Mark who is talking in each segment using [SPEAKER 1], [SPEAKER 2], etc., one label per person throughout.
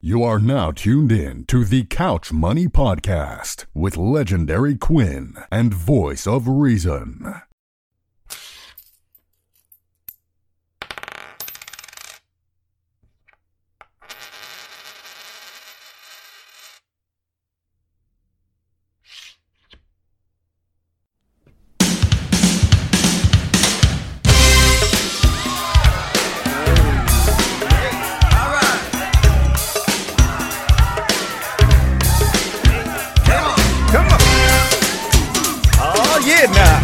[SPEAKER 1] You are now tuned in to the Couch Money Podcast with legendary Quinn and voice of reason.
[SPEAKER 2] Oh yeah, nah.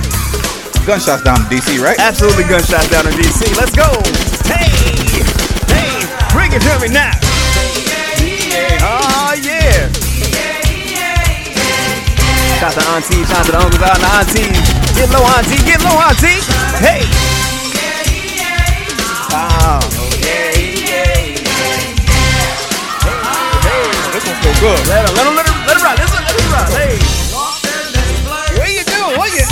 [SPEAKER 3] Gunshots down in DC, right?
[SPEAKER 2] Absolutely gunshots down in DC. Let's go. Hey, hey, bring it to me now. Oh yeah. Shout to auntie, shout to the uncles out and the auntie. Get low, auntie, get low, auntie. Hey. Wow. Oh, Yeah, yeah.
[SPEAKER 3] This one feel good.
[SPEAKER 2] Let her, let her, let her, let her ride. Let her, let her ride. Hey. What you doing? What you?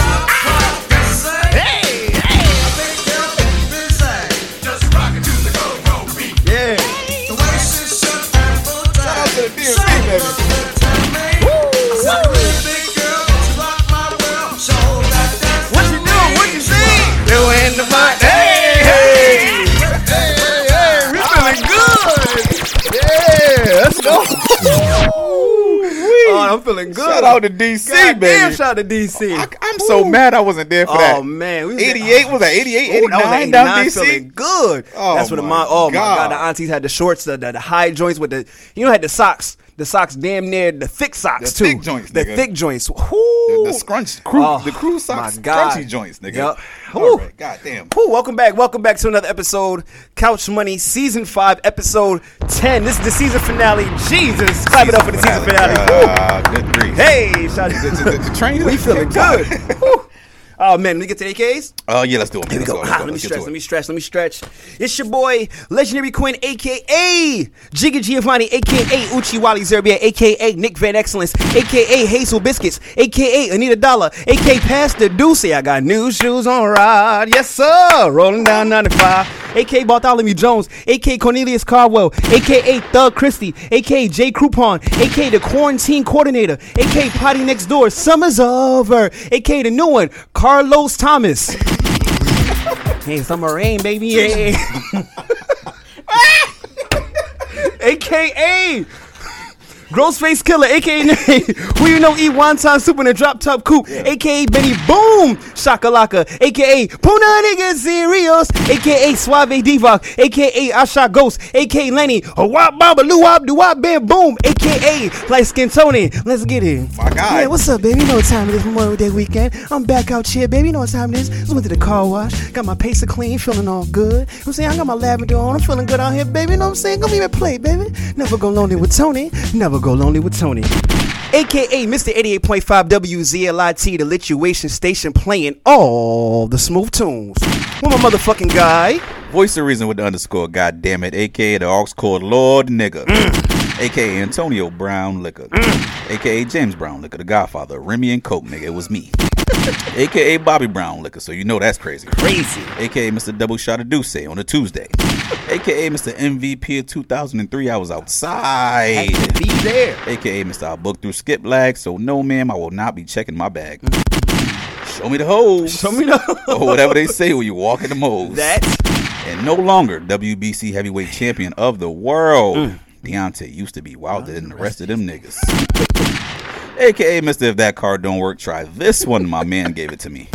[SPEAKER 2] Hey, hey. Yeah.
[SPEAKER 3] Shout out to the DMC, baby.
[SPEAKER 2] What you doing? What you see? Doing the fight. Hey, hey, hey, hey. We feeling good. Yeah, let's go. oh, I'm feeling good.
[SPEAKER 3] Shout out to DC,
[SPEAKER 2] God damn,
[SPEAKER 3] baby.
[SPEAKER 2] shout out to DC.
[SPEAKER 3] I, I'm so mad I wasn't there for
[SPEAKER 2] Oh
[SPEAKER 3] that.
[SPEAKER 2] man, we was at-
[SPEAKER 3] 88 was that 88,
[SPEAKER 2] Ooh, that
[SPEAKER 3] 89
[SPEAKER 2] was an
[SPEAKER 3] Oh, down
[SPEAKER 2] 89 feeling
[SPEAKER 3] DC.
[SPEAKER 2] good.
[SPEAKER 3] Oh,
[SPEAKER 2] That's what the
[SPEAKER 3] my
[SPEAKER 2] mom. Oh my god,
[SPEAKER 3] God.
[SPEAKER 2] the aunties had the shorts, the, the, the high joints with the you know had the socks, the socks damn near the thick socks
[SPEAKER 3] The
[SPEAKER 2] too.
[SPEAKER 3] thick joints,
[SPEAKER 2] the
[SPEAKER 3] nigga.
[SPEAKER 2] thick joints. Whoo.
[SPEAKER 3] The scrunch, crew,
[SPEAKER 2] Oh,
[SPEAKER 3] the crew
[SPEAKER 2] my
[SPEAKER 3] socks,
[SPEAKER 2] God.
[SPEAKER 3] crunchy joints, nigga.
[SPEAKER 2] Yup. Woo.
[SPEAKER 3] All right, goddamn.
[SPEAKER 2] Whew, welcome back. Welcome back to another episode, Couch Money, Season 5, Episode 10. This is the season finale. Jesus, clap it up for the season finale. Woo.
[SPEAKER 3] Ah, Uh, good grief.
[SPEAKER 2] Hey, shout
[SPEAKER 3] The, the, the, the train
[SPEAKER 2] We feeling good. Whew. Oh, man, we get to the AKs?
[SPEAKER 3] Oh, yeah, let's do it.
[SPEAKER 2] Here we
[SPEAKER 3] Let's
[SPEAKER 2] go.
[SPEAKER 3] let's
[SPEAKER 2] Ah, let me
[SPEAKER 3] let's get
[SPEAKER 2] stretch.
[SPEAKER 3] to
[SPEAKER 2] Let me
[SPEAKER 3] it.
[SPEAKER 2] stretch. Let me stretch. It's your boy, Legendary Quinn, aka Jigga Giovanni, aka Uchi Wally Zerbia, aka Nick Van Excellence, aka Hazel Biscuits, aka Anita Dollar, aka Pastor Ducey. I got new shoes on ride. Yes, sir. Rolling down 95. aka Bartholomew Jones, aka Cornelius Carwell, aka Thug Christie, aka Jay Croupon, aka the Quarantine Coordinator, aka Potty Next Door. Summer's over. aka the new one, Carlos Thomas. Hey, summer rain, baby. Yeah. AKA Gross Face Killer, aka who you know eat wonton soup in a drop top coupe, aka Benny Boom Shakalaka, aka Puna Nigga Serios, aka Suave Divock, aka Asha Ghost, aka Lenny, Hawap Baba Luwap Duwap Bam Boom, aka Light Skin Tony. Let's get it.
[SPEAKER 3] My God.
[SPEAKER 2] Yeah, what's up, baby? You know what time it is, Memorial Day weekend. I'm back out here, baby. You know what time it is. Just went to the car wash, got my pacer clean, feeling all good. You know what I'm saying? I got my lavender on, I'm feeling good out here, baby. You know what I'm saying? Gonna be at play, baby. Never go lonely with Tony. Never go lonely with Tony. AKA Mr. 88.5 WZLIT, the lituation station playing all the smooth tunes. With my motherfucking guy.
[SPEAKER 3] Voice the reason with the underscore, goddamn it. AKA the aux cord Lord nigga.
[SPEAKER 2] Mm.
[SPEAKER 3] AKA Antonio Brown liquor. AKA James Brown liquor, the Godfather, Remy and Coke nigga. It was me. AKA Bobby Brown liquor, so you know that's crazy.
[SPEAKER 2] Crazy.
[SPEAKER 3] aka Mr. Double Shot of Duce on a Tuesday, aka Mr. MVP of 2003. I was outside,
[SPEAKER 2] Be there.
[SPEAKER 3] aka Mr. I booked through skip lag, so no, ma'am, I will not be checking my bag. Show me the hose,
[SPEAKER 2] Show me the
[SPEAKER 3] or whatever they say when you walk in the moles.
[SPEAKER 2] that.
[SPEAKER 3] and no longer WBC heavyweight champion of the world.
[SPEAKER 2] Mm.
[SPEAKER 3] Deontay used to be wilder than the rest of them niggas. AKA Mr. If That Card Don't Work, try this one. My man gave it to me.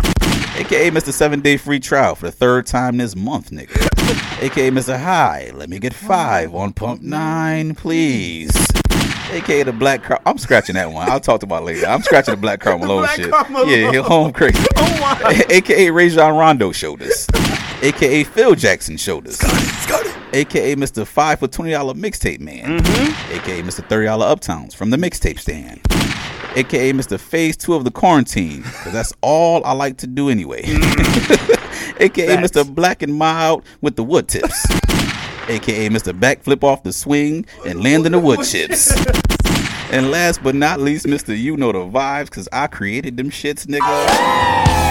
[SPEAKER 3] AKA Mr. Seven Day Free Trial for the third time this month, nigga. AKA Mr. High, let me get five on pump nine, please. AKA the black car. I'm scratching that one. I'll talk to about it later. I'm scratching the black car Malone
[SPEAKER 2] Black
[SPEAKER 3] shit.
[SPEAKER 2] Karl Malone.
[SPEAKER 3] Yeah, he'll home crazy.
[SPEAKER 2] Oh my.
[SPEAKER 3] AKA Ray John Rondo shoulders. AKA Phil Jackson shoulders. AKA Mr. Five for twenty dollar mixtape man.
[SPEAKER 2] Mm-hmm.
[SPEAKER 3] AKA Mr. Thirty dollar uptowns from the mixtape stand. AKA Mr. Phase Two of the quarantine, because that's all I like to do anyway. AKA
[SPEAKER 2] Mm-hmm. Facts.
[SPEAKER 3] Mr. Black and Mild with the wood tips. AKA Mr. Backflip off the swing and land in the wood chips. And last but not least, Mr. You Know the Vibes, because I created them shits, nigga.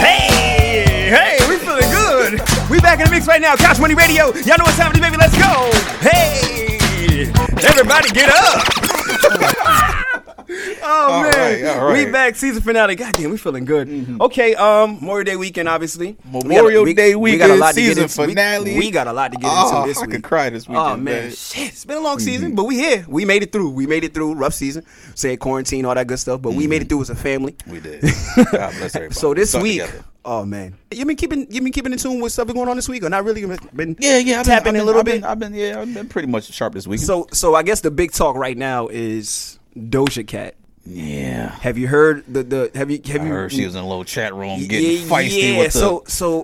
[SPEAKER 2] Hey, hey, we feeling good. We back in the mix right now. Couch Money Radio. Y'all know what time it is, baby. Let's go. Hey, Everybody get up. oh
[SPEAKER 3] All
[SPEAKER 2] man,
[SPEAKER 3] right, all right. Mm-hmm.
[SPEAKER 2] we back season finale. Goddamn, we feeling good. Okay, um, Memorial Day weekend, obviously. We got a-
[SPEAKER 3] Memorial
[SPEAKER 2] we-
[SPEAKER 3] Day
[SPEAKER 2] we got a
[SPEAKER 3] weekend,
[SPEAKER 2] lot to get
[SPEAKER 3] season
[SPEAKER 2] into. We-
[SPEAKER 3] finale.
[SPEAKER 2] We, got a lot to get
[SPEAKER 3] Oh,
[SPEAKER 2] into this
[SPEAKER 3] I
[SPEAKER 2] week.
[SPEAKER 3] could cry this
[SPEAKER 2] Oh
[SPEAKER 3] weekend,
[SPEAKER 2] man,
[SPEAKER 3] man. Mm-hmm.
[SPEAKER 2] shit, it's been a long season, but we here. We made it through. We made it through rough season, say quarantine, all that good stuff. But we
[SPEAKER 3] Mm-hmm.
[SPEAKER 2] made it through as a family.
[SPEAKER 3] We did. God bless everybody.
[SPEAKER 2] So this
[SPEAKER 3] Stuck
[SPEAKER 2] week,
[SPEAKER 3] together.
[SPEAKER 2] oh man, you been keeping you been kepping in tune with stuff been going on this week, or not really? Been- Been
[SPEAKER 3] Yeah, yeah. I've been-
[SPEAKER 2] tapping
[SPEAKER 3] I've been,
[SPEAKER 2] a little
[SPEAKER 3] I've
[SPEAKER 2] bit.
[SPEAKER 3] Been, I've been, yeah, I've been pretty much sharp this week.
[SPEAKER 2] So, so I guess the big talk right now is Doja Cat.
[SPEAKER 3] yeah,
[SPEAKER 2] Have you heard the the Have you have
[SPEAKER 3] I
[SPEAKER 2] you
[SPEAKER 3] heard she was in a little chat room getting
[SPEAKER 2] Mm-hmm. Yeah,
[SPEAKER 3] feisty
[SPEAKER 2] yeah,
[SPEAKER 3] with, the,
[SPEAKER 2] so so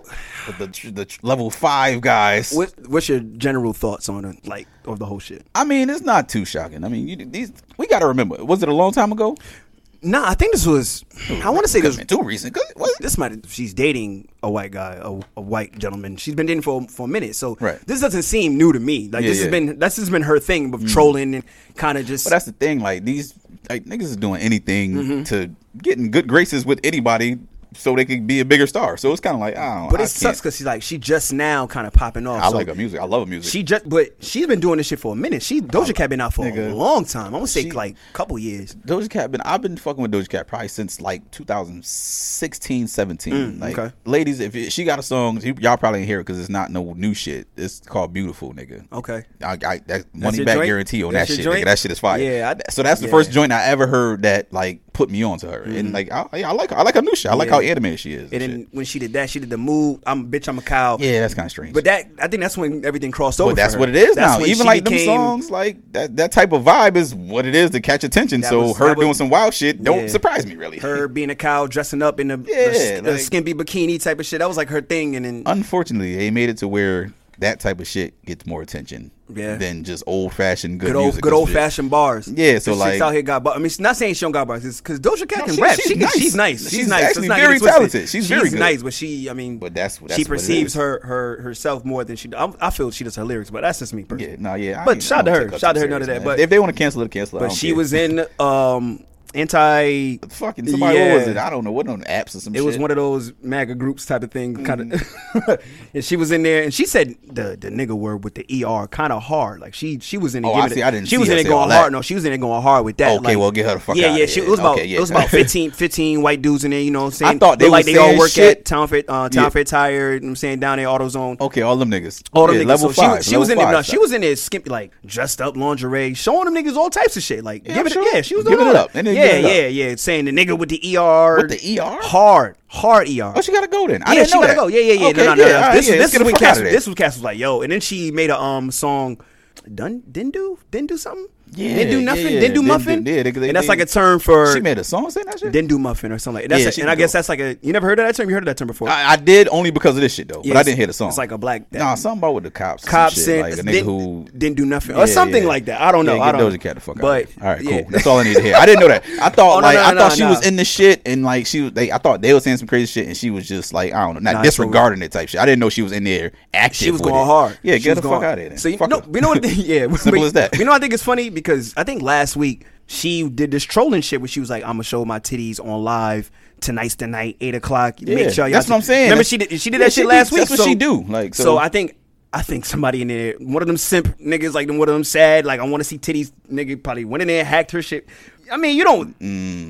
[SPEAKER 3] with the the level five guys.
[SPEAKER 2] what, what's your general thoughts on it, like of the whole shit?
[SPEAKER 3] I mean, it's not too shocking. I mean, you, these we got to remember. Was it a long time ago?
[SPEAKER 2] Nah, I think this was. I want to say
[SPEAKER 3] Could've
[SPEAKER 2] this.
[SPEAKER 3] been too recent. Could- was it?
[SPEAKER 2] This might she's dating a white guy, a, a white gentleman. She's been dating for for a minute, so
[SPEAKER 3] Right.
[SPEAKER 2] this doesn't seem new to me. Like
[SPEAKER 3] Yeah,
[SPEAKER 2] this has
[SPEAKER 3] yeah. Mm-hmm.
[SPEAKER 2] been that's has been her thing of trolling and kind of just.
[SPEAKER 3] But that's the thing. Like these, like niggas is doing anything
[SPEAKER 2] Mm-hmm.
[SPEAKER 3] to get in good graces with anybody so they can be a bigger star. So it's kind of like I don't.
[SPEAKER 2] but
[SPEAKER 3] I
[SPEAKER 2] it sucks
[SPEAKER 3] can't-
[SPEAKER 2] because she's like she just now kind of popping off.
[SPEAKER 3] I
[SPEAKER 2] so
[SPEAKER 3] like her music. I love her music.
[SPEAKER 2] She just, but she's been doing this shit for a minute. She Doja Cat been out for a
[SPEAKER 3] Nigga.
[SPEAKER 2] long time. I'm gonna say
[SPEAKER 3] She-
[SPEAKER 2] like couple years.
[SPEAKER 3] Doja Cat been I've been fucking with Doja Cat probably since like 2016, 17. like,
[SPEAKER 2] Mm, okay.
[SPEAKER 3] ladies, if she got a song, you, y'all probably ain't hear it because it's not no new shit. It's called Beautiful, nigga.
[SPEAKER 2] Okay.
[SPEAKER 3] I, I that money
[SPEAKER 2] your
[SPEAKER 3] back
[SPEAKER 2] joint?
[SPEAKER 3] guarantee on
[SPEAKER 2] That's
[SPEAKER 3] that
[SPEAKER 2] your
[SPEAKER 3] shit.
[SPEAKER 2] joint?
[SPEAKER 3] Nigga, that shit is fire.
[SPEAKER 2] Yeah, I-
[SPEAKER 3] so that's the
[SPEAKER 2] yeah. Mm-hmm.
[SPEAKER 3] first joint I ever heard that like put me on to her, and like I, I like I like her new shit. I like
[SPEAKER 2] Yeah.
[SPEAKER 3] how animated she is.
[SPEAKER 2] And
[SPEAKER 3] And
[SPEAKER 2] then when she did that, she did the move. I'm bitch. I'm a cow.
[SPEAKER 3] shit. yeah, that's kind of strange.
[SPEAKER 2] But that I think that's when everything crossed over.
[SPEAKER 3] But that's
[SPEAKER 2] for her.
[SPEAKER 3] what it is
[SPEAKER 2] That's
[SPEAKER 3] now.
[SPEAKER 2] when she
[SPEAKER 3] Even like
[SPEAKER 2] became-
[SPEAKER 3] them songs, like that that type of vibe is what it is to catch attention.
[SPEAKER 2] That
[SPEAKER 3] So
[SPEAKER 2] was-
[SPEAKER 3] her
[SPEAKER 2] that was-
[SPEAKER 3] doing some wild shit don't
[SPEAKER 2] Yeah.
[SPEAKER 3] surprise me really.
[SPEAKER 2] Her being a cow, dressing up in a,
[SPEAKER 3] Yeah,
[SPEAKER 2] a sk- a
[SPEAKER 3] like-
[SPEAKER 2] skimpy bikini type of shit. That was like her thing. And then
[SPEAKER 3] unfortunately, they made it to where that type of shit gets more attention
[SPEAKER 2] Yeah.
[SPEAKER 3] than just old fashioned good,
[SPEAKER 2] good old
[SPEAKER 3] music
[SPEAKER 2] good
[SPEAKER 3] and
[SPEAKER 2] old
[SPEAKER 3] shit.
[SPEAKER 2] fashioned bars.
[SPEAKER 3] Yeah, so,
[SPEAKER 2] This chick's
[SPEAKER 3] like-
[SPEAKER 2] out here got bars. I mean, she's not saying she don't got bars. It's because Doja Cat
[SPEAKER 3] No,
[SPEAKER 2] can
[SPEAKER 3] she-
[SPEAKER 2] rap.
[SPEAKER 3] she's
[SPEAKER 2] She can-
[SPEAKER 3] nice.
[SPEAKER 2] she's nice. She's,
[SPEAKER 3] She's
[SPEAKER 2] nice. Let's
[SPEAKER 3] actually
[SPEAKER 2] not get it
[SPEAKER 3] very
[SPEAKER 2] twisted.
[SPEAKER 3] talented. She's very good.
[SPEAKER 2] nice, but she. I mean,
[SPEAKER 3] But that's- that's
[SPEAKER 2] she
[SPEAKER 3] what it
[SPEAKER 2] perceives
[SPEAKER 3] is.
[SPEAKER 2] her her herself more than she. I, I feel she does her lyrics, but that's just me personally.
[SPEAKER 3] Yeah, no, yeah. I
[SPEAKER 2] But
[SPEAKER 3] ain't- I
[SPEAKER 2] shout to
[SPEAKER 3] don't
[SPEAKER 2] her.
[SPEAKER 3] take
[SPEAKER 2] Shout to
[SPEAKER 3] too
[SPEAKER 2] her. None of
[SPEAKER 3] serious,
[SPEAKER 2] that.
[SPEAKER 3] man.
[SPEAKER 2] But
[SPEAKER 3] if they want to cancel it, cancel it. I
[SPEAKER 2] but
[SPEAKER 3] don't
[SPEAKER 2] she
[SPEAKER 3] care.
[SPEAKER 2] was in um anti
[SPEAKER 3] fucking somebody. What was
[SPEAKER 2] Yeah.
[SPEAKER 3] it? I don't know. What on apps or some
[SPEAKER 2] it
[SPEAKER 3] shit. Mm.
[SPEAKER 2] was one of those MAGA groups type of thing, kind of. and she was in there, and she said the the nigga word with the er kind of hard. Like she she was in there.
[SPEAKER 3] Oh, I
[SPEAKER 2] giving it-
[SPEAKER 3] see. I didn't
[SPEAKER 2] she
[SPEAKER 3] see
[SPEAKER 2] was in
[SPEAKER 3] her
[SPEAKER 2] there
[SPEAKER 3] say
[SPEAKER 2] going
[SPEAKER 3] all that.
[SPEAKER 2] hard. No, she was in there going hard with that.
[SPEAKER 3] Okay,
[SPEAKER 2] like-
[SPEAKER 3] well, get her the fuck
[SPEAKER 2] yeah,
[SPEAKER 3] outta
[SPEAKER 2] Yeah, She,
[SPEAKER 3] here.
[SPEAKER 2] it was about
[SPEAKER 3] Okay, yeah.
[SPEAKER 2] it was about 15, 15 white dudes in there. You know, what I'm saying
[SPEAKER 3] thought they
[SPEAKER 2] Look like
[SPEAKER 3] was
[SPEAKER 2] they all
[SPEAKER 3] saying
[SPEAKER 2] work
[SPEAKER 3] shit.
[SPEAKER 2] at Town Fair, uh, Town
[SPEAKER 3] Yeah.
[SPEAKER 2] Fair Tire. You know what I'm saying down there, AutoZone.
[SPEAKER 3] okay, all them niggas.
[SPEAKER 2] All them
[SPEAKER 3] Yeah,
[SPEAKER 2] niggas.
[SPEAKER 3] Level
[SPEAKER 2] so
[SPEAKER 3] five.
[SPEAKER 2] she, she was in
[SPEAKER 3] level
[SPEAKER 2] there. No,
[SPEAKER 3] five
[SPEAKER 2] she was in there, skimpy, like dressed up, lingerie, showing them niggas all types of shit. Like,
[SPEAKER 3] Yeah,
[SPEAKER 2] give
[SPEAKER 3] I'm
[SPEAKER 2] it,
[SPEAKER 3] sure.
[SPEAKER 2] yeah, she was
[SPEAKER 3] Give
[SPEAKER 2] doing all
[SPEAKER 3] it up.
[SPEAKER 2] that.
[SPEAKER 3] And then
[SPEAKER 2] yeah,
[SPEAKER 3] give it
[SPEAKER 2] yeah, yeah. Saying the nigga with the ER,
[SPEAKER 3] With the ER?
[SPEAKER 2] hard, hard ER.
[SPEAKER 3] Oh, she gotta go then. I
[SPEAKER 2] yeah,
[SPEAKER 3] didn't
[SPEAKER 2] she
[SPEAKER 3] know
[SPEAKER 2] gotta
[SPEAKER 3] that.
[SPEAKER 2] go. Yeah, yeah, yeah.
[SPEAKER 3] Okay,
[SPEAKER 2] no, no,
[SPEAKER 3] yeah,
[SPEAKER 2] no,
[SPEAKER 3] all
[SPEAKER 2] no.
[SPEAKER 3] right,
[SPEAKER 2] This,
[SPEAKER 3] yeah,
[SPEAKER 2] this is
[SPEAKER 3] let's get the
[SPEAKER 2] when
[SPEAKER 3] fuck outta
[SPEAKER 2] Cass.
[SPEAKER 3] there.
[SPEAKER 2] This was Cass was like, yo, and then she made a um song. Done didn't do didn't do something
[SPEAKER 3] Yeah,
[SPEAKER 2] didn't do
[SPEAKER 3] yeah,
[SPEAKER 2] nothing
[SPEAKER 3] yeah.
[SPEAKER 2] didn't do
[SPEAKER 3] Didn't do-
[SPEAKER 2] muffin
[SPEAKER 3] yeah, they- they-
[SPEAKER 2] and that's
[SPEAKER 3] they-
[SPEAKER 2] like a term for
[SPEAKER 3] She made a song saying that shit.
[SPEAKER 2] didn't do muffin or something like that's
[SPEAKER 3] Yeah,
[SPEAKER 2] a-
[SPEAKER 3] she
[SPEAKER 2] and I
[SPEAKER 3] can
[SPEAKER 2] guess
[SPEAKER 3] go.
[SPEAKER 2] that's like a you never heard of that term you heard of that term before
[SPEAKER 3] I, I did only because of this shit though,
[SPEAKER 2] Yeah,
[SPEAKER 3] but I
[SPEAKER 2] it's-
[SPEAKER 3] didn't hear the song.
[SPEAKER 2] it's like a black-
[SPEAKER 3] Nah, something about with the cops. and
[SPEAKER 2] cops
[SPEAKER 3] shit.
[SPEAKER 2] and
[SPEAKER 3] like a nigga
[SPEAKER 2] didn't,
[SPEAKER 3] who
[SPEAKER 2] didn't do nothing
[SPEAKER 3] Yeah,
[SPEAKER 2] or something
[SPEAKER 3] yeah.
[SPEAKER 2] like that. I don't know.
[SPEAKER 3] Yeah,
[SPEAKER 2] I
[SPEAKER 3] get
[SPEAKER 2] don't
[SPEAKER 3] Doja Cat the fuck out.
[SPEAKER 2] But
[SPEAKER 3] All right,
[SPEAKER 2] yeah.
[SPEAKER 3] cool. That's all I need to hear. I didn't know that. I thought
[SPEAKER 2] Oh, no,
[SPEAKER 3] like
[SPEAKER 2] no,
[SPEAKER 3] I
[SPEAKER 2] no,
[SPEAKER 3] thought
[SPEAKER 2] no,
[SPEAKER 3] she
[SPEAKER 2] no.
[SPEAKER 3] was in the shit and like she was. They, I thought they were saying some crazy shit and she was just like I don't know, not
[SPEAKER 2] Nah,
[SPEAKER 3] disregarding it type shit. I didn't know she was in there active.
[SPEAKER 2] She was
[SPEAKER 3] with
[SPEAKER 2] going
[SPEAKER 3] it.
[SPEAKER 2] hard.
[SPEAKER 3] Yeah,
[SPEAKER 2] She
[SPEAKER 3] get
[SPEAKER 2] was
[SPEAKER 3] the
[SPEAKER 2] going-
[SPEAKER 3] fuck out of there. then.
[SPEAKER 2] So you
[SPEAKER 3] Fuck
[SPEAKER 2] know,
[SPEAKER 3] her.
[SPEAKER 2] we know what? The, yeah,
[SPEAKER 3] Simple as that.
[SPEAKER 2] You know, I think it's funny because I think last week she did this trolling shit where she was like, "I'm gonna show my titties on live tonight's the night, eight o'clock.
[SPEAKER 3] Yeah,
[SPEAKER 2] Make sure y'all."
[SPEAKER 3] that's what I'm saying.
[SPEAKER 2] Remember
[SPEAKER 3] That's-
[SPEAKER 2] she did she did
[SPEAKER 3] Yeah,
[SPEAKER 2] that
[SPEAKER 3] she
[SPEAKER 2] shit
[SPEAKER 3] do.
[SPEAKER 2] last week.
[SPEAKER 3] That's what
[SPEAKER 2] so,
[SPEAKER 3] she do. Like, so-
[SPEAKER 2] I think. I think somebody in there, one of them simp niggas, like them, one of them sad, like I want to see titties, nigga, probably went in there, hacked her shit. I mean, you don't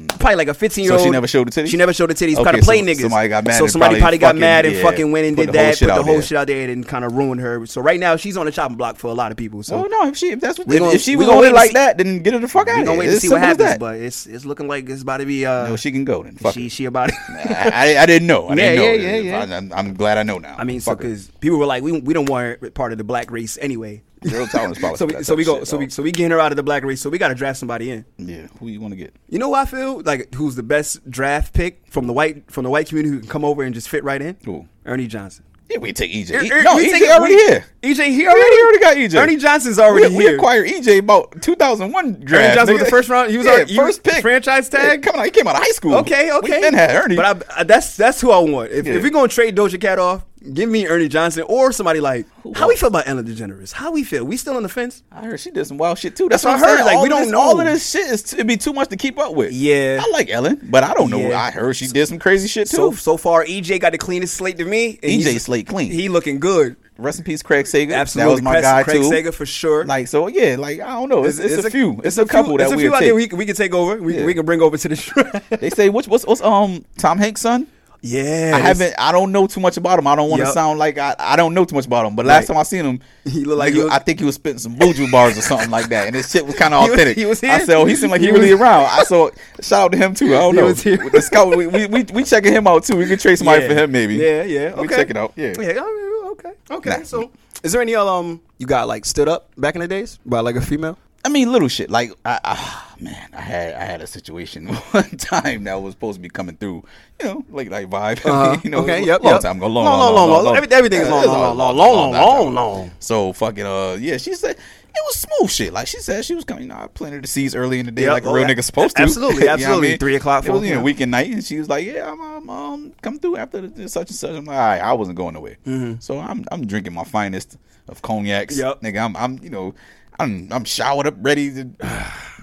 [SPEAKER 2] probably like a fifteen year
[SPEAKER 3] Mm. So
[SPEAKER 2] old.
[SPEAKER 3] she never showed the titties?
[SPEAKER 2] She never showed the titties.
[SPEAKER 3] Okay,
[SPEAKER 2] kind of play
[SPEAKER 3] so
[SPEAKER 2] niggas.
[SPEAKER 3] somebody got mad
[SPEAKER 2] So
[SPEAKER 3] and
[SPEAKER 2] somebody probably
[SPEAKER 3] probably
[SPEAKER 2] got
[SPEAKER 3] fucking-
[SPEAKER 2] mad and
[SPEAKER 3] yeah,
[SPEAKER 2] fucking went and
[SPEAKER 3] put
[SPEAKER 2] did
[SPEAKER 3] the whole
[SPEAKER 2] that,
[SPEAKER 3] shit
[SPEAKER 2] put the
[SPEAKER 3] out
[SPEAKER 2] whole
[SPEAKER 3] there.
[SPEAKER 2] shit out there, and kind of ruined her. So right now she's on the chopping block for a lot of people. So
[SPEAKER 3] Well, no, if she if that's what
[SPEAKER 2] We gonna-
[SPEAKER 3] if she
[SPEAKER 2] we
[SPEAKER 3] was
[SPEAKER 2] gonna
[SPEAKER 3] on
[SPEAKER 2] wait
[SPEAKER 3] it
[SPEAKER 2] and
[SPEAKER 3] like
[SPEAKER 2] see-
[SPEAKER 3] that, then get her the fuck out
[SPEAKER 2] We're
[SPEAKER 3] of
[SPEAKER 2] gonna
[SPEAKER 3] here.
[SPEAKER 2] wait to
[SPEAKER 3] It's
[SPEAKER 2] see what
[SPEAKER 3] simple as
[SPEAKER 2] happens,
[SPEAKER 3] that.
[SPEAKER 2] but it's it's looking like it's about to be. Uh,
[SPEAKER 3] No, she can go then. Fuck
[SPEAKER 2] she
[SPEAKER 3] it.
[SPEAKER 2] she about.
[SPEAKER 3] I, I- I didn't know.
[SPEAKER 2] Yeah,
[SPEAKER 3] I didn't
[SPEAKER 2] yeah,
[SPEAKER 3] know.
[SPEAKER 2] yeah, yeah.
[SPEAKER 3] I, am I'm glad I know now.
[SPEAKER 2] I mean, so
[SPEAKER 3] Fuck her.
[SPEAKER 2] because people were like, we we don't want her part of the black race anyway.
[SPEAKER 3] Zero tolerance policy
[SPEAKER 2] So
[SPEAKER 3] for
[SPEAKER 2] we,
[SPEAKER 3] that
[SPEAKER 2] so
[SPEAKER 3] type
[SPEAKER 2] we
[SPEAKER 3] of
[SPEAKER 2] go
[SPEAKER 3] shit,
[SPEAKER 2] so we
[SPEAKER 3] dog.
[SPEAKER 2] so we getting her out of the black race. So we got to draft somebody in.
[SPEAKER 3] yeah. Who you want to get?
[SPEAKER 2] You know what I feel like? Who's the best draft pick from the white from the white community who can come over and just fit right in?
[SPEAKER 3] Who?
[SPEAKER 2] Ernie Johnson.
[SPEAKER 3] Yeah, we take EJ.
[SPEAKER 2] Er-
[SPEAKER 3] E-
[SPEAKER 2] Er-
[SPEAKER 3] no,
[SPEAKER 2] we
[SPEAKER 3] EJ
[SPEAKER 2] take it-
[SPEAKER 3] already
[SPEAKER 2] we-
[SPEAKER 3] here.
[SPEAKER 2] EJ E he
[SPEAKER 3] We
[SPEAKER 2] already,
[SPEAKER 3] already got EJ.
[SPEAKER 2] Ernie Johnson's already
[SPEAKER 3] we, we
[SPEAKER 2] here.
[SPEAKER 3] acquired EJ about 2001 draft.
[SPEAKER 2] Ernie Johnson was
[SPEAKER 3] nigga.
[SPEAKER 2] the first round. He was
[SPEAKER 3] yeah,
[SPEAKER 2] our he was
[SPEAKER 3] first pick.
[SPEAKER 2] franchise tag.
[SPEAKER 3] Yeah, come on, he came out of high school.
[SPEAKER 2] Okay, okay.
[SPEAKER 3] We then had Ernie.
[SPEAKER 2] But I, I, that's that's who I want. If,
[SPEAKER 3] Yeah.
[SPEAKER 2] if we're gonna trade Doja Cat off, give me Ernie Johnson or somebody like how we
[SPEAKER 3] else?
[SPEAKER 2] feel about Ellen DeGeneres. How we feel? We still on the fence?
[SPEAKER 3] I heard she did some wild shit too.
[SPEAKER 2] That's
[SPEAKER 3] That's,
[SPEAKER 2] what
[SPEAKER 3] what,
[SPEAKER 2] I
[SPEAKER 3] I'm
[SPEAKER 2] heard.
[SPEAKER 3] Saying.
[SPEAKER 2] Like,
[SPEAKER 3] all
[SPEAKER 2] we
[SPEAKER 3] of
[SPEAKER 2] don't
[SPEAKER 3] this,
[SPEAKER 2] know.
[SPEAKER 3] All of this shit is it'd be too much to keep up with.
[SPEAKER 2] Yeah.
[SPEAKER 3] I like Ellen, but I don't know.
[SPEAKER 2] Yeah.
[SPEAKER 3] I heard she did some crazy shit too.
[SPEAKER 2] E So so far, EJ got the cleanest slate to me. and
[SPEAKER 3] EJ
[SPEAKER 2] he's-
[SPEAKER 3] E slate clean.
[SPEAKER 2] He looking good.
[SPEAKER 3] Rest in peace, Craig Sager.
[SPEAKER 2] Absolutely,
[SPEAKER 3] that was my
[SPEAKER 2] Craig-
[SPEAKER 3] guy
[SPEAKER 2] Craig
[SPEAKER 3] too.
[SPEAKER 2] Sager for sure.
[SPEAKER 3] Like so, yeah. Like I don't know. It's, it's, a, few. It's, a,
[SPEAKER 2] few-
[SPEAKER 3] couple
[SPEAKER 2] it's
[SPEAKER 3] that
[SPEAKER 2] a
[SPEAKER 3] we
[SPEAKER 2] few out
[SPEAKER 3] take.
[SPEAKER 2] there we, can- we can take over. We,
[SPEAKER 3] Yeah.
[SPEAKER 2] we can bring over to the show.
[SPEAKER 3] They say which what's what's um Tom Hanks' son.
[SPEAKER 2] yeah,
[SPEAKER 3] I
[SPEAKER 2] this-
[SPEAKER 3] haven't. I don't know too much about him. I don't want to
[SPEAKER 2] Yup.
[SPEAKER 3] sound like I, I don't know too much about him. But last
[SPEAKER 2] Right.
[SPEAKER 3] time I seen him,
[SPEAKER 2] He looked like
[SPEAKER 3] nigga,
[SPEAKER 2] he was-
[SPEAKER 3] I think he was spitting some buju bars or something like that, and his shit was kind of
[SPEAKER 2] He was-
[SPEAKER 3] authentic.
[SPEAKER 2] he was
[SPEAKER 3] I
[SPEAKER 2] here.
[SPEAKER 3] said, oh, he seemed like he,
[SPEAKER 2] He
[SPEAKER 3] really
[SPEAKER 2] was-
[SPEAKER 3] around. I saw. Shout out to him too. I don't
[SPEAKER 2] He
[SPEAKER 3] know.
[SPEAKER 2] was here.
[SPEAKER 3] With The scout, we, we we we checking him out too. We could trace somebody
[SPEAKER 2] Yeah.
[SPEAKER 3] for him maybe.
[SPEAKER 2] Yeah, yeah. Okay.
[SPEAKER 3] We check it out. Yeah.
[SPEAKER 2] Yeah. oh, Okay. Okay.
[SPEAKER 3] Nah.
[SPEAKER 2] So, is there any other um you got like stood up back in the days by like a female?
[SPEAKER 3] I mean, little shit. Like, I, ah, man, I had I had a situation one time that was supposed to be coming through. You know, like like vibe.
[SPEAKER 2] Uh-huh.
[SPEAKER 3] you know,
[SPEAKER 2] Okay,
[SPEAKER 3] it was
[SPEAKER 2] yep,
[SPEAKER 3] Long
[SPEAKER 2] yep.
[SPEAKER 3] time ago. Long,
[SPEAKER 2] Long,
[SPEAKER 3] long,
[SPEAKER 2] long,
[SPEAKER 3] long,
[SPEAKER 2] long, long. Every- everything is
[SPEAKER 3] Yeah,
[SPEAKER 2] long,
[SPEAKER 3] it's
[SPEAKER 2] long,
[SPEAKER 3] long,
[SPEAKER 2] long, long, long, long.
[SPEAKER 3] So fucking uh, yeah. She said it was smooth shit. Like she said, she was coming. You know, I planted the seeds early in the day,
[SPEAKER 2] Yep,
[SPEAKER 3] like a
[SPEAKER 2] oh,
[SPEAKER 3] real
[SPEAKER 2] a-
[SPEAKER 3] nigga supposed to.
[SPEAKER 2] absolutely,
[SPEAKER 3] You know what I
[SPEAKER 2] absolutely.
[SPEAKER 3] mean?
[SPEAKER 2] Three o'clock,
[SPEAKER 3] It was you
[SPEAKER 2] four
[SPEAKER 3] know
[SPEAKER 2] o'clock.
[SPEAKER 3] weekend night, and she was like, "Yeah, I'm, um, um, come through after the- the such and such." I'm like, "All right, I wasn't going nowhere." So I'm I'm drinking my finest of cognacs.
[SPEAKER 2] Mm-hmm. Yep.
[SPEAKER 3] Nigga, I'm I'm you know. I'm, I'm showered up, ready to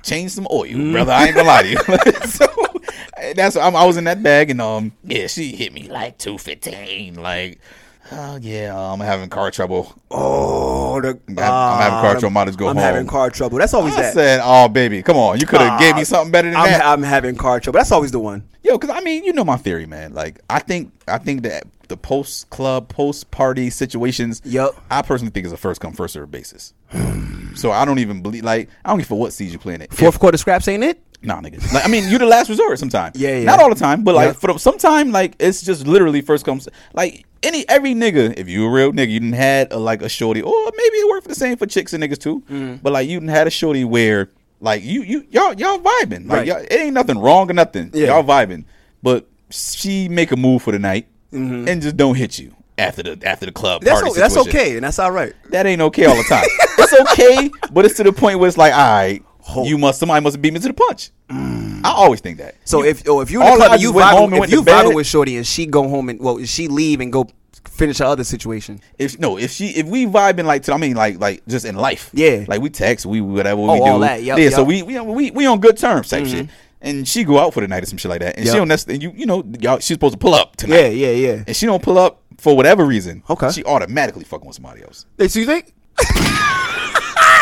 [SPEAKER 3] change some oil,
[SPEAKER 2] Mm-hmm.
[SPEAKER 3] brother. I ain't gonna lie to you. so that's I'm, I was in that bag, and um, yeah, she hit me like two fifteen, like, oh yeah, I'm having car trouble.
[SPEAKER 2] Oh, the,
[SPEAKER 3] I'm having car trouble. Might as go
[SPEAKER 2] I'm
[SPEAKER 3] home.
[SPEAKER 2] having car trouble. That's always
[SPEAKER 3] I
[SPEAKER 2] that.
[SPEAKER 3] said, oh baby, come on, you could have
[SPEAKER 2] Nah,
[SPEAKER 3] gave me something better than
[SPEAKER 2] I'm,
[SPEAKER 3] that,
[SPEAKER 2] I'm having car trouble. That's always the one.
[SPEAKER 3] yo. Because I mean, you know my theory, man. Like I think I think that the post club, post party situations,
[SPEAKER 2] Yup.
[SPEAKER 3] I personally think it's a first come first serve basis. so I don't even believe. Like I don't give a fuck what seeds you playing it.
[SPEAKER 2] Fourth quarter scraps ain't it?
[SPEAKER 3] Nah, nigga. Like, I mean, you're the last resort sometimes.
[SPEAKER 2] Yeah, yeah.
[SPEAKER 3] Not all the time, but like
[SPEAKER 2] Yeah.
[SPEAKER 3] for sometime, like it's just literally first comes. Like any every nigga, if you a real nigga, you didn't had a, like a shorty, or maybe it worked for the same for chicks and niggas too.
[SPEAKER 2] Mm-hmm.
[SPEAKER 3] But like you didn't had a shorty where like you you y'all y'all vibing. Like
[SPEAKER 2] Right.
[SPEAKER 3] y'all, it ain't nothing wrong or nothing.
[SPEAKER 2] Yeah.
[SPEAKER 3] Y'all vibing, but she make a move for the night and just don't hit you after the after the club.
[SPEAKER 2] Mm-hmm. That's
[SPEAKER 3] party
[SPEAKER 2] o- that's
[SPEAKER 3] situation
[SPEAKER 2] okay, and that's all right.
[SPEAKER 3] that ain't okay all the time. it's okay, but it's to the point where it's like, all right, you must somebody must beat me to the punch. I always think that.
[SPEAKER 2] Mm. So if oh, if you in
[SPEAKER 3] all
[SPEAKER 2] the
[SPEAKER 3] I
[SPEAKER 2] club,
[SPEAKER 3] just
[SPEAKER 2] you
[SPEAKER 3] went home
[SPEAKER 2] vibing,
[SPEAKER 3] and
[SPEAKER 2] if
[SPEAKER 3] went to
[SPEAKER 2] you
[SPEAKER 3] bed.
[SPEAKER 2] vibing with Shorty and she go home and well, she leave and go finish her other situation.
[SPEAKER 3] if no, if she if we vibing like to, I mean like like just in life,
[SPEAKER 2] Yeah.
[SPEAKER 3] like we text, we whatever we
[SPEAKER 2] Oh,
[SPEAKER 3] do,
[SPEAKER 2] all that, yup,
[SPEAKER 3] yeah. So
[SPEAKER 2] yup. Mm-hmm.
[SPEAKER 3] we we we we on good terms type shit. And she go out for the night or some shit like that, and
[SPEAKER 2] Yup.
[SPEAKER 3] she don't necessarily you you know y'all she's supposed to pull up tonight,
[SPEAKER 2] Yeah, yeah, yeah.
[SPEAKER 3] and she don't pull up for whatever reason.
[SPEAKER 2] Okay.
[SPEAKER 3] she automatically fucking with somebody else.
[SPEAKER 2] So you think?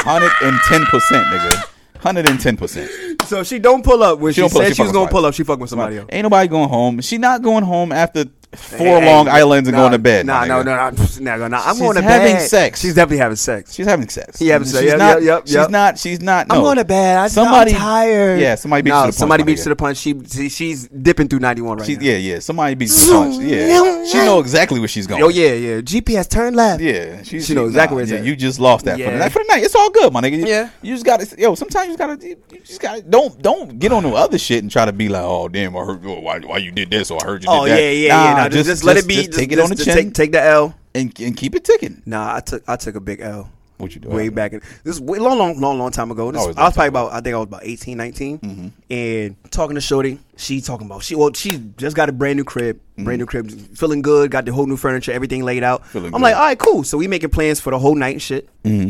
[SPEAKER 3] Hundred and ten percent, nigga. Hundred and ten percent.
[SPEAKER 2] So if she don't pull up when she,
[SPEAKER 3] don't pull up,
[SPEAKER 2] said
[SPEAKER 3] she
[SPEAKER 2] she was
[SPEAKER 3] fucking
[SPEAKER 2] gonna
[SPEAKER 3] with
[SPEAKER 2] pull up.
[SPEAKER 3] somebody.
[SPEAKER 2] She fucking with somebody else.
[SPEAKER 3] Ain't nobody going home. She not going home after four
[SPEAKER 2] Hey,
[SPEAKER 3] long
[SPEAKER 2] hey,
[SPEAKER 3] islands and
[SPEAKER 2] nah,
[SPEAKER 3] going to bed.
[SPEAKER 2] Nah,
[SPEAKER 3] my
[SPEAKER 2] no,
[SPEAKER 3] nigga.
[SPEAKER 2] no, no, pff, nah, nah, nah. I'm
[SPEAKER 3] She's
[SPEAKER 2] going to
[SPEAKER 3] having
[SPEAKER 2] bed.
[SPEAKER 3] sex.
[SPEAKER 2] She's definitely having sex.
[SPEAKER 3] She's having sex.
[SPEAKER 2] She having
[SPEAKER 3] She's
[SPEAKER 2] sex. Yep,
[SPEAKER 3] not.
[SPEAKER 2] yep, yep,
[SPEAKER 3] she's
[SPEAKER 2] yep.
[SPEAKER 3] not. She's not. No.
[SPEAKER 2] I'm going to bed. I, somebody, I'm tired.
[SPEAKER 3] Yeah. Somebody beats
[SPEAKER 2] no,
[SPEAKER 3] you to the punch.
[SPEAKER 2] Somebody
[SPEAKER 3] my
[SPEAKER 2] beats
[SPEAKER 3] nigga.
[SPEAKER 2] to the punch. She, she she's dipping through 91 right
[SPEAKER 3] She's,
[SPEAKER 2] now.
[SPEAKER 3] yeah, yeah. Somebody beats you to the punch. Yeah. She know exactly where she's going.
[SPEAKER 2] Oh yeah, yeah. GPS turn left.
[SPEAKER 3] Yeah,
[SPEAKER 2] She know exactly where it's
[SPEAKER 3] yeah,
[SPEAKER 2] at.
[SPEAKER 3] You just lost that for the
[SPEAKER 2] Yeah.
[SPEAKER 3] night. For the night, it's all good, my nigga. You-
[SPEAKER 2] Yeah.
[SPEAKER 3] you just got to. Yo, sometimes you gotta. You you just got to don't don't get on no other shit and try to be like, oh damn, I heard oh, why why you did this or I heard you
[SPEAKER 2] Oh
[SPEAKER 3] did
[SPEAKER 2] yeah, yeah,
[SPEAKER 3] that.
[SPEAKER 2] yeah.
[SPEAKER 3] Nah,
[SPEAKER 2] Nah, just, just let it be.
[SPEAKER 3] Just,
[SPEAKER 2] Just-
[SPEAKER 3] take it
[SPEAKER 2] just-
[SPEAKER 3] on the
[SPEAKER 2] just
[SPEAKER 3] chin
[SPEAKER 2] Take, take the L.
[SPEAKER 3] and and keep it ticking.
[SPEAKER 2] Nah, I took I took a big L.
[SPEAKER 3] What you doing?
[SPEAKER 2] Way back in this is way, long, long, long, long time ago. This, I was
[SPEAKER 3] Always long Mm-hmm.
[SPEAKER 2] probably about I think I was about 18, 19. and talking to Shorty. She talking about she well she just got a brand new crib, brand new crib, feeling good. Got the whole new furniture, everything laid out.
[SPEAKER 3] Mm-hmm. Feeling
[SPEAKER 2] I'm
[SPEAKER 3] good.
[SPEAKER 2] like, all right, cool. So we making plans for the whole night and shit. Mm-hmm.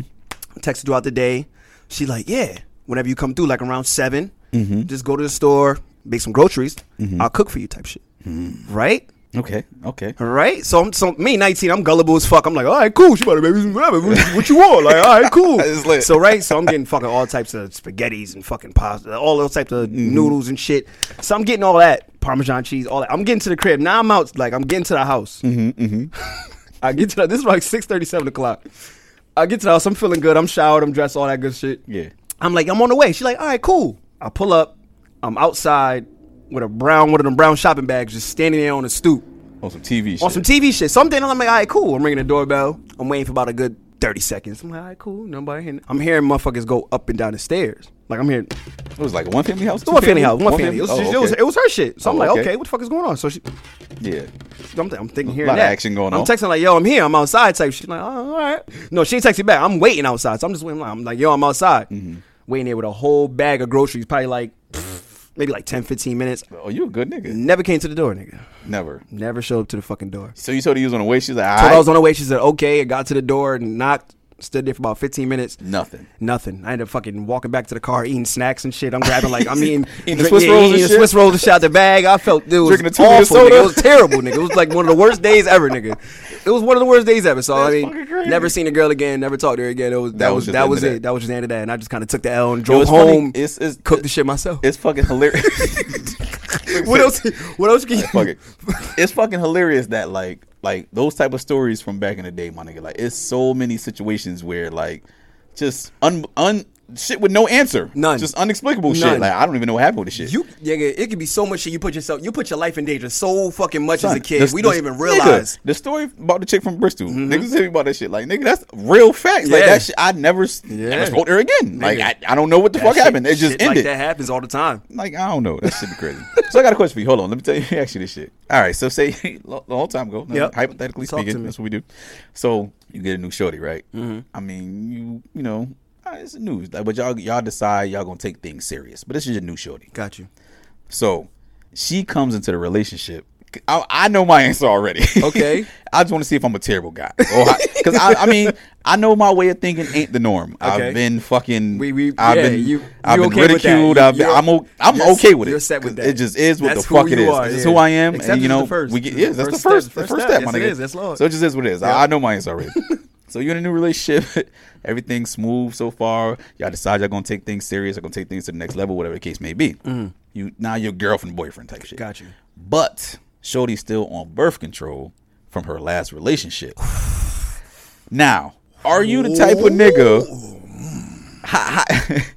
[SPEAKER 2] Texted throughout the day. She like, yeah. Whenever you come through, like around 7
[SPEAKER 3] Mm-hmm.
[SPEAKER 2] just go to the store, make some groceries. I'll cook for you, type shit.
[SPEAKER 3] Mm-hmm.
[SPEAKER 2] Right.
[SPEAKER 3] Okay. Okay.
[SPEAKER 2] All right, so I'm so me 19. I'm gullible as fuck. I'm like, all right, cool. She about to make me some whatever. What, what you want? Like, all right,
[SPEAKER 3] It's
[SPEAKER 2] cool.
[SPEAKER 3] lit.
[SPEAKER 2] so right, so I'm getting fucking all types of spaghettis and fucking pasta, all those types of
[SPEAKER 3] Mm-hmm.
[SPEAKER 2] noodles and shit. So I'm getting all that Parmesan cheese, all that. I'm getting to the crib now. I'm out. Like I'm getting to the house.
[SPEAKER 3] Mm-hmm,
[SPEAKER 2] I get to the, this is like six thirty seven o'clock. I get to the house. I'm feeling good. I'm showered. I'm dressed. All that good shit.
[SPEAKER 3] Yeah.
[SPEAKER 2] I'm like, I'm on the way. She's like, all right, cool. I pull up. I'm outside with a brown, one of them brown shopping bags, just standing there on the stoop
[SPEAKER 3] On some TV shit.
[SPEAKER 2] on some TV shit. Something I'm like, all right, cool. I'm ringing the doorbell. I'm waiting for about a good 30 seconds. I'm like, all right, cool. Nobody here. I'm hearing motherfuckers go up and down the stairs. Like I'm hearing
[SPEAKER 3] It was like a one family house.
[SPEAKER 2] one family
[SPEAKER 3] two-family?
[SPEAKER 2] house, one family. It was,
[SPEAKER 3] Oh,
[SPEAKER 2] just- it, was,
[SPEAKER 3] okay.
[SPEAKER 2] it was her shit. So I'm
[SPEAKER 3] Oh,
[SPEAKER 2] like,
[SPEAKER 3] okay.
[SPEAKER 2] okay. what the fuck is going on? So she,
[SPEAKER 3] Yeah.
[SPEAKER 2] I'm, th- I'm thinking here.
[SPEAKER 3] lot of action going on.
[SPEAKER 2] I'm texting like, yo, I'm here. I'm outside. Type. She's like, oh, all right. No, she ain't texting back. I'm waiting outside. So I'm just waiting. I'm like, yo, I'm outside.
[SPEAKER 3] Mm-hmm.
[SPEAKER 2] Waiting there with a whole bag of groceries, probably like pff, maybe like 10, 15 minutes.
[SPEAKER 3] Oh, you a good nigga.
[SPEAKER 2] Never came to the door, nigga.
[SPEAKER 3] Never.
[SPEAKER 2] Never showed up to the fucking door.
[SPEAKER 3] So you told her you was on the way. She's like,
[SPEAKER 2] Told her I
[SPEAKER 3] "Aight."
[SPEAKER 2] was on the way. She said, okay. I got to the door and knocked. Stood there for about 15 minutes.
[SPEAKER 3] Nothing.
[SPEAKER 2] Nothing. I ended up fucking walking back to the car, eating snacks and shit. I'm grabbing like I'm eating,
[SPEAKER 3] Eating the Swiss rolls and
[SPEAKER 2] eating
[SPEAKER 3] shit?
[SPEAKER 2] Swiss rolls and shit out the bag. I felt it was
[SPEAKER 3] Drinking a two-liter
[SPEAKER 2] awful. Nigga.
[SPEAKER 3] soda?
[SPEAKER 2] It was terrible, nigga. It was like one of the worst days ever, nigga. It was one of the worst days ever. So I
[SPEAKER 3] fucking
[SPEAKER 2] mean,
[SPEAKER 3] crazy.
[SPEAKER 2] never seen a girl again. Never talked to her again. It was that,
[SPEAKER 3] That was
[SPEAKER 2] was,
[SPEAKER 3] just the
[SPEAKER 2] that
[SPEAKER 3] end
[SPEAKER 2] was
[SPEAKER 3] of
[SPEAKER 2] it.
[SPEAKER 3] that.
[SPEAKER 2] That was just the end of that. And I just kind of took the L and drove
[SPEAKER 3] it's funny.
[SPEAKER 2] home.
[SPEAKER 3] It's- it's-
[SPEAKER 2] cooked the shit myself.
[SPEAKER 3] It's fucking hilarious.
[SPEAKER 2] what else? What else can you?
[SPEAKER 3] Fuck it. It's fucking hilarious that like like those type of stories from back in the day, my nigga. Like it's so many situations where like just un un shit with no answer,
[SPEAKER 2] None.
[SPEAKER 3] just unexplicable
[SPEAKER 2] None.
[SPEAKER 3] shit. Like I don't even know what happened with this shit.
[SPEAKER 2] You, nigga, it could be so much shit. You put yourself, you put your life in danger so fucking much as
[SPEAKER 3] Son,
[SPEAKER 2] a kid.
[SPEAKER 3] this-
[SPEAKER 2] we don't
[SPEAKER 3] this-
[SPEAKER 2] even
[SPEAKER 3] nigga,
[SPEAKER 2] realize. Mm-hmm.
[SPEAKER 3] the story about the chick from Bristol. Niggas tell me about that shit. Like nigga, that's real facts. Like
[SPEAKER 2] Yeah.
[SPEAKER 3] that shit. I never, s
[SPEAKER 2] Yeah.
[SPEAKER 3] never spoke to her again. Like
[SPEAKER 2] Nigga.
[SPEAKER 3] I, I don't know what the
[SPEAKER 2] That
[SPEAKER 3] fuck
[SPEAKER 2] shit-
[SPEAKER 3] happened. It just
[SPEAKER 2] shit
[SPEAKER 3] ended.
[SPEAKER 2] Like that happens all the time.
[SPEAKER 3] Like I don't know. That should be crazy. so I got a question for you. Hold on. Let me tell you. Actually, this shit. All right. So say a long time ago,
[SPEAKER 2] Yep.
[SPEAKER 3] hypothetically
[SPEAKER 2] Talk to
[SPEAKER 3] speaking,
[SPEAKER 2] me. Mm-hmm.
[SPEAKER 3] that's what we do. So you get a new shorty, right? I mean, you you know, ah, it's news. Like, but y'all y'all decide y'all gonna take things serious. But this is your new shorty.
[SPEAKER 2] Got you.
[SPEAKER 3] So she comes into the relationship. I, I know my answer already.
[SPEAKER 2] Okay.
[SPEAKER 3] I just want to see if I'm a terrible guy, because I, I mean I know my way of thinking ain't the norm.
[SPEAKER 2] Okay.
[SPEAKER 3] I've been fucking.
[SPEAKER 2] We- we-
[SPEAKER 3] I've
[SPEAKER 2] yeah,
[SPEAKER 3] been.
[SPEAKER 2] you-
[SPEAKER 3] I've
[SPEAKER 2] you
[SPEAKER 3] been
[SPEAKER 2] okay with that.
[SPEAKER 3] ridiculed.
[SPEAKER 2] You-
[SPEAKER 3] I've been,
[SPEAKER 2] you're-
[SPEAKER 3] I'm. O- I'm
[SPEAKER 2] you're-
[SPEAKER 3] okay with it.
[SPEAKER 2] you're set with
[SPEAKER 3] 'cause
[SPEAKER 2] that.
[SPEAKER 3] It just is what
[SPEAKER 2] That's
[SPEAKER 3] the fuck
[SPEAKER 2] who
[SPEAKER 3] it
[SPEAKER 2] you
[SPEAKER 3] is.
[SPEAKER 2] are,
[SPEAKER 3] It's
[SPEAKER 2] yeah.
[SPEAKER 3] who I am,
[SPEAKER 2] Acceptance
[SPEAKER 3] and you
[SPEAKER 2] is
[SPEAKER 3] know
[SPEAKER 2] the first.
[SPEAKER 3] we get.
[SPEAKER 2] It's
[SPEAKER 3] Yes,
[SPEAKER 2] the
[SPEAKER 3] that's
[SPEAKER 2] first
[SPEAKER 3] the
[SPEAKER 2] step.
[SPEAKER 3] first.
[SPEAKER 2] It's the
[SPEAKER 3] The
[SPEAKER 2] first
[SPEAKER 3] first
[SPEAKER 2] step.
[SPEAKER 3] step,
[SPEAKER 2] Yes,
[SPEAKER 3] my
[SPEAKER 2] it
[SPEAKER 3] nigga.
[SPEAKER 2] is. That's law.
[SPEAKER 3] So it just is what it is. I, I know my answer already. so you're in a new relationship. Everything's smooth so far. Y'all decide y'all gonna take things serious. Y'all gonna take things to the next level, whatever the case may be. You now your girlfriend boyfriend type shit.
[SPEAKER 2] Got you.
[SPEAKER 3] But Shorty's still on birth control from her last relationship. now, are you the type of nigga? Ha- ha-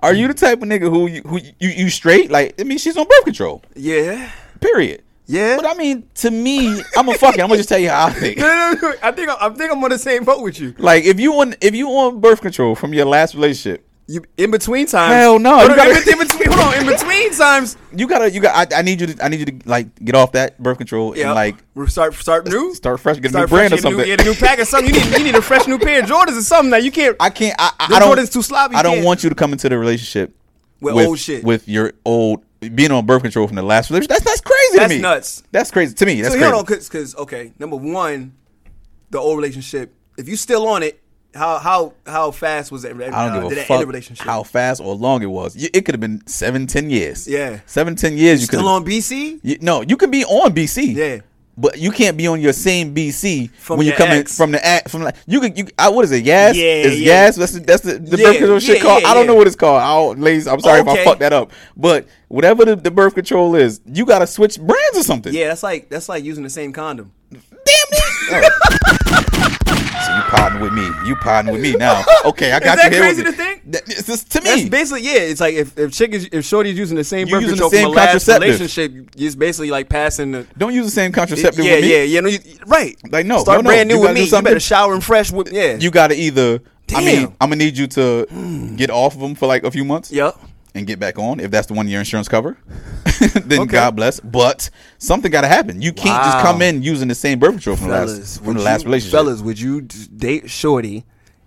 [SPEAKER 3] are you the type of nigga who you, who you you straight? Like I mean, she's on birth control.
[SPEAKER 2] Yeah.
[SPEAKER 3] Period.
[SPEAKER 2] Yeah.
[SPEAKER 3] But I mean, to me, I'm a fucking. I'm gonna just tell you how I think.
[SPEAKER 2] I think I, I think I'm on the same boat with you.
[SPEAKER 3] Like if you on if you on birth control from your last relationship,
[SPEAKER 2] You in between times.
[SPEAKER 3] Hell no,
[SPEAKER 2] Hold
[SPEAKER 3] you
[SPEAKER 2] on,
[SPEAKER 3] gotta-
[SPEAKER 2] in, between. Hold on. In between times.
[SPEAKER 3] you gotta you got. I, I need you to I need you to like get off that birth control
[SPEAKER 2] Yeah.
[SPEAKER 3] and like
[SPEAKER 2] we start start new.
[SPEAKER 3] start fresh, get a
[SPEAKER 2] Start
[SPEAKER 3] new brand or
[SPEAKER 2] fresh, get a new-
[SPEAKER 3] something.
[SPEAKER 2] Get a new pack or something. You need you need a fresh new pair of Jordans or something. Now you can't.
[SPEAKER 3] I can't. I, I,
[SPEAKER 2] Them
[SPEAKER 3] I don't.
[SPEAKER 2] Jordans too sloppy, you
[SPEAKER 3] I don't
[SPEAKER 2] can't-
[SPEAKER 3] want you to come into the relationship
[SPEAKER 2] With old shit.
[SPEAKER 3] With your old being on birth control from the last relationship. That's that's crazy.
[SPEAKER 2] That's
[SPEAKER 3] to me.
[SPEAKER 2] nuts.
[SPEAKER 3] That's crazy to me. That's
[SPEAKER 2] so
[SPEAKER 3] crazy.
[SPEAKER 2] hold on, because okay, number one, the old relationship. If you still on it, how how how fast was that?
[SPEAKER 3] I don't
[SPEAKER 2] uh,
[SPEAKER 3] give
[SPEAKER 2] did
[SPEAKER 3] a
[SPEAKER 2] that
[SPEAKER 3] fuck
[SPEAKER 2] end the relationship?
[SPEAKER 3] how fast or long it was. Y- It could have been seven, ten years.
[SPEAKER 2] Yeah.
[SPEAKER 3] seven, ten years. You
[SPEAKER 2] still
[SPEAKER 3] coulda-
[SPEAKER 2] on BC?
[SPEAKER 3] You, no, you can be on BC.
[SPEAKER 2] Yeah.
[SPEAKER 3] But you can't be on your same BC
[SPEAKER 2] From
[SPEAKER 3] when you
[SPEAKER 2] your
[SPEAKER 3] come in
[SPEAKER 2] ex.
[SPEAKER 3] from the act from like you could you I, what is it Yas
[SPEAKER 2] Yeah,
[SPEAKER 3] is
[SPEAKER 2] yeah.
[SPEAKER 3] Yas that's the, that's the, the
[SPEAKER 2] Yeah,
[SPEAKER 3] birth control shit
[SPEAKER 2] yeah,
[SPEAKER 3] called
[SPEAKER 2] yeah,
[SPEAKER 3] I don't
[SPEAKER 2] yeah.
[SPEAKER 3] know what it's called I'll, ladies I'm sorry if
[SPEAKER 2] Okay.
[SPEAKER 3] I fucked that up but whatever the, the birth control is you gotta switch brands or something
[SPEAKER 2] Yeah, that's like that's like using the same condom.
[SPEAKER 3] damn it so you potting with me you potting with me now okay I got
[SPEAKER 2] that
[SPEAKER 3] you here with
[SPEAKER 2] crazy
[SPEAKER 3] it.
[SPEAKER 2] to think?
[SPEAKER 3] That- it's just to
[SPEAKER 2] That's
[SPEAKER 3] me
[SPEAKER 2] basically yeah. It's like if if chick is, if shorty's using the same
[SPEAKER 3] You
[SPEAKER 2] birth
[SPEAKER 3] using
[SPEAKER 2] control
[SPEAKER 3] the
[SPEAKER 2] from
[SPEAKER 3] same
[SPEAKER 2] a last
[SPEAKER 3] contraceptive.
[SPEAKER 2] relationship, it's basically like passing the.
[SPEAKER 3] don't use the same contraceptive
[SPEAKER 2] yeah,
[SPEAKER 3] with me
[SPEAKER 2] yeah, yeah. No, you, right.
[SPEAKER 3] Like, no,
[SPEAKER 2] start
[SPEAKER 3] no, no.
[SPEAKER 2] brand
[SPEAKER 3] You
[SPEAKER 2] new with
[SPEAKER 3] gotta do
[SPEAKER 2] me. You
[SPEAKER 3] something
[SPEAKER 2] better
[SPEAKER 3] different.
[SPEAKER 2] shower and fresh with yeah.
[SPEAKER 3] you gotta either I mean
[SPEAKER 2] Damn. Hmm.
[SPEAKER 3] I'm gonna need you to get off of them for like a few months
[SPEAKER 2] yep.
[SPEAKER 3] and get back on if that's the one your insurance cover then
[SPEAKER 2] Okay.
[SPEAKER 3] god bless but something got to happen you can't
[SPEAKER 2] Wow.
[SPEAKER 3] just come in using the same birth control from the last from
[SPEAKER 2] would
[SPEAKER 3] the last
[SPEAKER 2] you-
[SPEAKER 3] relationship
[SPEAKER 2] Fellas, would you d- date Shorty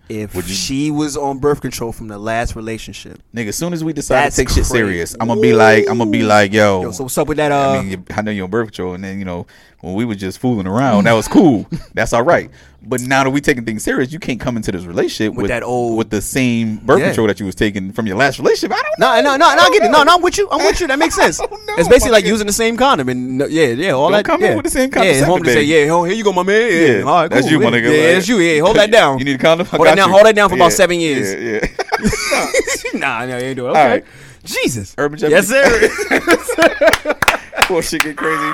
[SPEAKER 2] if
[SPEAKER 3] you-
[SPEAKER 2] she was on birth control from the last relationship?
[SPEAKER 3] nigga as soon as we decide
[SPEAKER 2] That's
[SPEAKER 3] to take shit
[SPEAKER 2] crazy.
[SPEAKER 3] serious i'm gonna be like i'm gonna be like yo,
[SPEAKER 2] Yo, so what's up with that? Uh,
[SPEAKER 3] Oh. I mean, you- I know you're on birth control, and then you know when we were just fooling around, that was cool. That's all right. But now that we taking things serious, you can't come into this relationship with,
[SPEAKER 2] that old-
[SPEAKER 3] with the same birth
[SPEAKER 2] Yeah.
[SPEAKER 3] control that you was taking from your last relationship. I don't know.
[SPEAKER 2] no, no, no, no, I get it. No, no, I'm with you. I'm with you. That makes sense.
[SPEAKER 3] Oh, don't know,
[SPEAKER 2] it's basically
[SPEAKER 3] my
[SPEAKER 2] like
[SPEAKER 3] nigga.
[SPEAKER 2] using the same condom and no, yeah, yeah, all
[SPEAKER 3] Don't
[SPEAKER 2] that.
[SPEAKER 3] come
[SPEAKER 2] yeah.
[SPEAKER 3] in with the same
[SPEAKER 2] Yeah,
[SPEAKER 3] contraceptive,
[SPEAKER 2] home to say,
[SPEAKER 3] baby.
[SPEAKER 2] yeah, ho- here you go, my man. Yeah, all right,
[SPEAKER 3] that's
[SPEAKER 2] cool.
[SPEAKER 3] you, my
[SPEAKER 2] yeah.
[SPEAKER 3] nigga.
[SPEAKER 2] Yeah,
[SPEAKER 3] Like-
[SPEAKER 2] that's you. Yeah, hold that down.
[SPEAKER 3] You need a condom. I
[SPEAKER 2] Hold that
[SPEAKER 3] got
[SPEAKER 2] down.
[SPEAKER 3] you.
[SPEAKER 2] Hold that down for about
[SPEAKER 3] Yeah,
[SPEAKER 2] seven years.
[SPEAKER 3] Yeah, yeah.
[SPEAKER 2] nah, nah, you ain't doing it.
[SPEAKER 3] All
[SPEAKER 2] Okay.
[SPEAKER 3] right.
[SPEAKER 2] Jesus.
[SPEAKER 3] Urban
[SPEAKER 2] yes,
[SPEAKER 3] Jeopardy.
[SPEAKER 2] sir.
[SPEAKER 3] Before shit get crazy.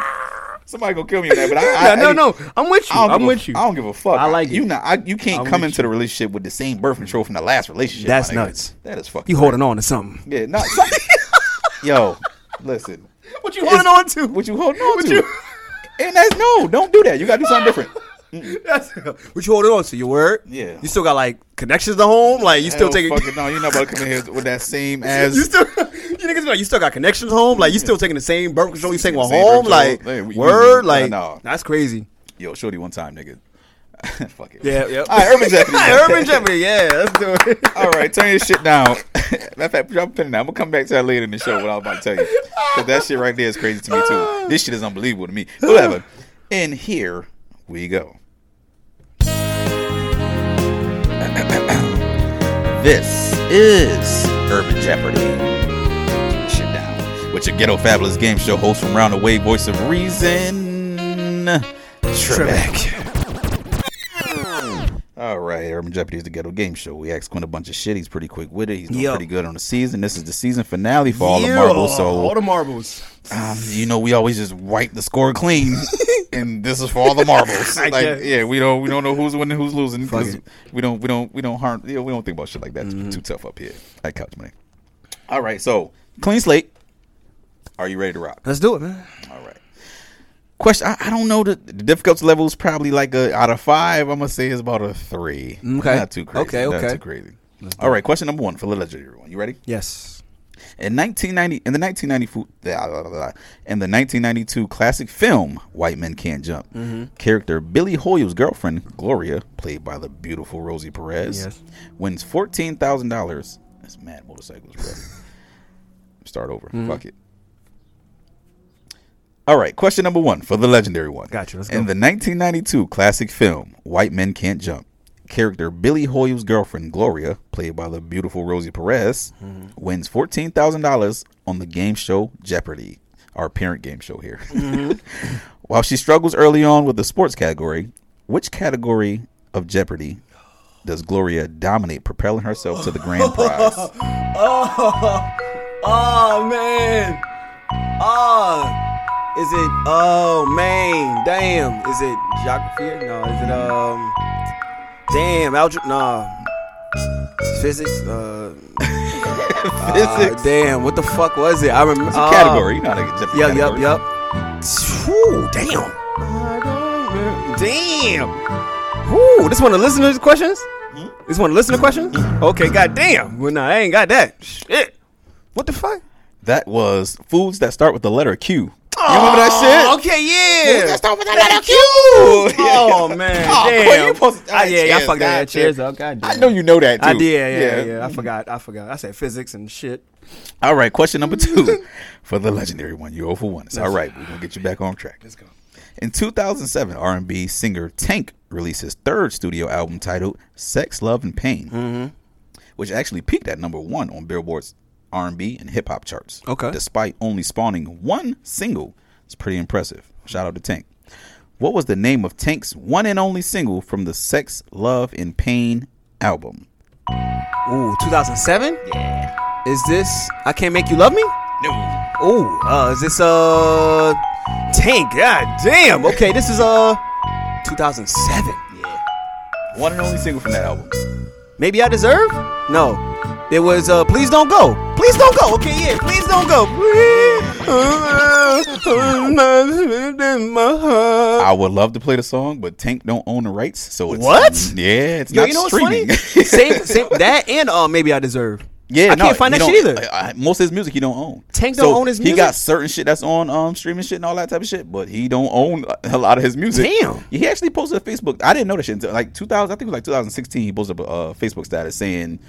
[SPEAKER 3] Somebody gonna kill me in that, but
[SPEAKER 2] Nah,
[SPEAKER 3] I, I
[SPEAKER 2] no,
[SPEAKER 3] I-
[SPEAKER 2] no, I'm with you.
[SPEAKER 3] I don't
[SPEAKER 2] I'm
[SPEAKER 3] give a-
[SPEAKER 2] with you.
[SPEAKER 3] I don't give a fuck.
[SPEAKER 2] I like
[SPEAKER 3] you.
[SPEAKER 2] it.
[SPEAKER 3] Not, I, you can't
[SPEAKER 2] I'm
[SPEAKER 3] come
[SPEAKER 2] with
[SPEAKER 3] into the relationship with the same birth control from the last relationship.
[SPEAKER 2] That's
[SPEAKER 3] my nigga.
[SPEAKER 2] nuts.
[SPEAKER 3] That is fucking.
[SPEAKER 2] You holding on to something?
[SPEAKER 3] Yeah, not. Yo, listen.
[SPEAKER 2] What you holding on to?
[SPEAKER 3] What you holding on
[SPEAKER 2] What
[SPEAKER 3] to?
[SPEAKER 2] you-
[SPEAKER 3] And that's no. Don't do that. You gotta do something different.
[SPEAKER 2] That's what you holding on to. Your word.
[SPEAKER 3] Yeah.
[SPEAKER 2] You still got like connections to home. Like you still
[SPEAKER 3] Hell
[SPEAKER 2] taking.
[SPEAKER 3] fucking no. You're not about to come in here with that same ass.
[SPEAKER 2] You still. You niggas be like you still got connections to home. Like you still taking the same birth control you taking with
[SPEAKER 3] Same
[SPEAKER 2] home.
[SPEAKER 3] birth
[SPEAKER 2] Like
[SPEAKER 3] control. Hey, we-
[SPEAKER 2] word.
[SPEAKER 3] we-
[SPEAKER 2] like
[SPEAKER 3] nah, nah.
[SPEAKER 2] that's crazy.
[SPEAKER 3] Yo, shorty, one time, nigga. fuck it.
[SPEAKER 2] Yeah. Yep.
[SPEAKER 3] All right, Urban Jeopardy.
[SPEAKER 2] Urban Jeopardy. Yeah. Let's do it.
[SPEAKER 3] All right, turn your shit down. Matter of fact, drop a pin down. I'm gonna come back to that later in the show. What I was about to tell you, because that shit right there is crazy to me too. This shit is unbelievable to me. Whatever. And here we go. This is Urban Jeopardy. Shit down with your ghetto fabulous game show host from Round Away, voice of reason, Trebek. All right, Urban Jeopardy is the ghetto game show. We asked Quinn a bunch of shit. He's pretty quick with it. He's doing
[SPEAKER 4] Yo.
[SPEAKER 3] pretty good on the season. This is the season finale for all the
[SPEAKER 4] Yeah,
[SPEAKER 3] marbles. So
[SPEAKER 4] all the marbles.
[SPEAKER 3] um, you know, we always just wipe the score clean, and this is for all the marbles.
[SPEAKER 4] I
[SPEAKER 3] like,
[SPEAKER 4] guess.
[SPEAKER 3] yeah, we don't we don't know who's winning, who's losing. 'cause We don't we don't we don't harm. Yeah, we don't think about shit like that. It's
[SPEAKER 4] Mm-hmm.
[SPEAKER 3] too tough up here. Like couch money. All right, so clean slate. Are you ready to rock?
[SPEAKER 4] Let's do it, man.
[SPEAKER 3] All right. Question: I, I don't know the, the difficulty level is probably like a out of five. I'm gonna say it's about a three.
[SPEAKER 4] Okay.
[SPEAKER 3] not too crazy.
[SPEAKER 4] Okay,
[SPEAKER 3] not
[SPEAKER 4] okay.
[SPEAKER 3] too crazy. All right, question number one for the legendary everyone. You ready?
[SPEAKER 4] Yes.
[SPEAKER 3] In 1990, in the 1990, fo- blah, blah, blah, blah. in the 1992 classic film White Men Can't Jump, character Billy Hoyle's girlfriend Gloria, played by the beautiful Rosie Perez,
[SPEAKER 4] Yes.
[SPEAKER 3] wins fourteen thousand dollars. That's mad motorcycles, bro. Start over. Fuck it. All right, question number one for the legendary one.
[SPEAKER 4] Gotcha, let's
[SPEAKER 3] in
[SPEAKER 4] go.
[SPEAKER 3] the 1992 classic film White Men Can't Jump, character Billy Hoyle's girlfriend Gloria, played by the beautiful Rosie Perez,
[SPEAKER 4] Mm-hmm.
[SPEAKER 3] wins fourteen thousand dollars on the game show Jeopardy, our parent game show here.
[SPEAKER 4] Mm-hmm.
[SPEAKER 3] While she struggles early on with the sports category, which category of Jeopardy does Gloria dominate, propelling herself to the grand prize?
[SPEAKER 2] Oh man. Oh. Is it oh man. Damn. Is it geography? No, is it um Damn, algebra nah. Physics? Uh, uh,
[SPEAKER 3] Physics
[SPEAKER 2] damn, what the fuck was it? I remember
[SPEAKER 4] Uh,
[SPEAKER 3] category. You know how to get Jeopardy
[SPEAKER 2] Yep, yep,
[SPEAKER 3] category.
[SPEAKER 2] yep. Whew, damn. Damn. Whew, this one of the listeners' questions? This one of the listener questions? Okay, goddamn. Well, nah, I ain't got that. Shit. What the fuck?
[SPEAKER 3] That was foods that start with the letter Q. You remember that shit?
[SPEAKER 2] Okay, yeah.
[SPEAKER 3] That start with the letter Q.
[SPEAKER 2] Oh man,
[SPEAKER 3] Oh,
[SPEAKER 2] damn.
[SPEAKER 3] Quinn, you supposed to-
[SPEAKER 2] Ah, yeah, yeah, I
[SPEAKER 3] Cheers,
[SPEAKER 2] fucked
[SPEAKER 3] God
[SPEAKER 2] that. Cheers,
[SPEAKER 3] damn.
[SPEAKER 2] up, God
[SPEAKER 3] I
[SPEAKER 2] damn.
[SPEAKER 3] know you know that too.
[SPEAKER 4] I did, yeah, yeah, I forgot. I forgot. I said physics and shit.
[SPEAKER 3] All right, question number two for the legendary one. You're 0 for 1. It's all right. We're going to get you back on track. Let's go. In 2007, R&B singer Tank released his third studio album titled Sex, Love, and Pain,
[SPEAKER 4] Mm-hmm.
[SPEAKER 3] which actually peaked at number one on Billboard's R&B and hip-hop charts.
[SPEAKER 4] Okay.
[SPEAKER 3] Despite only spawning one single. It's pretty impressive. Shout out to Tank. What was the name of Tank's one and only single from the Sex, Love, and Pain album?
[SPEAKER 2] Ooh, 2007. Yeah. Is this I can't make you love me?
[SPEAKER 3] No.
[SPEAKER 2] Ooh, uh, is this uh Tank? God damn. Okay, this is uh 2007.
[SPEAKER 3] One and only single from that album.
[SPEAKER 2] Maybe I deserve? No. It was uh please don't go. Please don't go. Okay, yeah. Please don't go.
[SPEAKER 3] I would love to play the song, but Tank don't own the rights, so it's
[SPEAKER 2] What?
[SPEAKER 3] Yeah, it's
[SPEAKER 2] Yo,
[SPEAKER 3] not
[SPEAKER 2] you know what's
[SPEAKER 3] streaming.
[SPEAKER 2] funny? same, same, that and uh, maybe I deserve.
[SPEAKER 3] yeah,
[SPEAKER 2] I
[SPEAKER 3] no,
[SPEAKER 2] can't find
[SPEAKER 3] he
[SPEAKER 2] that shit
[SPEAKER 3] don't- uh,
[SPEAKER 2] either.
[SPEAKER 3] I- I- most of his music he don't own.
[SPEAKER 2] Tank don't own his
[SPEAKER 3] He got
[SPEAKER 2] music?
[SPEAKER 3] certain shit that's on um streaming shit and all that type of shit, but he don't own a lot of his music.
[SPEAKER 2] Damn.
[SPEAKER 3] He actually posted a Facebook. I didn't know that shit until like 2000. I think it was like 2016. He posted a uh, Facebook status saying.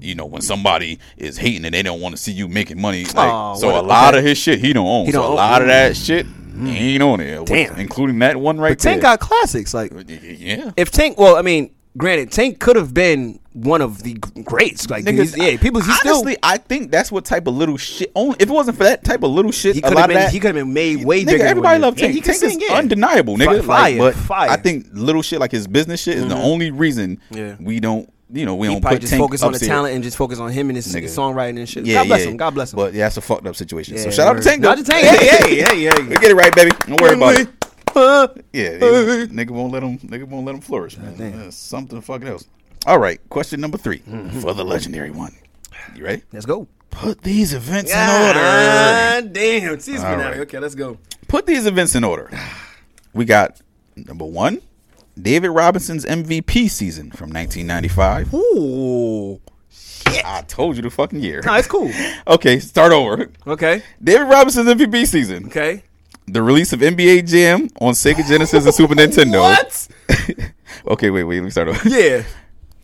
[SPEAKER 3] You know when somebody is hating and they don't want to see you making money, like,
[SPEAKER 2] Aw,
[SPEAKER 3] so
[SPEAKER 2] what
[SPEAKER 3] a
[SPEAKER 2] a-
[SPEAKER 3] lot of his shit he don't own.
[SPEAKER 2] He
[SPEAKER 3] so
[SPEAKER 2] don't
[SPEAKER 3] a
[SPEAKER 2] own- Mm.
[SPEAKER 3] lot of that shit he ain't on it,
[SPEAKER 2] Damn.
[SPEAKER 3] including that one right
[SPEAKER 2] Tank
[SPEAKER 3] there.
[SPEAKER 2] got classics. Like
[SPEAKER 3] yeah,
[SPEAKER 2] if Tank, well, I mean, granted, Tank could have been one of the g- greats. Like
[SPEAKER 3] Niggas,
[SPEAKER 2] he's, yeah, people. He's still
[SPEAKER 3] honestly, I think that's what type of little shit. Only if it wasn't for that type of little shit,
[SPEAKER 2] he
[SPEAKER 3] a
[SPEAKER 2] could have
[SPEAKER 3] lot
[SPEAKER 2] been.
[SPEAKER 3] of that.
[SPEAKER 2] he could have been made way
[SPEAKER 3] nigga,
[SPEAKER 2] bigger.
[SPEAKER 3] everybody
[SPEAKER 2] with it.
[SPEAKER 3] loves Tank.
[SPEAKER 2] Yeah, he can
[SPEAKER 3] Tank is
[SPEAKER 2] sing, yeah.
[SPEAKER 3] undeniable,
[SPEAKER 2] Fi-
[SPEAKER 3] nigga.
[SPEAKER 2] Fire,
[SPEAKER 3] like, but
[SPEAKER 2] fire. Mm-hmm.
[SPEAKER 3] I think little shit like his business shit is the only reason
[SPEAKER 2] Yeah.
[SPEAKER 3] we don't, you know, we
[SPEAKER 2] he
[SPEAKER 3] don't
[SPEAKER 2] probably
[SPEAKER 3] put
[SPEAKER 2] just
[SPEAKER 3] Tank
[SPEAKER 2] focus on
[SPEAKER 3] up
[SPEAKER 2] the
[SPEAKER 3] there.
[SPEAKER 2] talent and just focus on him and his,
[SPEAKER 3] Nigga.
[SPEAKER 2] songwriting and shit.
[SPEAKER 3] Yeah,
[SPEAKER 2] God bless
[SPEAKER 3] yeah.
[SPEAKER 2] him. God bless him.
[SPEAKER 3] But yeah, that's a fucked up situation. so
[SPEAKER 2] Yeah,
[SPEAKER 3] shout out to
[SPEAKER 2] word.
[SPEAKER 3] Tank.
[SPEAKER 2] Shout
[SPEAKER 3] though.
[SPEAKER 2] out to Tank. Hey, hey, hey, hey.
[SPEAKER 3] we get it right, baby. Don't worry about it. Yeah, yeah. nigga won't let him. Nigga won't let him flourish, man. That's something fucking else. All right, question number 3
[SPEAKER 2] Mm-hmm.
[SPEAKER 3] for the legendary one. You ready?
[SPEAKER 2] Let's go.
[SPEAKER 3] Put these events in order.
[SPEAKER 2] God damn. Season
[SPEAKER 3] All
[SPEAKER 2] finale.
[SPEAKER 3] right.
[SPEAKER 2] Okay, let's go.
[SPEAKER 3] put these events in order. We got number one, David Robinson's MVP season from 1995.
[SPEAKER 2] Ooh.
[SPEAKER 3] I told you the fucking year.
[SPEAKER 2] Nah, it's cool.
[SPEAKER 3] okay, start over.
[SPEAKER 2] Okay.
[SPEAKER 3] David Robinson's MVP season.
[SPEAKER 2] Okay.
[SPEAKER 3] The release of NBA Jam on Sega Genesis and Super Nintendo.
[SPEAKER 2] What?
[SPEAKER 3] okay, wait, wait. Let me start over.
[SPEAKER 2] Yeah.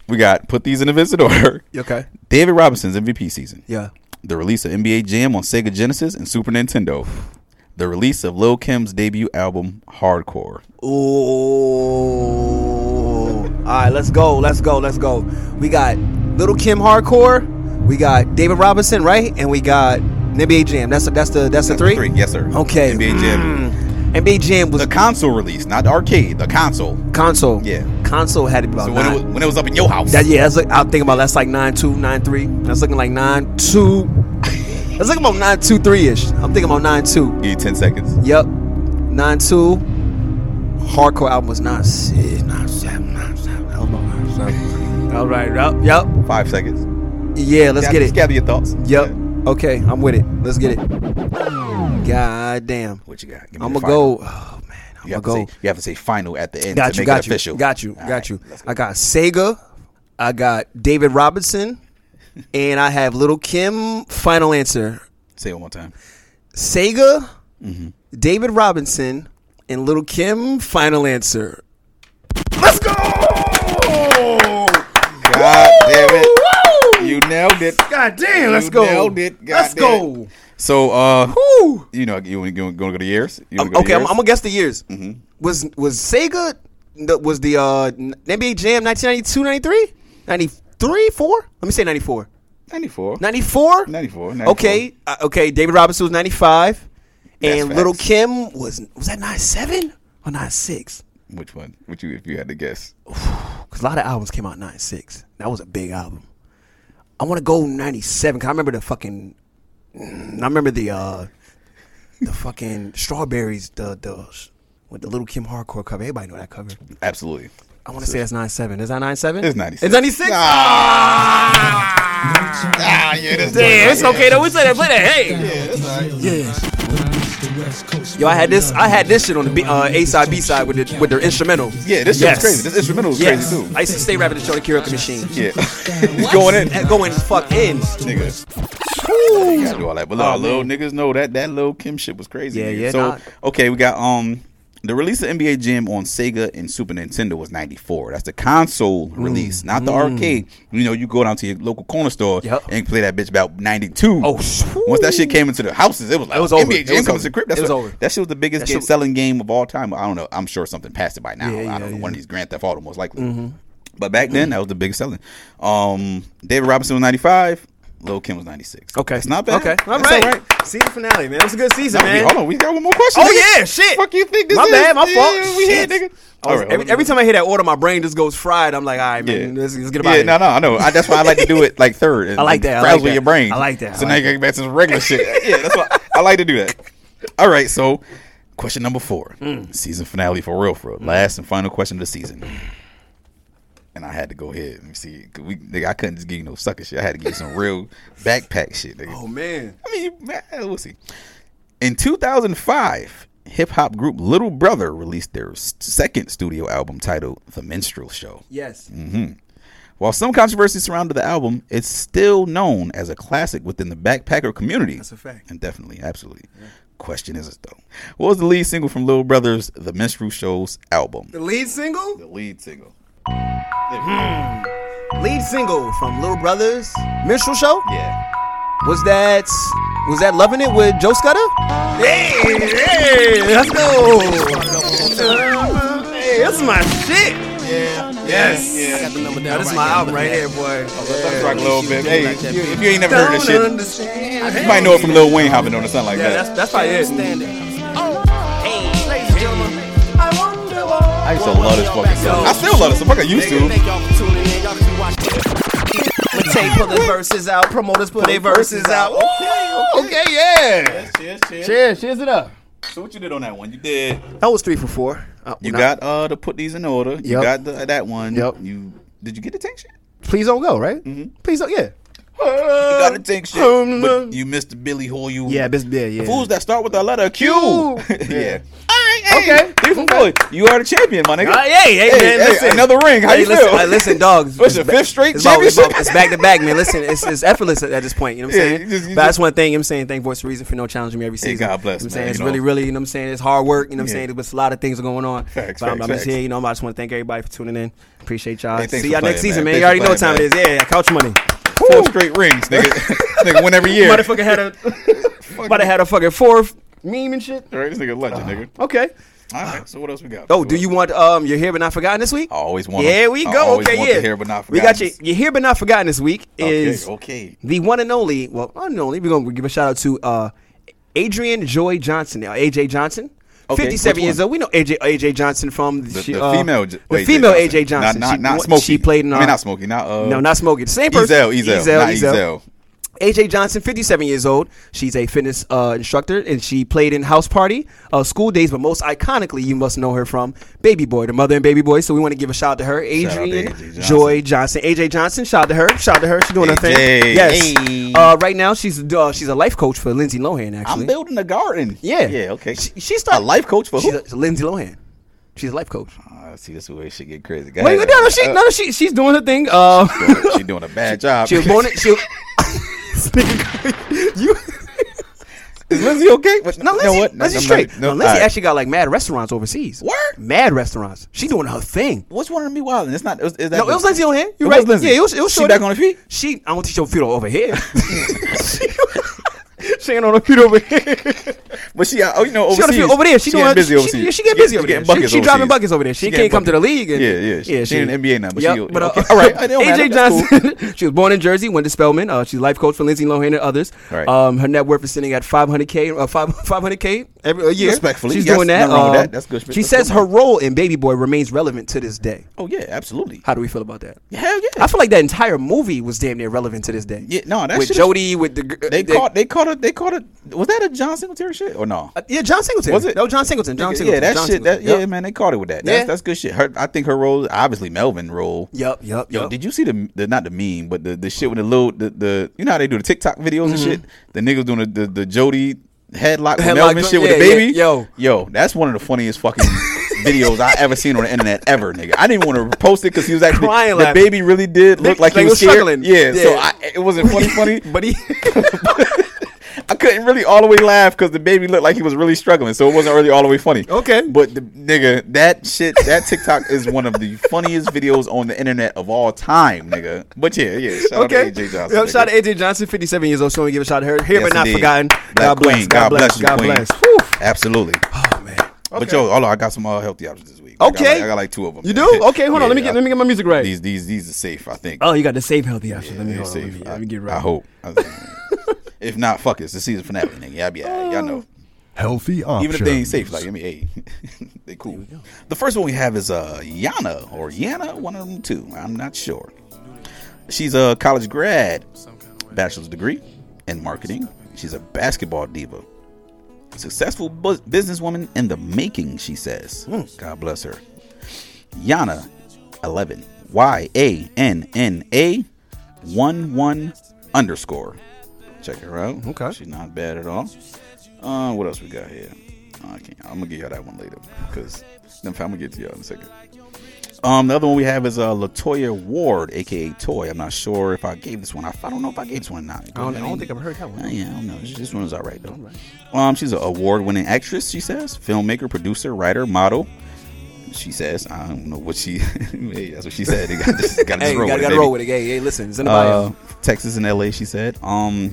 [SPEAKER 3] We got put these in events in order.
[SPEAKER 2] Okay.
[SPEAKER 3] David Robinson's MVP season.
[SPEAKER 2] Yeah.
[SPEAKER 3] The release of NBA Jam on Sega Genesis and Super Nintendo. The release of Lil Kim's debut album Hardcore.
[SPEAKER 2] Ooh. All right, let's go. Let's go. Let's go. We got Little Kim Hardcore. We got David Robinson, right? And we got NBA Jam. That's that's the that's the three.
[SPEAKER 3] Three, yes, sir.
[SPEAKER 2] Okay. Hmm.
[SPEAKER 3] NBA Jam.
[SPEAKER 2] NBA Jam was
[SPEAKER 3] The console release, not the arcade. The console.
[SPEAKER 2] console.
[SPEAKER 3] Yeah.
[SPEAKER 2] console had to be about
[SPEAKER 3] So when
[SPEAKER 2] nine.
[SPEAKER 3] it, was, when it was up in your house,
[SPEAKER 2] That yeah, that's like I'm thinking about that's like nine two, nine three. That's looking like nine two. That's looking about nine two three ish. I'm thinking about nine two.
[SPEAKER 3] give you ten seconds.
[SPEAKER 2] Yep, nine two. Hardcore album was nine six, nine seven, nine seven. I don't know, nine seven. All right, yep, yep.
[SPEAKER 3] Five seconds.
[SPEAKER 2] Yeah, let's
[SPEAKER 3] Gather-
[SPEAKER 2] get
[SPEAKER 3] just
[SPEAKER 2] it.
[SPEAKER 3] Gather your thoughts.
[SPEAKER 2] Yep.
[SPEAKER 3] Yeah.
[SPEAKER 2] Okay, I'm with it. Let's get it. God damn.
[SPEAKER 3] What you got? Give me
[SPEAKER 2] I'm
[SPEAKER 3] the
[SPEAKER 2] gonna
[SPEAKER 3] final.
[SPEAKER 2] go. Oh man, I'm gonna
[SPEAKER 3] You have,
[SPEAKER 2] go.
[SPEAKER 3] to say, you have to say final at the end
[SPEAKER 2] Got
[SPEAKER 3] to
[SPEAKER 2] you,
[SPEAKER 3] make
[SPEAKER 2] got
[SPEAKER 3] it
[SPEAKER 2] you,
[SPEAKER 3] official.
[SPEAKER 2] got you,
[SPEAKER 3] All
[SPEAKER 2] got
[SPEAKER 3] right,
[SPEAKER 2] you.
[SPEAKER 3] let's go.
[SPEAKER 2] I got Sega, I got David Robinson, and I have Little Kim. Final answer:
[SPEAKER 3] Say it one more time.
[SPEAKER 2] Sega,
[SPEAKER 3] Mm-hmm.
[SPEAKER 2] David Robinson, and Little Kim. Final answer.
[SPEAKER 3] Let's go! God damn it! You nailed it.
[SPEAKER 4] God damn, let's
[SPEAKER 3] You
[SPEAKER 4] go.
[SPEAKER 3] Nailed it. God
[SPEAKER 4] let's
[SPEAKER 3] damn
[SPEAKER 4] go.
[SPEAKER 3] it. So, uh,
[SPEAKER 2] Woo!
[SPEAKER 3] you know, you want to go to the years? You wanna
[SPEAKER 2] I'm-
[SPEAKER 3] go to
[SPEAKER 2] Um, okay, I'm, I'm
[SPEAKER 3] years?
[SPEAKER 2] gonna guess the years.
[SPEAKER 3] Mm-hmm.
[SPEAKER 2] Was was Sega? the- Was the uh, NBA Jam 1992, 93, 93, four? Let me say 94.
[SPEAKER 3] 94.
[SPEAKER 2] 94?
[SPEAKER 3] 94,
[SPEAKER 2] Okay. Uh, okay. David Robinson was 95.
[SPEAKER 3] That's
[SPEAKER 2] and Little
[SPEAKER 3] facts.
[SPEAKER 2] Kim was, was that 97 or 96?
[SPEAKER 3] Which one? Which you, if you had to guess?
[SPEAKER 2] Because a lot of albums came out in 96. That was a big album. I want to go 97 because I remember the fucking, mm, I remember the, uh, the fucking strawberries, the, the, with the Little Kim Hardcore cover. Everybody know that cover.
[SPEAKER 3] Absolutely.
[SPEAKER 2] I want to say that's 97. Is that 97?
[SPEAKER 3] It's 96.
[SPEAKER 2] It's 96?
[SPEAKER 3] Ah, yeah, that's
[SPEAKER 2] Damn, it's okay though. We said that. Play that. Hey.
[SPEAKER 5] Yeah.
[SPEAKER 2] Yo, I had this. I had this shit on the B, uh, A side, B side with the, with their instrumental.
[SPEAKER 3] Yeah, this shit's
[SPEAKER 2] Yes.
[SPEAKER 3] crazy. This instrumental is
[SPEAKER 2] Yes.
[SPEAKER 3] crazy too.
[SPEAKER 2] I used to stay rapping the show the karaoke machine.
[SPEAKER 3] yeah, it's going in.
[SPEAKER 2] That going fuck in.
[SPEAKER 3] Nigga, you gotta do all that. But look, little niggas know that that little Kim shit was crazy.
[SPEAKER 2] Oh, Yeah,
[SPEAKER 3] nigga.
[SPEAKER 2] yeah,
[SPEAKER 3] So
[SPEAKER 2] nah.
[SPEAKER 3] okay, we got um the release of NBA Jam on Sega and Super Nintendo was '94. That's the console
[SPEAKER 2] Mm,
[SPEAKER 3] release, not the arcade. You know, you go down to your local corner store
[SPEAKER 2] Yep.
[SPEAKER 3] and play that bitch about '92.
[SPEAKER 2] Oh, sh-
[SPEAKER 3] once that shit came into the houses, it was like
[SPEAKER 2] was
[SPEAKER 3] NBA
[SPEAKER 2] over. It
[SPEAKER 3] Jam
[SPEAKER 2] was over.
[SPEAKER 3] comes to the crib. That's
[SPEAKER 2] It was
[SPEAKER 3] what-
[SPEAKER 2] over.
[SPEAKER 3] That shit was the biggest
[SPEAKER 2] That shit-
[SPEAKER 3] game- selling game of all time. I don't know. I'm sure something passed it by now.
[SPEAKER 2] Yeah,
[SPEAKER 3] I don't
[SPEAKER 2] yeah,
[SPEAKER 3] know.
[SPEAKER 2] yeah. Mm-hmm.
[SPEAKER 3] One of these Grand Theft Auto, most likely. But back then, that was the biggest selling. Um, David Robinson was 95. Lil Kim was 96.
[SPEAKER 2] Okay.
[SPEAKER 3] It's not bad.
[SPEAKER 2] Okay.
[SPEAKER 3] That's
[SPEAKER 2] All right.
[SPEAKER 4] Season finale, man. It was a good season,
[SPEAKER 3] No, we-
[SPEAKER 4] man.
[SPEAKER 3] hold on. We got one more question.
[SPEAKER 2] Oh,
[SPEAKER 3] nigga.
[SPEAKER 2] yeah, shit.
[SPEAKER 3] Fuck you think this
[SPEAKER 2] My
[SPEAKER 3] is?
[SPEAKER 2] bad, my fault.
[SPEAKER 3] Yeah, we here,
[SPEAKER 2] Shit.
[SPEAKER 3] nigga.
[SPEAKER 2] I was- every, every time I hear that order, my brain just goes fried. I'm like, all right, man, let's, let's get about
[SPEAKER 3] yeah,
[SPEAKER 2] it.
[SPEAKER 3] no, no, I know. I, that's why I like to do it like third. and,
[SPEAKER 2] I like that, I like
[SPEAKER 3] frazzle
[SPEAKER 2] that.
[SPEAKER 3] your brain.
[SPEAKER 2] I like that, I
[SPEAKER 3] So now
[SPEAKER 2] like
[SPEAKER 3] you get back to the regular shit. Yeah, that's why I like to do that. All right, so question number four,
[SPEAKER 2] Hmm.
[SPEAKER 3] season finale for real, for real. last and final question of the season. And I had to go ahead. Let me see. 'Cause We, nigga, I couldn't just give you no sucker shit. I had to give you some real backpack shit. Nigga.
[SPEAKER 4] Oh, man.
[SPEAKER 3] I mean, man, we'll see. In 2005, hip hop group Little Brother released their s- second studio album titled The Minstrel Show.
[SPEAKER 4] Yes.
[SPEAKER 3] Mm. While some controversy surrounded the album, it's still known as a classic within the backpacker community. That's
[SPEAKER 4] a fact.
[SPEAKER 3] And definitely, absolutely. Question is, though, what was the lead single from Little Brother's The Minstrel Show's album?
[SPEAKER 4] The lead single?
[SPEAKER 3] The lead single. Hmm.
[SPEAKER 2] Lead single from Little Brothers Minstrel Show
[SPEAKER 3] Yeah.
[SPEAKER 2] was that was that loving it with Joe Scudder? Hey, hey, let's go.
[SPEAKER 4] Hey, that's my shit.
[SPEAKER 3] Yes. Yeah.
[SPEAKER 4] Now, this is my album right here, boy.
[SPEAKER 3] Let's rock a little bit. Hey, if you, if you ain't never heard this shit, you
[SPEAKER 4] understand.
[SPEAKER 3] might know it from Lil Wayne hopping on or something like
[SPEAKER 4] Yeah,
[SPEAKER 3] that.
[SPEAKER 4] that's, that's probably it.
[SPEAKER 3] I used to love this fucking song. I still love this. song. Fuck, I used to.
[SPEAKER 2] Tay put the verses out. Promoters put their verses out.
[SPEAKER 4] Okay, yeah.
[SPEAKER 3] Cheers, cheers.
[SPEAKER 4] Cheers, cheers it up.
[SPEAKER 3] So what you did on that one? You did.
[SPEAKER 2] That was three for four. Uh,
[SPEAKER 3] You
[SPEAKER 2] nah,
[SPEAKER 3] got uh to put these in order. You
[SPEAKER 2] Yep.
[SPEAKER 3] got the, that one.
[SPEAKER 2] Yep.
[SPEAKER 3] You did you get the tank shit?
[SPEAKER 2] Please don't go, right?
[SPEAKER 3] Mm-hmm.
[SPEAKER 2] Please don't. Yeah.
[SPEAKER 3] You got the
[SPEAKER 2] Um,
[SPEAKER 3] tank shit. But you missed the Billy Hole. You
[SPEAKER 4] Yeah, this yeah, yeah.
[SPEAKER 3] fools that start with the letter Q. yeah. All right.
[SPEAKER 4] Okay.
[SPEAKER 3] Three from four. You are the champion, my nigga.
[SPEAKER 4] Uh, hey,
[SPEAKER 3] Hey,
[SPEAKER 4] hey, man,
[SPEAKER 3] hey,
[SPEAKER 4] listen.
[SPEAKER 3] another ring. How
[SPEAKER 2] hey,
[SPEAKER 3] you
[SPEAKER 2] listen,
[SPEAKER 3] feel?
[SPEAKER 2] hey, listen, dogs.
[SPEAKER 3] What's your fifth straight
[SPEAKER 2] It's, about- it's,
[SPEAKER 3] championship?
[SPEAKER 2] about- it's back to back, man. Listen, it's, it's effortless at, at this point. You know what I'm
[SPEAKER 3] Yeah,
[SPEAKER 2] saying?
[SPEAKER 3] you just- you
[SPEAKER 2] but
[SPEAKER 3] just-
[SPEAKER 2] that's one thing. You know what I'm saying? Thank Voice of Reason for no challenging me every season.
[SPEAKER 3] God bless,
[SPEAKER 2] You know what I'm
[SPEAKER 3] man,
[SPEAKER 2] saying? It's
[SPEAKER 3] you
[SPEAKER 2] really,
[SPEAKER 3] know.
[SPEAKER 2] really, you know what I'm saying? It's hard work. You know what I'm
[SPEAKER 3] Yeah.
[SPEAKER 2] saying? There's a lot of things going on.
[SPEAKER 3] Facts,
[SPEAKER 2] but I'm,
[SPEAKER 3] facts,
[SPEAKER 2] I'm just
[SPEAKER 3] facts.
[SPEAKER 2] here. You know, I just want to thank everybody for tuning in. Appreciate y'all.
[SPEAKER 3] Hey, thanks
[SPEAKER 2] See
[SPEAKER 3] for
[SPEAKER 2] y'all
[SPEAKER 3] playing,
[SPEAKER 2] next season,
[SPEAKER 3] man.
[SPEAKER 2] man. You
[SPEAKER 3] Thanks
[SPEAKER 2] already know
[SPEAKER 3] for
[SPEAKER 2] what time
[SPEAKER 3] playing,
[SPEAKER 2] it is. Yeah, couch money.
[SPEAKER 3] Four straight rings, nigga. nigga win every year.
[SPEAKER 2] Motherfucker had a, but I had a fucking fourth meme and shit.
[SPEAKER 3] All right, this nigga legend, nigga.
[SPEAKER 4] Okay.
[SPEAKER 3] All right. So what else we got?
[SPEAKER 2] Uh, Oh, do you want um your here but not forgotten this week?
[SPEAKER 3] I always want.
[SPEAKER 2] There we
[SPEAKER 3] I
[SPEAKER 2] go.
[SPEAKER 3] always
[SPEAKER 2] Okay,
[SPEAKER 3] want
[SPEAKER 2] yeah.
[SPEAKER 3] The hair, but not
[SPEAKER 2] we got you.
[SPEAKER 3] forgotten.
[SPEAKER 2] Your here but not forgotten this week
[SPEAKER 3] Okay,
[SPEAKER 2] is
[SPEAKER 3] okay.
[SPEAKER 2] the one and only. Well, one and only. We're gonna give a shout out to uh Adrian Joy Johnson now. AJ Johnson.
[SPEAKER 3] Okay,
[SPEAKER 2] 57
[SPEAKER 3] which
[SPEAKER 2] years
[SPEAKER 3] one?
[SPEAKER 2] old. We know AJ AJ Johnson from
[SPEAKER 3] The,
[SPEAKER 2] she,
[SPEAKER 3] the
[SPEAKER 2] uh,
[SPEAKER 3] female, J-
[SPEAKER 2] the
[SPEAKER 3] AJ
[SPEAKER 2] female
[SPEAKER 3] Johnson.
[SPEAKER 2] AJ Johnson.
[SPEAKER 3] Not, not, not
[SPEAKER 2] she, wa-
[SPEAKER 3] Smokey.
[SPEAKER 2] She played in.
[SPEAKER 3] I mean,
[SPEAKER 2] uh,
[SPEAKER 3] not Smokey. Not uh,
[SPEAKER 2] no, not Smokey. The same person.
[SPEAKER 3] Ezel. Ezel. Not Ezel.
[SPEAKER 2] AJ Johnson, 57 years old. She's a fitness uh, instructor, and she played in House Party, uh, School Days, but most iconically, you must know her from Baby Boy, the mother in Baby Boy. So we want to give a shout out to her,
[SPEAKER 3] out to
[SPEAKER 2] Adrian
[SPEAKER 3] AJ Johnson.
[SPEAKER 2] Joy Johnson. AJ Johnson, shout out to her. Shout out to her. She's doing her
[SPEAKER 3] AJ.
[SPEAKER 2] thing. Yes.
[SPEAKER 3] Hey.
[SPEAKER 2] Uh, right now, she's uh, she's a life coach for Lindsay Lohan. Actually,
[SPEAKER 3] I'm building a garden.
[SPEAKER 2] yeah,
[SPEAKER 3] Yeah. Okay.
[SPEAKER 2] She, she started
[SPEAKER 3] a life coach for who?
[SPEAKER 2] She's a, Lindsay Lohan. She's a life coach.
[SPEAKER 3] Ah, see, this is where it should get crazy. Go
[SPEAKER 2] Wait, no,
[SPEAKER 3] ahead.
[SPEAKER 2] no, she, no, no, she, she's doing her thing. Uh,
[SPEAKER 3] She's doing a bad job.
[SPEAKER 2] she was born. in- She. was- you.
[SPEAKER 3] Is Lindsay okay? But
[SPEAKER 2] No,
[SPEAKER 3] you
[SPEAKER 2] Lindsay,
[SPEAKER 3] know what?
[SPEAKER 2] Lindsay
[SPEAKER 3] No, I'm not-
[SPEAKER 2] straight.
[SPEAKER 3] no,
[SPEAKER 2] No, Lindsay
[SPEAKER 3] all right.
[SPEAKER 2] actually got like mad restaurants overseas.
[SPEAKER 3] Word?
[SPEAKER 2] Mad restaurants. She doing her thing.
[SPEAKER 3] What's one of me wild? It's not. Is, is that
[SPEAKER 2] No, it was Lindsay on here. You
[SPEAKER 3] It
[SPEAKER 2] right?
[SPEAKER 3] was Lindsay.
[SPEAKER 2] Yeah, it was. It was
[SPEAKER 3] She
[SPEAKER 2] shorty.
[SPEAKER 3] back on her feet?
[SPEAKER 2] She. I don't teach your feet all over here. she ain't on her feet over here.
[SPEAKER 3] But she, out- oh, you know, overseas.
[SPEAKER 2] She on her feet over there. She, doing.
[SPEAKER 3] getting
[SPEAKER 2] her-
[SPEAKER 3] busy
[SPEAKER 2] she-
[SPEAKER 3] overseas.
[SPEAKER 2] She, she get busy over
[SPEAKER 3] getting
[SPEAKER 2] there. She,
[SPEAKER 3] buckets
[SPEAKER 2] she driving
[SPEAKER 3] overseas.
[SPEAKER 2] buckets over there. She,
[SPEAKER 3] getting
[SPEAKER 2] can't come to the
[SPEAKER 3] buckets.
[SPEAKER 2] league. And,
[SPEAKER 3] Yeah, yeah. She, she, in the NBA now, but
[SPEAKER 2] Yep,
[SPEAKER 3] she.
[SPEAKER 2] but, uh,
[SPEAKER 3] okay. All right. It don't matter.
[SPEAKER 2] AJ
[SPEAKER 3] That's cool.
[SPEAKER 2] Johnson. she was born in Jersey, went to Spelman. Uh, she's life coach for Lindsay Lohan and others.
[SPEAKER 3] Right.
[SPEAKER 2] Um, her net worth is sitting at 500k, uh, 5 500k every a year.
[SPEAKER 3] Respectfully,
[SPEAKER 2] she's
[SPEAKER 3] yes,
[SPEAKER 2] doing that.
[SPEAKER 3] nothing wrong with
[SPEAKER 2] Um,
[SPEAKER 3] that. That's good.
[SPEAKER 2] She
[SPEAKER 3] That's
[SPEAKER 2] says
[SPEAKER 3] good
[SPEAKER 2] her
[SPEAKER 3] money.
[SPEAKER 2] role in Baby Boy remains relevant to this day.
[SPEAKER 3] Oh yeah, absolutely.
[SPEAKER 2] How do we feel about that?
[SPEAKER 3] Hell yeah.
[SPEAKER 2] I feel like that entire movie was damn near relevant to this day.
[SPEAKER 3] Yeah, no, that
[SPEAKER 2] with
[SPEAKER 3] shit is-
[SPEAKER 2] Jody, with the gr-
[SPEAKER 3] They
[SPEAKER 2] the-
[SPEAKER 3] caught. They caught it. They caught it. Was that a John Singletary shit or no?
[SPEAKER 2] uh, yeah, John Singleton.
[SPEAKER 3] Was it?
[SPEAKER 2] No, John Singleton. John
[SPEAKER 3] yeah,
[SPEAKER 2] Singleton.
[SPEAKER 3] that
[SPEAKER 2] John
[SPEAKER 3] shit. That,
[SPEAKER 2] Singleton. Yep.
[SPEAKER 3] Yeah, man, they caught it with that. That's,
[SPEAKER 2] Yeah.
[SPEAKER 3] that's good shit. Her, I think her role, obviously Melvin role.
[SPEAKER 2] Yup, yup,
[SPEAKER 3] Yo,
[SPEAKER 2] yup.
[SPEAKER 3] did you see the, the not the meme, but the, the shit with the little the, the you know how they do the TikTok videos
[SPEAKER 2] Mm-hmm.
[SPEAKER 3] and shit. The niggas doing the the, the Jody headlock, with
[SPEAKER 2] Headlock
[SPEAKER 3] Melvin
[SPEAKER 2] joint,
[SPEAKER 3] shit with
[SPEAKER 2] yeah,
[SPEAKER 3] the baby.
[SPEAKER 2] yeah, yo.
[SPEAKER 3] yo, that's one of the funniest fucking videos I ever seen on the internet ever, nigga. I didn't even want to post it because he was actually
[SPEAKER 2] Crying,
[SPEAKER 3] the
[SPEAKER 2] laughing.
[SPEAKER 3] baby really did look like, he was, scared.
[SPEAKER 2] struggling.
[SPEAKER 3] Yeah, so
[SPEAKER 2] Yeah.
[SPEAKER 3] I, it wasn't funny, funny,
[SPEAKER 2] But he.
[SPEAKER 3] I couldn't really all the way laugh because the baby looked like he was really struggling, so it wasn't really all the way funny.
[SPEAKER 2] Okay.
[SPEAKER 3] but the nigga, that shit, that TikTok is one of the funniest videos on the internet of all time, nigga. But yeah, yeah. Shout
[SPEAKER 2] Okay.
[SPEAKER 3] out to AJ Johnson.
[SPEAKER 2] Yo, shout out
[SPEAKER 3] nigga.
[SPEAKER 2] to AJ Johnson, 57 years old. So we give a shout out to her. Here
[SPEAKER 3] Yes,
[SPEAKER 2] but not
[SPEAKER 3] indeed.
[SPEAKER 2] forgotten.
[SPEAKER 3] Black
[SPEAKER 2] God bless.
[SPEAKER 3] Queen.
[SPEAKER 2] God bless.
[SPEAKER 3] you,
[SPEAKER 2] God
[SPEAKER 3] Queen.
[SPEAKER 2] bless. Whew.
[SPEAKER 3] Absolutely.
[SPEAKER 2] Oh, man.
[SPEAKER 3] But yo, although I got some uh, healthy options this week. I got
[SPEAKER 2] Okay.
[SPEAKER 3] like- I got like, two of them.
[SPEAKER 2] You do? Okay, hold on. Let me get let me get my music right.
[SPEAKER 3] These these these are safe, I think.
[SPEAKER 2] Oh, you got the save healthy option. let me
[SPEAKER 3] They're
[SPEAKER 2] hold on, let
[SPEAKER 3] safe.
[SPEAKER 2] me-
[SPEAKER 3] I,
[SPEAKER 2] let me get
[SPEAKER 3] I
[SPEAKER 2] right.
[SPEAKER 3] hope. I think- if not, fuck it. It's the season finale, nigga. Y'all be all right. Y'all know.
[SPEAKER 1] Healthy options.
[SPEAKER 3] Even if they ain't safe, like I mean, hey, they cool. The first one we have is uh Yana or Yana, one of them two. I'm not sure. She's a college grad, bachelor's degree in marketing. She's a basketball diva, successful bu- businesswoman in the making. She says,
[SPEAKER 2] Hmm.
[SPEAKER 3] God bless her. Yana, eleven. Y A N N A, one one underscore. Check her out.
[SPEAKER 2] Okay.
[SPEAKER 3] she's not bad at all. Uh, what else we got here? Oh, I can't. I'm gonna get y'all that one later because I'm gonna get to y'all in a second. Um, the other one we have is uh Latoya Ward, aka Toy. I'm not sure if I gave this one. I, I don't know if I gave this one or not.
[SPEAKER 2] I don't, I don't think I've heard that one.
[SPEAKER 3] Uh, yeah, I don't know. This one is all right though. Um, she's an award-winning actress. She says, filmmaker, producer, writer, model. She says, I don't know what she. Hey, that's what she said. You gotta just, gotta just
[SPEAKER 2] Hey, you
[SPEAKER 3] roll,
[SPEAKER 2] gotta,
[SPEAKER 3] with
[SPEAKER 2] gotta
[SPEAKER 3] it,
[SPEAKER 2] roll
[SPEAKER 3] baby.
[SPEAKER 2] with it. Hey, hey, listen, it's in the
[SPEAKER 3] Uh,
[SPEAKER 2] bio.
[SPEAKER 3] Texas and LA. She said, um,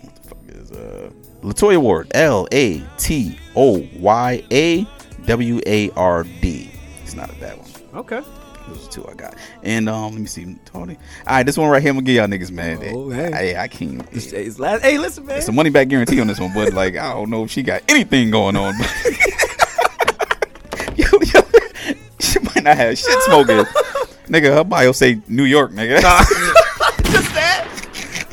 [SPEAKER 3] what the fuck is uh Latoya Ward? L A T O Y A W A R D. It's not a bad one.
[SPEAKER 2] Okay.
[SPEAKER 3] Those are two I got. And um, let me see, Tony. All right, this one right here, I'm gonna give y'all niggas man.
[SPEAKER 2] Oh, man.
[SPEAKER 3] I, I can't.
[SPEAKER 2] It's, it's last, hey, listen, man.
[SPEAKER 3] It's a money back guarantee on this one, but like I don't know if she got anything going on. yo, yo, she might not have shit smoking. nigga, her bio say New York, nigga.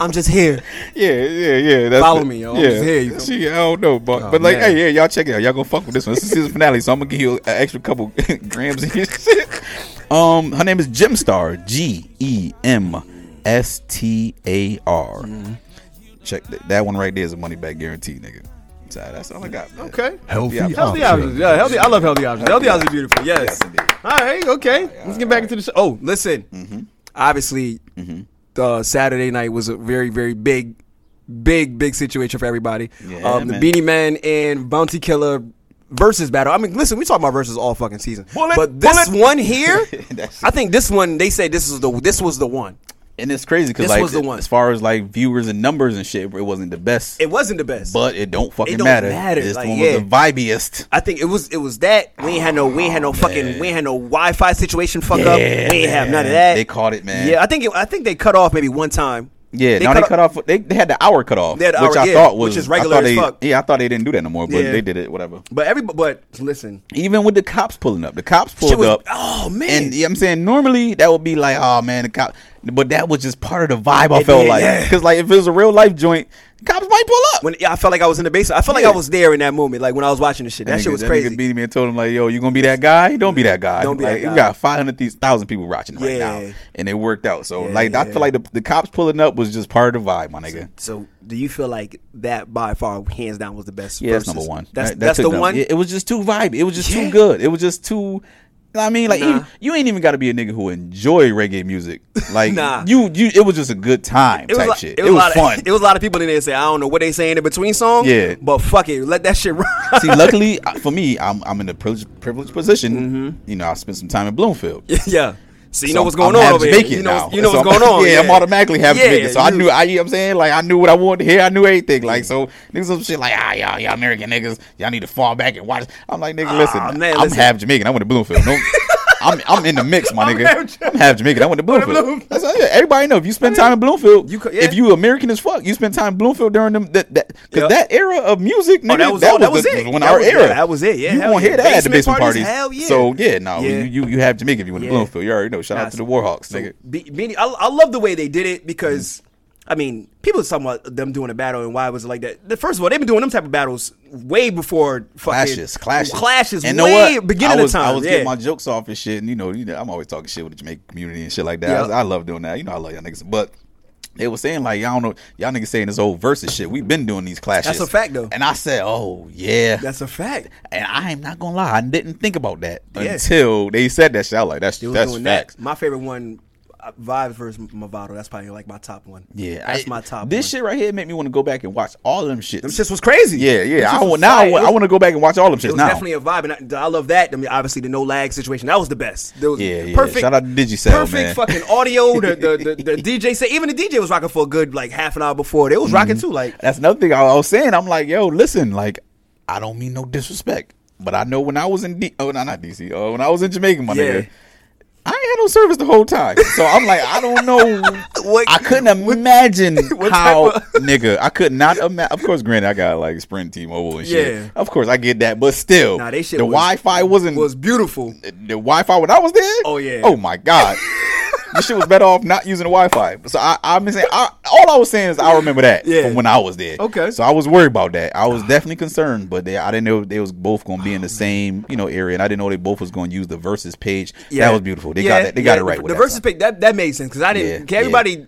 [SPEAKER 2] I'm just here.
[SPEAKER 3] yeah, yeah, yeah. That's
[SPEAKER 2] Follow
[SPEAKER 3] it.
[SPEAKER 2] me, yo. I'm
[SPEAKER 3] Yeah,
[SPEAKER 2] just here, you
[SPEAKER 3] she, I don't know, but
[SPEAKER 2] Oh,
[SPEAKER 3] but like,
[SPEAKER 2] man.
[SPEAKER 3] hey, yeah, y'all check it out. Y'all gonna fuck with this one. This is season finale, so I'm gonna give you an extra couple grams of this shit. Um, her name is Gemstar. G E M S T A R.
[SPEAKER 2] Mm-hmm.
[SPEAKER 3] Check th- that one right there is a money back guarantee, nigga. So that's all I got. man.
[SPEAKER 2] Okay.
[SPEAKER 1] Healthy
[SPEAKER 3] Yeah,
[SPEAKER 1] options.
[SPEAKER 2] Healthy options. Yeah, healthy. I love healthy options. Healthy options are beautiful. Yes.
[SPEAKER 3] Oh, Yes, indeed. Mm-hmm.
[SPEAKER 2] All right. Okay. Let's get back into the show. Oh, listen. Obviously, the Saturday night was a very, very big, big, big situation for everybody.
[SPEAKER 3] Yeah,
[SPEAKER 2] um, the
[SPEAKER 3] man.
[SPEAKER 2] Beanie Man and Bounty Killer versus battle. I mean, listen, we talk about versus all fucking season,
[SPEAKER 3] Bullet,
[SPEAKER 2] but this
[SPEAKER 3] bullet.
[SPEAKER 2] one here,
[SPEAKER 3] That's
[SPEAKER 2] I think this one they say this is the this was the one.
[SPEAKER 3] And it's crazy because
[SPEAKER 2] This
[SPEAKER 3] like
[SPEAKER 2] was the one.
[SPEAKER 3] as far as like viewers and numbers and shit, it wasn't the best.
[SPEAKER 2] It wasn't the best.
[SPEAKER 3] but it don't fucking
[SPEAKER 2] don't
[SPEAKER 3] matter.
[SPEAKER 2] matter,
[SPEAKER 3] It's
[SPEAKER 2] like,
[SPEAKER 3] the one
[SPEAKER 2] yeah.
[SPEAKER 3] with the vibiest.
[SPEAKER 2] I think it was it was that we ain't had no we ain't
[SPEAKER 3] Oh,
[SPEAKER 2] had no fucking we ain't had no Wi-Fi situation fuck up. We ain't have none of
[SPEAKER 3] man.
[SPEAKER 2] that.
[SPEAKER 3] They caught it, man.
[SPEAKER 2] Yeah, I think it, I think they cut off maybe one time.
[SPEAKER 3] Yeah, now they cut off. They, they had the hour cut off,
[SPEAKER 2] They had the
[SPEAKER 3] which
[SPEAKER 2] hour,
[SPEAKER 3] I
[SPEAKER 2] yeah,
[SPEAKER 3] thought
[SPEAKER 2] which
[SPEAKER 3] was
[SPEAKER 2] is regular
[SPEAKER 3] I thought
[SPEAKER 2] as
[SPEAKER 3] they,
[SPEAKER 2] fuck.
[SPEAKER 3] Yeah, I thought they didn't do that no more, but
[SPEAKER 2] Yeah.
[SPEAKER 3] they did it. Whatever.
[SPEAKER 4] But everybody, but listen,
[SPEAKER 3] Even with the cops pulling up, the cops pulled
[SPEAKER 2] Shit was,
[SPEAKER 3] up.
[SPEAKER 2] oh man,
[SPEAKER 3] And yeah, I'm saying normally that would be like, oh man, the cop. But that was just part of the vibe I
[SPEAKER 2] It
[SPEAKER 3] felt
[SPEAKER 2] did,
[SPEAKER 3] like,
[SPEAKER 2] yeah.
[SPEAKER 3] because like if it was a real life joint, cops might pull up.
[SPEAKER 2] when yeah, I felt like I was in the basement. I felt like
[SPEAKER 3] Yeah.
[SPEAKER 2] I was there in that moment, like when I was watching this shit. That,
[SPEAKER 3] nigga-
[SPEAKER 2] shit was
[SPEAKER 3] Nigga
[SPEAKER 2] crazy.
[SPEAKER 3] beat me and told him like, "Yo, you gonna be that guy? Don't be that guy.
[SPEAKER 2] Don't be that
[SPEAKER 3] Like,
[SPEAKER 2] guy.
[SPEAKER 3] You got five hundred thousand people watching right
[SPEAKER 2] Yeah.
[SPEAKER 3] now, and it worked out. So
[SPEAKER 2] Yeah,
[SPEAKER 3] like, I
[SPEAKER 2] yeah.
[SPEAKER 3] feel like the, the cops pulling up was just part of the vibe, my nigga.
[SPEAKER 2] so, do you feel like that by far, hands down, was the best?
[SPEAKER 3] Yeah, that's
[SPEAKER 2] versus-
[SPEAKER 3] number one.
[SPEAKER 2] That's
[SPEAKER 3] That- that
[SPEAKER 2] that's
[SPEAKER 3] took
[SPEAKER 2] the
[SPEAKER 3] number-
[SPEAKER 2] one.
[SPEAKER 3] It, it was just too vibe. It was just
[SPEAKER 2] Yeah.
[SPEAKER 3] too good. It was just too. I mean, like
[SPEAKER 2] Nah.
[SPEAKER 3] even- you ain't even got to be a nigga who enjoy reggae music. Like
[SPEAKER 2] Nah.
[SPEAKER 3] you, you. It was just a good time
[SPEAKER 2] It was,
[SPEAKER 3] type
[SPEAKER 2] like,
[SPEAKER 3] shit.
[SPEAKER 2] it was, a lot
[SPEAKER 3] fun.
[SPEAKER 2] Of, it was a lot of people in there say, I don't know what they saying in between songs.
[SPEAKER 3] Yeah.
[SPEAKER 2] But fuck it. Let that shit run.
[SPEAKER 3] See, luckily I- for me, I'm I'm in a privileged, privileged position.
[SPEAKER 2] Mm-hmm.
[SPEAKER 3] You know, I spent some time in Bloomfield.
[SPEAKER 2] yeah. So you
[SPEAKER 3] So
[SPEAKER 2] know what's going
[SPEAKER 3] I'm
[SPEAKER 2] on
[SPEAKER 3] half
[SPEAKER 2] over
[SPEAKER 3] Jamaican
[SPEAKER 2] here. You know,
[SPEAKER 3] now.
[SPEAKER 2] you know
[SPEAKER 3] So
[SPEAKER 2] what's
[SPEAKER 3] I'm-
[SPEAKER 2] going on.
[SPEAKER 3] Yeah, I'm automatically half
[SPEAKER 2] Yeah,
[SPEAKER 3] Jamaican. So I
[SPEAKER 2] you- Mm.
[SPEAKER 3] knew, I, you know what I'm saying? Like, I knew what I wanted to hear. I knew everything. Like, so niggas some shit like, ah, y'all, y'all American niggas, y'all need to fall back and watch. I'm like, nigga, listen,
[SPEAKER 2] Ah, man,
[SPEAKER 3] I'm
[SPEAKER 2] listen.
[SPEAKER 3] half Jamaican. I went to Bloomfield. No, I'm, I'm in the mix, my nigga. I'm
[SPEAKER 2] half
[SPEAKER 3] half, Jamaican. I went to Bloomfield. That's all- yeah, everybody know if you spend time in Bloomfield,
[SPEAKER 2] You
[SPEAKER 3] you
[SPEAKER 2] co- yeah.
[SPEAKER 3] if you American as fuck, you spend time in Bloomfield during them that that because
[SPEAKER 2] Yep.
[SPEAKER 3] that era of music, nigga,
[SPEAKER 2] that was- oh, that was
[SPEAKER 3] the-
[SPEAKER 2] it.
[SPEAKER 3] When
[SPEAKER 2] That
[SPEAKER 3] our
[SPEAKER 2] was-
[SPEAKER 3] era,
[SPEAKER 2] yeah, that was it. Yeah,
[SPEAKER 3] you
[SPEAKER 2] hell
[SPEAKER 3] won't
[SPEAKER 2] yeah.
[SPEAKER 3] hear that at the
[SPEAKER 2] Basement
[SPEAKER 3] basement
[SPEAKER 2] parties,
[SPEAKER 3] parties.
[SPEAKER 2] hell yeah.
[SPEAKER 3] So yeah, no,
[SPEAKER 2] Yeah.
[SPEAKER 3] you you you have Jamaican if you went
[SPEAKER 2] Yeah.
[SPEAKER 3] to Bloomfield. You already know. Shout
[SPEAKER 2] Nah,
[SPEAKER 3] out to the Warhawks, nigga.
[SPEAKER 2] Be- Beanie, I, I love the way they did it because, I mean, people was talking about them doing a battle and why was it like that. The- First of all, they've been doing them type of battles way before fucking
[SPEAKER 3] clashes, clashes,
[SPEAKER 2] clashes.
[SPEAKER 3] And know
[SPEAKER 2] way
[SPEAKER 3] what?
[SPEAKER 2] beginning
[SPEAKER 3] I was,
[SPEAKER 2] of time.
[SPEAKER 3] I was
[SPEAKER 2] yeah.
[SPEAKER 3] getting my jokes off and shit, and you know, you know, I'm always talking shit with the Jamaican community and shit like that. I-
[SPEAKER 2] Yeah.
[SPEAKER 3] I, love doing that. You know, I love y'all niggas, but. They were saying like y'all don't know y'all niggas saying this old versus shit. We've been doing these clashes.
[SPEAKER 2] a fact, though.
[SPEAKER 3] And I said, oh yeah.
[SPEAKER 2] That's a fact.
[SPEAKER 3] and I am not gonna lie, I didn't think about that
[SPEAKER 2] Yeah.
[SPEAKER 3] until they said that shit. I was like, that's
[SPEAKER 2] They was
[SPEAKER 3] that's
[SPEAKER 2] doing
[SPEAKER 3] facts.
[SPEAKER 2] that. My favorite one, uh, Vibe versus Movado. That's probably like my top one.
[SPEAKER 3] Yeah,
[SPEAKER 2] that's
[SPEAKER 3] I-
[SPEAKER 2] my top.
[SPEAKER 3] This
[SPEAKER 2] one.
[SPEAKER 3] shit right here made me want to go back and watch all them shits.
[SPEAKER 2] Them shits was crazy.
[SPEAKER 3] Yeah,
[SPEAKER 2] Them shits
[SPEAKER 3] yeah. I
[SPEAKER 2] was
[SPEAKER 3] want now. I
[SPEAKER 2] fire.
[SPEAKER 3] want,
[SPEAKER 2] It
[SPEAKER 3] I
[SPEAKER 2] was-
[SPEAKER 3] want to go back and watch all them
[SPEAKER 2] It
[SPEAKER 3] shits
[SPEAKER 2] was
[SPEAKER 3] now.
[SPEAKER 2] definitely a vibe, and I, I love that. I mean, obviously the no lag situation that was the best. There was
[SPEAKER 3] Yeah, yeah. Shout out to Digicel,
[SPEAKER 2] perfect
[SPEAKER 3] man.
[SPEAKER 2] fucking audio. The, the, the, the DJ said even the DJ was rocking for a good like half an hour before. They was rocking
[SPEAKER 3] Mm-hmm.
[SPEAKER 2] too. Like
[SPEAKER 3] That's another thing I, I was saying. I'm like, yo, listen, like, I don't mean no disrespect, but I know when I was in D, oh, no, not DC, oh, when I was in Jamaica, my
[SPEAKER 2] Yeah.
[SPEAKER 3] nigga. I ain't had no service the whole time, so I'm like, I don't know.
[SPEAKER 2] What-
[SPEAKER 3] I couldn't imagine
[SPEAKER 2] what
[SPEAKER 3] how,
[SPEAKER 2] type
[SPEAKER 3] nigga. I could not imagine. Of course, granted, I got like Sprint, T-Mobile, and
[SPEAKER 2] Yeah.
[SPEAKER 3] shit. Of course, I get that, but still,
[SPEAKER 2] Nah, they shit
[SPEAKER 3] the
[SPEAKER 2] was-
[SPEAKER 3] Wi-Fi wasn't
[SPEAKER 2] was beautiful.
[SPEAKER 3] the Wi-Fi when I was there.
[SPEAKER 2] Oh, yeah.
[SPEAKER 3] Oh my god. this shit was better off not using the Wi-Fi. So I, I'm just saying, I, all I was saying is I remember that
[SPEAKER 2] Yeah.
[SPEAKER 3] from when I was there.
[SPEAKER 2] Okay.
[SPEAKER 3] So I was worried about that. I was definitely concerned, but they, I didn't know they was both going to be in the
[SPEAKER 2] Oh,
[SPEAKER 3] same you know area, and I didn't know they both was going to use the versus page. That was beautiful. They
[SPEAKER 2] Yeah,
[SPEAKER 3] got that. They
[SPEAKER 2] yeah.
[SPEAKER 3] got it right.
[SPEAKER 2] The,
[SPEAKER 3] with that
[SPEAKER 2] versus
[SPEAKER 3] song.
[SPEAKER 2] pick that that made sense because I didn't.
[SPEAKER 3] Yeah,
[SPEAKER 2] 'cause everybody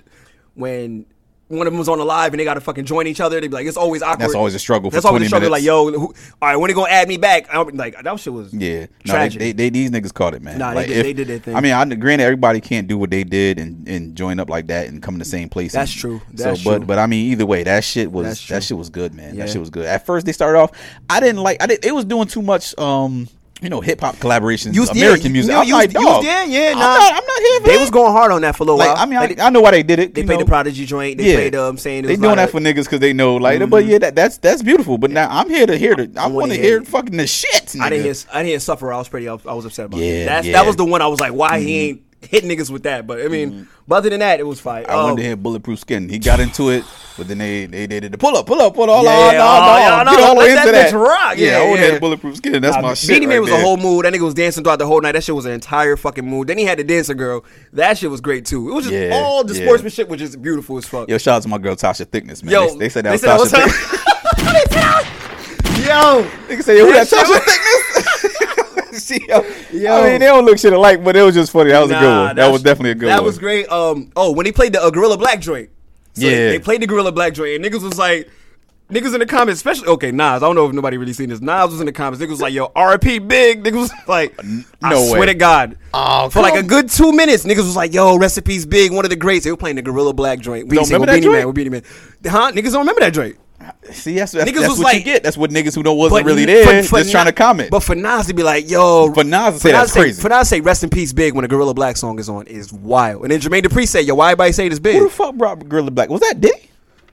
[SPEAKER 2] when one of them was on the live and they got to fucking join each other. They be like, it's always awkward.
[SPEAKER 3] That's always a struggle for
[SPEAKER 2] That's always a
[SPEAKER 3] 20
[SPEAKER 2] struggle.
[SPEAKER 3] minutes.
[SPEAKER 2] Like yo, who, all right, when they gonna add me back? I'm like that shit was
[SPEAKER 3] Yeah, no, they,
[SPEAKER 2] tragic.
[SPEAKER 3] they, they these niggas caught it, man.
[SPEAKER 2] Nah, they did- they did their thing.
[SPEAKER 3] I mean, I granted everybody can't do what they did and, and join up like that and come in the same place.
[SPEAKER 2] That's
[SPEAKER 3] and-
[SPEAKER 2] true. That's
[SPEAKER 3] so, but
[SPEAKER 2] true.
[SPEAKER 3] but I mean, either way, that shit was
[SPEAKER 2] That's true.
[SPEAKER 3] that shit was good, man.
[SPEAKER 2] Yeah.
[SPEAKER 3] That shit was good. At first, they started off. I didn't like. I did. It was doing too much. Um, you know, hip hop collaborations,
[SPEAKER 2] You was-
[SPEAKER 3] American
[SPEAKER 2] yeah,
[SPEAKER 3] music.
[SPEAKER 2] you-
[SPEAKER 3] I'm
[SPEAKER 2] you
[SPEAKER 3] like,
[SPEAKER 2] was- you was
[SPEAKER 3] dog,
[SPEAKER 2] there, yeah,
[SPEAKER 3] I'm,
[SPEAKER 2] nah.
[SPEAKER 3] not, I'm not here for
[SPEAKER 2] They
[SPEAKER 3] that.
[SPEAKER 2] was going hard on that for a little
[SPEAKER 3] Like,
[SPEAKER 2] while.
[SPEAKER 3] I mean,
[SPEAKER 2] They-
[SPEAKER 3] I, I know why they did it.
[SPEAKER 2] They
[SPEAKER 3] you
[SPEAKER 2] played
[SPEAKER 3] know.
[SPEAKER 2] the Prodigy joint. They played um saying it
[SPEAKER 3] they
[SPEAKER 2] was
[SPEAKER 3] doing
[SPEAKER 2] like- Mm-hmm.
[SPEAKER 3] that for niggas because they know like, but yeah, that, that's that's beautiful. But now I'm here to hear the. I,
[SPEAKER 2] wanna
[SPEAKER 3] want to
[SPEAKER 2] hear
[SPEAKER 3] hear,
[SPEAKER 2] it.
[SPEAKER 3] fucking the shit. Nigga.
[SPEAKER 2] I didn't hear I didn't hear suffer. I was pretty I was upset about.
[SPEAKER 3] Yeah,
[SPEAKER 2] it. That's,
[SPEAKER 3] yeah. Mm-hmm.
[SPEAKER 2] that was the one I was like, why he ain't hit niggas with that? But I mean, but other than that, it was Um, fine.
[SPEAKER 3] I wanted to hear bulletproof skin. He got into it, but then they they, they did the pull up, pull up, pull up,
[SPEAKER 2] Yeah, yeah,
[SPEAKER 3] all yeah,
[SPEAKER 2] oh, yeah,
[SPEAKER 3] all
[SPEAKER 2] no,
[SPEAKER 3] get all the
[SPEAKER 2] let
[SPEAKER 3] way into
[SPEAKER 2] that
[SPEAKER 3] that.
[SPEAKER 2] bitch rock.
[SPEAKER 3] Yeah,
[SPEAKER 2] Yeah,
[SPEAKER 3] I wanted to
[SPEAKER 2] yeah.
[SPEAKER 3] hear bulletproof skin. That's my shit.
[SPEAKER 2] Beanie
[SPEAKER 3] right
[SPEAKER 2] Man was
[SPEAKER 3] there.
[SPEAKER 2] a whole mood. That nigga was dancing throughout the whole night. That shit was an entire fucking mood. Then he had the dancer girl. That shit was great too. It was just
[SPEAKER 3] Yeah,
[SPEAKER 2] all the
[SPEAKER 3] yeah.
[SPEAKER 2] sportsmanship, which is beautiful as fuck.
[SPEAKER 3] Yo, shout out to my girl Tasha Thickness, man.
[SPEAKER 2] Yo,
[SPEAKER 3] they, they said that was
[SPEAKER 2] that
[SPEAKER 3] Tasha
[SPEAKER 2] was
[SPEAKER 3] Thickness.
[SPEAKER 2] her. Yo,
[SPEAKER 3] Nigga said, yo, who
[SPEAKER 2] That
[SPEAKER 3] that
[SPEAKER 2] shit
[SPEAKER 3] Tasha Thickness? See, yo,
[SPEAKER 2] Yo.
[SPEAKER 3] I mean, they don't look shit alike, but it was just funny. That was a good
[SPEAKER 2] Nah,
[SPEAKER 3] one. That
[SPEAKER 2] that's-
[SPEAKER 3] was definitely a good
[SPEAKER 2] that
[SPEAKER 3] one.
[SPEAKER 2] was great. Um, oh, when he played the uh, Gorilla Black joint. So
[SPEAKER 3] Yeah.
[SPEAKER 2] They, they played the Gorilla Black joint, and niggas was like, niggas in the comments, especially, okay, Nas, I don't know if nobody really seen this. Nas was in the comments. Niggas was like, yo, RP big. Niggas was like, I
[SPEAKER 3] no
[SPEAKER 2] swear
[SPEAKER 3] way.
[SPEAKER 2] to God.
[SPEAKER 3] Oh,
[SPEAKER 2] For like a
[SPEAKER 3] come-
[SPEAKER 2] good two minutes, niggas was like, yo, recipes big, one of the greats. They were playing the Gorilla Black joint. We
[SPEAKER 3] Don't
[SPEAKER 2] sing
[SPEAKER 3] remember
[SPEAKER 2] with
[SPEAKER 3] that
[SPEAKER 2] Beanie Man,
[SPEAKER 3] joint?
[SPEAKER 2] with Beanie Man. Huh? Niggas don't remember that joint.
[SPEAKER 3] See, that's, that's,
[SPEAKER 2] Niggas
[SPEAKER 3] that's
[SPEAKER 2] was
[SPEAKER 3] what
[SPEAKER 2] like-
[SPEAKER 3] you get. That's what niggas who don't wasn't
[SPEAKER 2] But
[SPEAKER 3] really
[SPEAKER 2] n-
[SPEAKER 3] there
[SPEAKER 2] for- for
[SPEAKER 3] just trying to
[SPEAKER 2] Nas-
[SPEAKER 3] comment.
[SPEAKER 2] But for Nas to be like, yo,
[SPEAKER 3] For Nas to say that's crazy.
[SPEAKER 2] For Nas to say rest in peace, big when a Gorilla Black song is on is wild. And then Jermaine Dupri say, yo, why everybody say this
[SPEAKER 3] who the
[SPEAKER 2] big?
[SPEAKER 3] fuck brought Gorilla Black? Was that Diddy?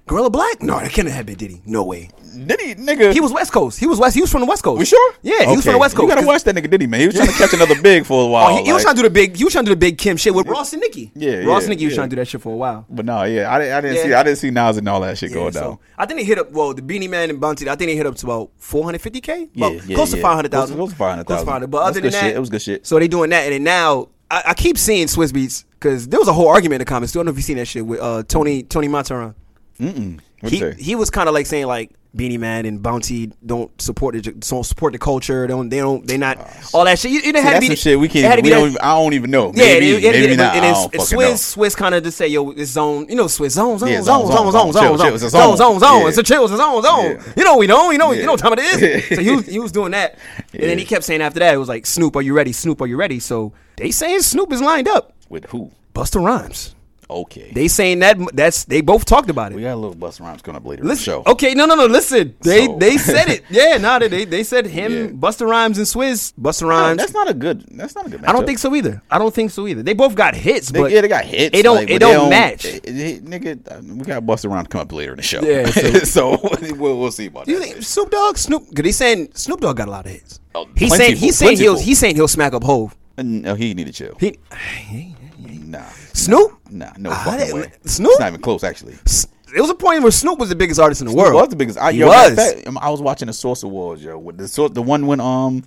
[SPEAKER 2] Gorilla Black? No, that couldn't have been Diddy. No way.
[SPEAKER 3] Diddy, nigga.
[SPEAKER 2] He was West Coast. He was West. He was from the West Coast.
[SPEAKER 3] We sure?
[SPEAKER 2] Yeah, he was from the
[SPEAKER 3] Okay.
[SPEAKER 2] West Coast.
[SPEAKER 3] You gotta
[SPEAKER 2] 'Cause-
[SPEAKER 3] watch that nigga Diddy, man. He was trying to catch another big for a
[SPEAKER 2] Oh,
[SPEAKER 3] while.
[SPEAKER 2] he, he was
[SPEAKER 3] like-
[SPEAKER 2] trying to do the big. He was trying to do the big Kim shit with Ross and Nicki.
[SPEAKER 3] Yeah,
[SPEAKER 2] Ross
[SPEAKER 3] yeah,
[SPEAKER 2] and Nicki was
[SPEAKER 3] yeah.
[SPEAKER 2] trying to do that shit for a while.
[SPEAKER 3] But no, yeah, I, di- I didn't
[SPEAKER 2] Yeah.
[SPEAKER 3] see, I didn't see Nas and all that shit
[SPEAKER 2] Yeah,
[SPEAKER 3] going
[SPEAKER 2] so
[SPEAKER 3] down.
[SPEAKER 2] I think they hit up. Well, the Beanie Man and Bounty. I think they hit up to about four hundred fifty k.
[SPEAKER 3] Yeah, yeah,
[SPEAKER 2] close to
[SPEAKER 3] yeah.
[SPEAKER 2] five hundred thousand.
[SPEAKER 3] Close to 500,000.
[SPEAKER 2] But
[SPEAKER 3] That's
[SPEAKER 2] other than
[SPEAKER 3] good
[SPEAKER 2] that,
[SPEAKER 3] shit. It was good shit.
[SPEAKER 2] So they doing that, and then now I, I keep seeing Swiss Beats because there was a whole argument in the comments. I don't know if you seen that shit with uh, Tony Tony Montaron.
[SPEAKER 3] What'd
[SPEAKER 2] He
[SPEAKER 3] you say?
[SPEAKER 2] he was kind of like saying like Beanie Man and Bounty don't support the don't support the culture. Don't they don't they not all that shit. You, you didn't
[SPEAKER 3] Ah, See,
[SPEAKER 2] have
[SPEAKER 3] that's
[SPEAKER 2] to be
[SPEAKER 3] some shit we
[SPEAKER 2] it had
[SPEAKER 3] can't.
[SPEAKER 2] to be
[SPEAKER 3] We
[SPEAKER 2] that-
[SPEAKER 3] don't. Even, I don't even know.
[SPEAKER 2] yeah,
[SPEAKER 3] maybe,
[SPEAKER 2] and, it-
[SPEAKER 3] maybe
[SPEAKER 2] and,
[SPEAKER 3] not.
[SPEAKER 2] and
[SPEAKER 3] I
[SPEAKER 2] it's,
[SPEAKER 3] don't
[SPEAKER 2] it's
[SPEAKER 3] fucking
[SPEAKER 2] Swizz,
[SPEAKER 3] know.
[SPEAKER 2] Swizz kind of just say, yo, it's zone, you know, Swizz, zone, zone,
[SPEAKER 3] Yeah,
[SPEAKER 2] zone,
[SPEAKER 3] zone,
[SPEAKER 2] zone, zone,
[SPEAKER 3] zone, zone,
[SPEAKER 2] zone,
[SPEAKER 3] chill,
[SPEAKER 2] zone,
[SPEAKER 3] chill, it's a
[SPEAKER 2] zone,
[SPEAKER 3] zone.
[SPEAKER 2] zone, zone,
[SPEAKER 3] Yeah.
[SPEAKER 2] it's a chill, it's a zone, zone.
[SPEAKER 3] Yeah.
[SPEAKER 2] You know, we know, you know, you
[SPEAKER 3] Yeah.
[SPEAKER 2] know what time it is. So he was, he was doing that. And then he kept saying after that, it was like, Snoop, are you ready? Snoop, are you ready? So they saying Snoop is lined up.
[SPEAKER 3] With who?
[SPEAKER 2] Busta Rhymes.
[SPEAKER 3] Okay.
[SPEAKER 2] They saying that, that's, they both talked about
[SPEAKER 3] we
[SPEAKER 2] it.
[SPEAKER 3] got a little bus rhymes coming up later in the
[SPEAKER 2] Listen,
[SPEAKER 3] show.
[SPEAKER 2] okay, no, no, no. Listen, they
[SPEAKER 3] So-
[SPEAKER 2] they said it. Yeah, no, they they said him,
[SPEAKER 3] Yeah.
[SPEAKER 2] Busta Rhymes and Swizz, Busta
[SPEAKER 3] No,
[SPEAKER 2] Rhymes.
[SPEAKER 3] that's not a good. That's not a good. Matchup.
[SPEAKER 2] I don't think so either. I don't think so either. They both got hits,
[SPEAKER 3] They,
[SPEAKER 2] but
[SPEAKER 3] yeah, they got hits.
[SPEAKER 2] It don't.
[SPEAKER 3] like,
[SPEAKER 2] it
[SPEAKER 3] but they
[SPEAKER 2] don't, match.
[SPEAKER 3] it- it- nigga, uh, we got bust around to come up later in the show.
[SPEAKER 2] Yeah,
[SPEAKER 3] so, we'll, we'll see about
[SPEAKER 2] you
[SPEAKER 3] that.
[SPEAKER 2] think Snoop Dogg? Snoop? Cause he's saying Snoop Dogg got a lot of hits.
[SPEAKER 3] Oh,
[SPEAKER 2] he's saying
[SPEAKER 3] plentiful,
[SPEAKER 2] he's saying he'll
[SPEAKER 3] plentiful.
[SPEAKER 2] he's saying he'll smack up Hove.
[SPEAKER 3] No, he need to chill.
[SPEAKER 2] He
[SPEAKER 3] nah,
[SPEAKER 2] Snoop.
[SPEAKER 3] nah, no
[SPEAKER 2] I
[SPEAKER 3] fucking
[SPEAKER 2] didn't-
[SPEAKER 3] way.
[SPEAKER 2] Ah, Snoop?
[SPEAKER 3] It's not even close, actually.
[SPEAKER 2] S- It was a point where Snoop was the biggest artist in the world.
[SPEAKER 3] He was the biggest. I,
[SPEAKER 2] He
[SPEAKER 3] yo,
[SPEAKER 2] was.
[SPEAKER 3] was. um, I was watching the Source Awards, yo. With the sort, the one when um,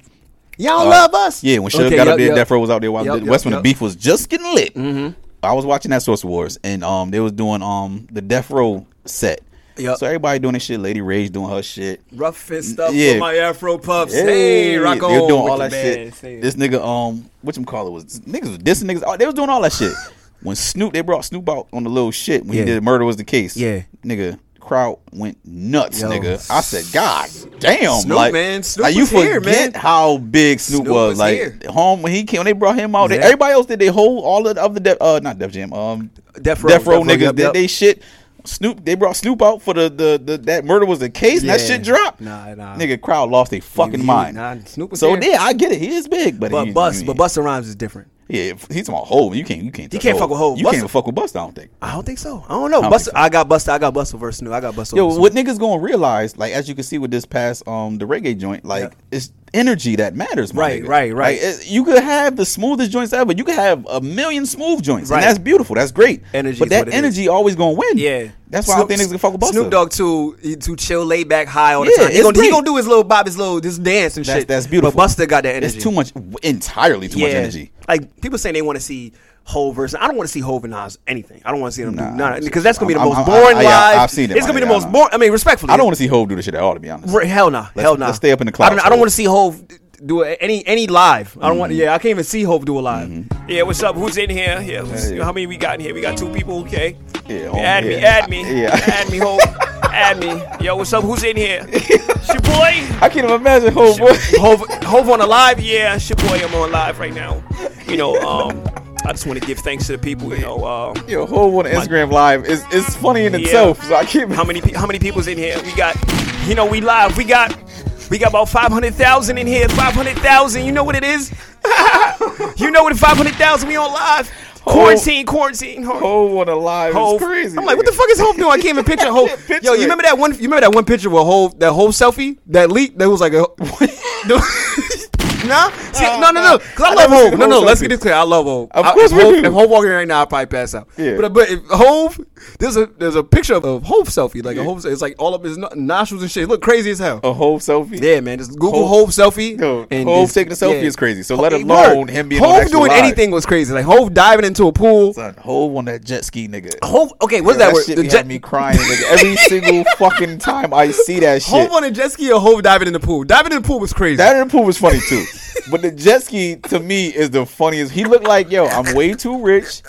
[SPEAKER 2] Y'all
[SPEAKER 3] uh,
[SPEAKER 2] love us.
[SPEAKER 3] Yeah, when Suge
[SPEAKER 2] Okay,
[SPEAKER 3] got
[SPEAKER 2] yup,
[SPEAKER 3] up there,
[SPEAKER 2] yup.
[SPEAKER 3] Death Row was out there. While
[SPEAKER 2] Yup,
[SPEAKER 3] the,
[SPEAKER 2] yup,
[SPEAKER 3] West when
[SPEAKER 2] yup. Mm-hmm.
[SPEAKER 3] the beef was just getting lit. I was watching that Source Awards, and um, they was doing um the Death Row set.
[SPEAKER 2] Yup.
[SPEAKER 3] So everybody doing this shit. Lady Rage doing her shit.
[SPEAKER 2] Rough and stuff
[SPEAKER 3] Mm, Yeah.
[SPEAKER 2] with my Afro puffs.
[SPEAKER 3] Yeah,
[SPEAKER 2] Hey, rock on.
[SPEAKER 3] They were doing all
[SPEAKER 2] with
[SPEAKER 3] that
[SPEAKER 2] the
[SPEAKER 3] shit.
[SPEAKER 2] bands. Hey.
[SPEAKER 3] This nigga, um, what you call it was niggas was dissing niggas. Oh, they was doing all that shit. when Snoop, they brought Snoop out on the little shit when
[SPEAKER 2] Yeah.
[SPEAKER 3] he did murder was the case.
[SPEAKER 2] Yeah.
[SPEAKER 3] nigga, crowd went nuts,
[SPEAKER 2] Yo.
[SPEAKER 3] nigga. I said, God damn,
[SPEAKER 2] Snoop,
[SPEAKER 3] like,
[SPEAKER 2] man. Snoop
[SPEAKER 3] like, you
[SPEAKER 2] was here,
[SPEAKER 3] forget
[SPEAKER 2] man.
[SPEAKER 3] how big Snoop,
[SPEAKER 2] Snoop
[SPEAKER 3] was.
[SPEAKER 2] was
[SPEAKER 3] Like
[SPEAKER 2] here.
[SPEAKER 3] home when he came, when they brought him out. they-
[SPEAKER 2] Yeah.
[SPEAKER 3] everybody else did they whole all of the other Def, uh not Def Jam, um,
[SPEAKER 2] Def Row,
[SPEAKER 3] Def Row
[SPEAKER 2] Def Row,
[SPEAKER 3] niggas
[SPEAKER 2] yup,
[SPEAKER 3] did
[SPEAKER 2] yup.
[SPEAKER 3] they shit. Snoop, they brought Snoop out for the the, the that murder was the case. and
[SPEAKER 2] Yeah.
[SPEAKER 3] That shit dropped.
[SPEAKER 2] Nah, nah.
[SPEAKER 3] Nigga, crowd lost their fucking
[SPEAKER 2] He- he-
[SPEAKER 3] mind.
[SPEAKER 2] nah, Snoop was
[SPEAKER 3] so
[SPEAKER 2] there.
[SPEAKER 3] yeah, I get it. He is big, but
[SPEAKER 2] But
[SPEAKER 3] he-
[SPEAKER 2] Bus,
[SPEAKER 3] he-
[SPEAKER 2] but Busta Rhymes is different.
[SPEAKER 3] yeah, if he's on hold. You can't, you can't. touch
[SPEAKER 2] can't fuck with Hov.
[SPEAKER 3] You
[SPEAKER 2] Busta-
[SPEAKER 3] can't even fuck with Busta. I don't think.
[SPEAKER 2] I don't think so. I don't know. I,
[SPEAKER 3] don't
[SPEAKER 2] Busta,
[SPEAKER 3] think so.
[SPEAKER 2] I got Busta. I got Busta versus Snoop. I got Busta.
[SPEAKER 3] Yo,
[SPEAKER 2] versus
[SPEAKER 3] what niggas gonna realize? Like as you can see with this past um the reggae joint, like it's energy that matters. my
[SPEAKER 2] Right,
[SPEAKER 3] nigga.
[SPEAKER 2] right, right.
[SPEAKER 3] Like, it- you could have the smoothest joints ever. You could have a million smooth joints,
[SPEAKER 2] Right.
[SPEAKER 3] and that's beautiful. That's great.
[SPEAKER 2] Energy
[SPEAKER 3] but
[SPEAKER 2] is
[SPEAKER 3] that
[SPEAKER 2] what it
[SPEAKER 3] energy always gonna win.
[SPEAKER 2] Yeah,
[SPEAKER 3] that's why I don't think niggas can fuck with Busta.
[SPEAKER 2] Snoop Dogg too, he too chill, laid back, high all the
[SPEAKER 3] Yeah,
[SPEAKER 2] time. He
[SPEAKER 3] it's
[SPEAKER 2] gonna, he
[SPEAKER 3] great.
[SPEAKER 2] gonna do his little bob, his little this dance and
[SPEAKER 3] That's
[SPEAKER 2] shit.
[SPEAKER 3] that's beautiful.
[SPEAKER 2] But Busta got that energy.
[SPEAKER 3] It's too much, entirely too much energy.
[SPEAKER 2] Like people saying they want to see Hove versus. I don't want to see Hove and Nas anything. I don't want to see them
[SPEAKER 3] Nah,
[SPEAKER 2] do none
[SPEAKER 3] I'm
[SPEAKER 2] because that's gonna be the
[SPEAKER 3] I'm-
[SPEAKER 2] most
[SPEAKER 3] I'm-
[SPEAKER 2] boring
[SPEAKER 3] I- I-
[SPEAKER 2] live.
[SPEAKER 3] I've seen it,
[SPEAKER 2] It's gonna
[SPEAKER 3] my
[SPEAKER 2] be the
[SPEAKER 3] nigga, I
[SPEAKER 2] most
[SPEAKER 3] know.
[SPEAKER 2] boring. I mean, respectfully,
[SPEAKER 3] I don't want to see Hov do this shit at all. To be honest,
[SPEAKER 2] Re- Hell nah.
[SPEAKER 3] Let's-
[SPEAKER 2] hell nah.
[SPEAKER 3] let's stay up in the clouds
[SPEAKER 2] I don't, I don't
[SPEAKER 3] first.
[SPEAKER 2] want to see Hove do a- any any live. I don't want.
[SPEAKER 3] Mm-hmm.
[SPEAKER 2] Yeah, I can't even see Hove do a live. Yeah, what's up? Who's in here? Yeah, who's-
[SPEAKER 3] Yeah, yeah.
[SPEAKER 2] how many we got in here? We got two people. Okay.
[SPEAKER 3] Yeah,
[SPEAKER 2] Yeah,
[SPEAKER 3] Hov,
[SPEAKER 2] add me.
[SPEAKER 3] yeah.
[SPEAKER 2] Add me.
[SPEAKER 3] Yeah.
[SPEAKER 2] Add me, Hove. add me. Yo, what's up? Who's in here? It's your boy.
[SPEAKER 3] I can't even imagine Hov.
[SPEAKER 2] Hove, Hove on the live? Yeah, it's your boy. I'm on live right now. You know, um, I just want to give thanks to the people. You know, um,
[SPEAKER 3] Yo, whole on Instagram Live is is funny in
[SPEAKER 2] Yeah.
[SPEAKER 3] itself. So I can't.
[SPEAKER 2] How many pe- how many people's in here? We got, you know, we live. We got we got about five hundred thousand in here. Five hundred thousand. You know what it is? you know what? Five hundred thousand. We on live. Quarantine, quarantine. Ho-
[SPEAKER 3] Whole on a live
[SPEAKER 2] Hove.
[SPEAKER 3] is crazy.
[SPEAKER 2] I'm like, what the fuck is Hove doing? I can't even picture Hove.
[SPEAKER 3] can't Oh, picture
[SPEAKER 2] Yo, you
[SPEAKER 3] it.
[SPEAKER 2] remember that one? You remember that one picture with Hove? That Hove selfie? That leak? That was like a. Nah, See, no, no, no. Cause I
[SPEAKER 3] Oh, I
[SPEAKER 2] love
[SPEAKER 3] never seen
[SPEAKER 2] Hove. No,
[SPEAKER 3] Hov
[SPEAKER 2] no. Let's
[SPEAKER 3] selfie.
[SPEAKER 2] get this clear. I love Hove.
[SPEAKER 3] Of
[SPEAKER 2] I-
[SPEAKER 3] course
[SPEAKER 2] if
[SPEAKER 3] we
[SPEAKER 2] Hov,
[SPEAKER 3] do.
[SPEAKER 2] If Hove walking right now, I probably pass out.
[SPEAKER 3] Yeah.
[SPEAKER 2] But but if Hove, there's a there's a picture of, of Hove selfie, like a Hove. It's like all up his no- nostrils and shit. Look crazy as hell.
[SPEAKER 3] A whole selfie.
[SPEAKER 2] Yeah, man. Just Google Hove, selfie.
[SPEAKER 3] Oh. Yo,
[SPEAKER 2] and
[SPEAKER 3] Hov
[SPEAKER 2] just-
[SPEAKER 3] taking a selfie is crazy. So let
[SPEAKER 2] It
[SPEAKER 3] alone
[SPEAKER 2] worked.
[SPEAKER 3] him being on
[SPEAKER 2] Hove
[SPEAKER 3] actual
[SPEAKER 2] doing
[SPEAKER 3] live.
[SPEAKER 2] anything was crazy. Like Hove diving into a pool.
[SPEAKER 3] Son, Hov on that jet ski, nigga.
[SPEAKER 2] Hove. Okay, what's
[SPEAKER 3] Yo,
[SPEAKER 2] that, word?
[SPEAKER 3] shit
[SPEAKER 2] The
[SPEAKER 3] be
[SPEAKER 2] jet-
[SPEAKER 3] having me crying nigga. every single fucking time I see that shit.
[SPEAKER 2] Hove on a jet ski or Hove diving in the pool. Diving in the pool was crazy.
[SPEAKER 3] That in the pool was funny too. but the jet ski to me is the funniest. He looked like, yo, I'm way too rich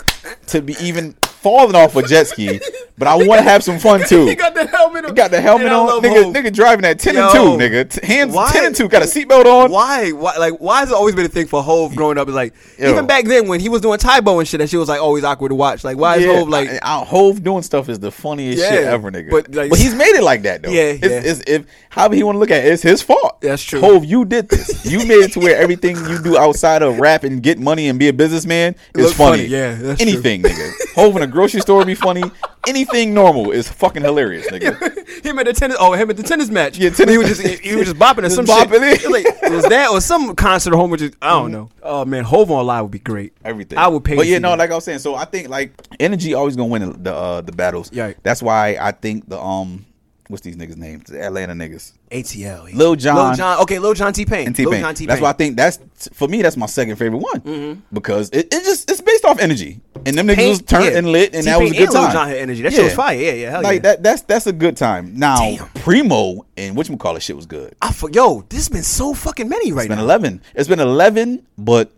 [SPEAKER 3] to be even falling off a jet ski, but I want to have some fun too.
[SPEAKER 2] he got the helmet
[SPEAKER 6] Get him.
[SPEAKER 3] Got the helmet
[SPEAKER 6] And I
[SPEAKER 3] on,
[SPEAKER 6] love
[SPEAKER 3] nigga.
[SPEAKER 6] Hope.
[SPEAKER 3] Nigga driving at ten
[SPEAKER 2] Yo,
[SPEAKER 3] and two, nigga. T- hands
[SPEAKER 2] why-
[SPEAKER 3] ten and two. Got a seatbelt on.
[SPEAKER 2] Why? Why? Like, why has it always been a thing for Hove growing up? It's like
[SPEAKER 3] Yo.
[SPEAKER 2] even back then when he was doing Tybo and shit, that shit was like always awkward to watch. Like, why is
[SPEAKER 3] Yeah,
[SPEAKER 2] Hove like?
[SPEAKER 3] I- I- Hove doing stuff is the funniest
[SPEAKER 2] Yeah,
[SPEAKER 3] shit ever, nigga. But,
[SPEAKER 2] but, like-
[SPEAKER 3] he's made it like that though.
[SPEAKER 2] Yeah,
[SPEAKER 3] it's,
[SPEAKER 2] yeah.
[SPEAKER 3] It's, if however he want to look at it, it's his fault.
[SPEAKER 2] That's true.
[SPEAKER 3] Hove, you did this. You made it to where everything you do outside of rap and get money and be a businessman is
[SPEAKER 2] Look
[SPEAKER 3] funny.
[SPEAKER 2] funny, yeah, that's true.
[SPEAKER 3] anything, nigga. Hove in a grocery store be funny. Anything normal is fucking hilarious, nigga.
[SPEAKER 2] him at the tennis. Oh, him at the tennis match.
[SPEAKER 3] Yeah,
[SPEAKER 2] When
[SPEAKER 3] tennis-
[SPEAKER 2] He was just he was just bopping at
[SPEAKER 3] Just
[SPEAKER 2] some
[SPEAKER 3] bopping
[SPEAKER 2] shit.
[SPEAKER 3] it. Mm-hmm.
[SPEAKER 2] Like, it was that or some concert or home? Which is, I don't know. Oh man, Hove on live would be great.
[SPEAKER 3] Everything.
[SPEAKER 2] I would pay.
[SPEAKER 3] But yeah,
[SPEAKER 2] to
[SPEAKER 3] no,
[SPEAKER 2] see that.
[SPEAKER 3] like I was saying. So I think like energy always gonna win the uh, the battles.
[SPEAKER 2] Right.
[SPEAKER 3] That's why I think the um, what's these niggas' names? The Atlanta niggas.
[SPEAKER 2] ATL. yeah.
[SPEAKER 3] Lil Jon.
[SPEAKER 2] Lil John. Okay, Lil John T Mm-hmm. Pain.
[SPEAKER 3] and T Pain. That's why I think that's for me. That's my second favorite one because it, it just it's based off energy, and them niggas
[SPEAKER 2] Pain-
[SPEAKER 3] was turned
[SPEAKER 2] yeah.
[SPEAKER 3] and lit, and that was a
[SPEAKER 2] T-Pain
[SPEAKER 3] good
[SPEAKER 2] and Lil
[SPEAKER 3] time.
[SPEAKER 2] Jon had energy. That shit was fire. Yeah, yeah, hell
[SPEAKER 3] like
[SPEAKER 2] yeah.
[SPEAKER 3] that. That's that's a good time. Now
[SPEAKER 2] Damn.
[SPEAKER 3] Primo and which call it shit was good.
[SPEAKER 2] I for, yo, this has been so fucking many right
[SPEAKER 3] It's been
[SPEAKER 2] now.
[SPEAKER 3] eleven. It's been eleven, but.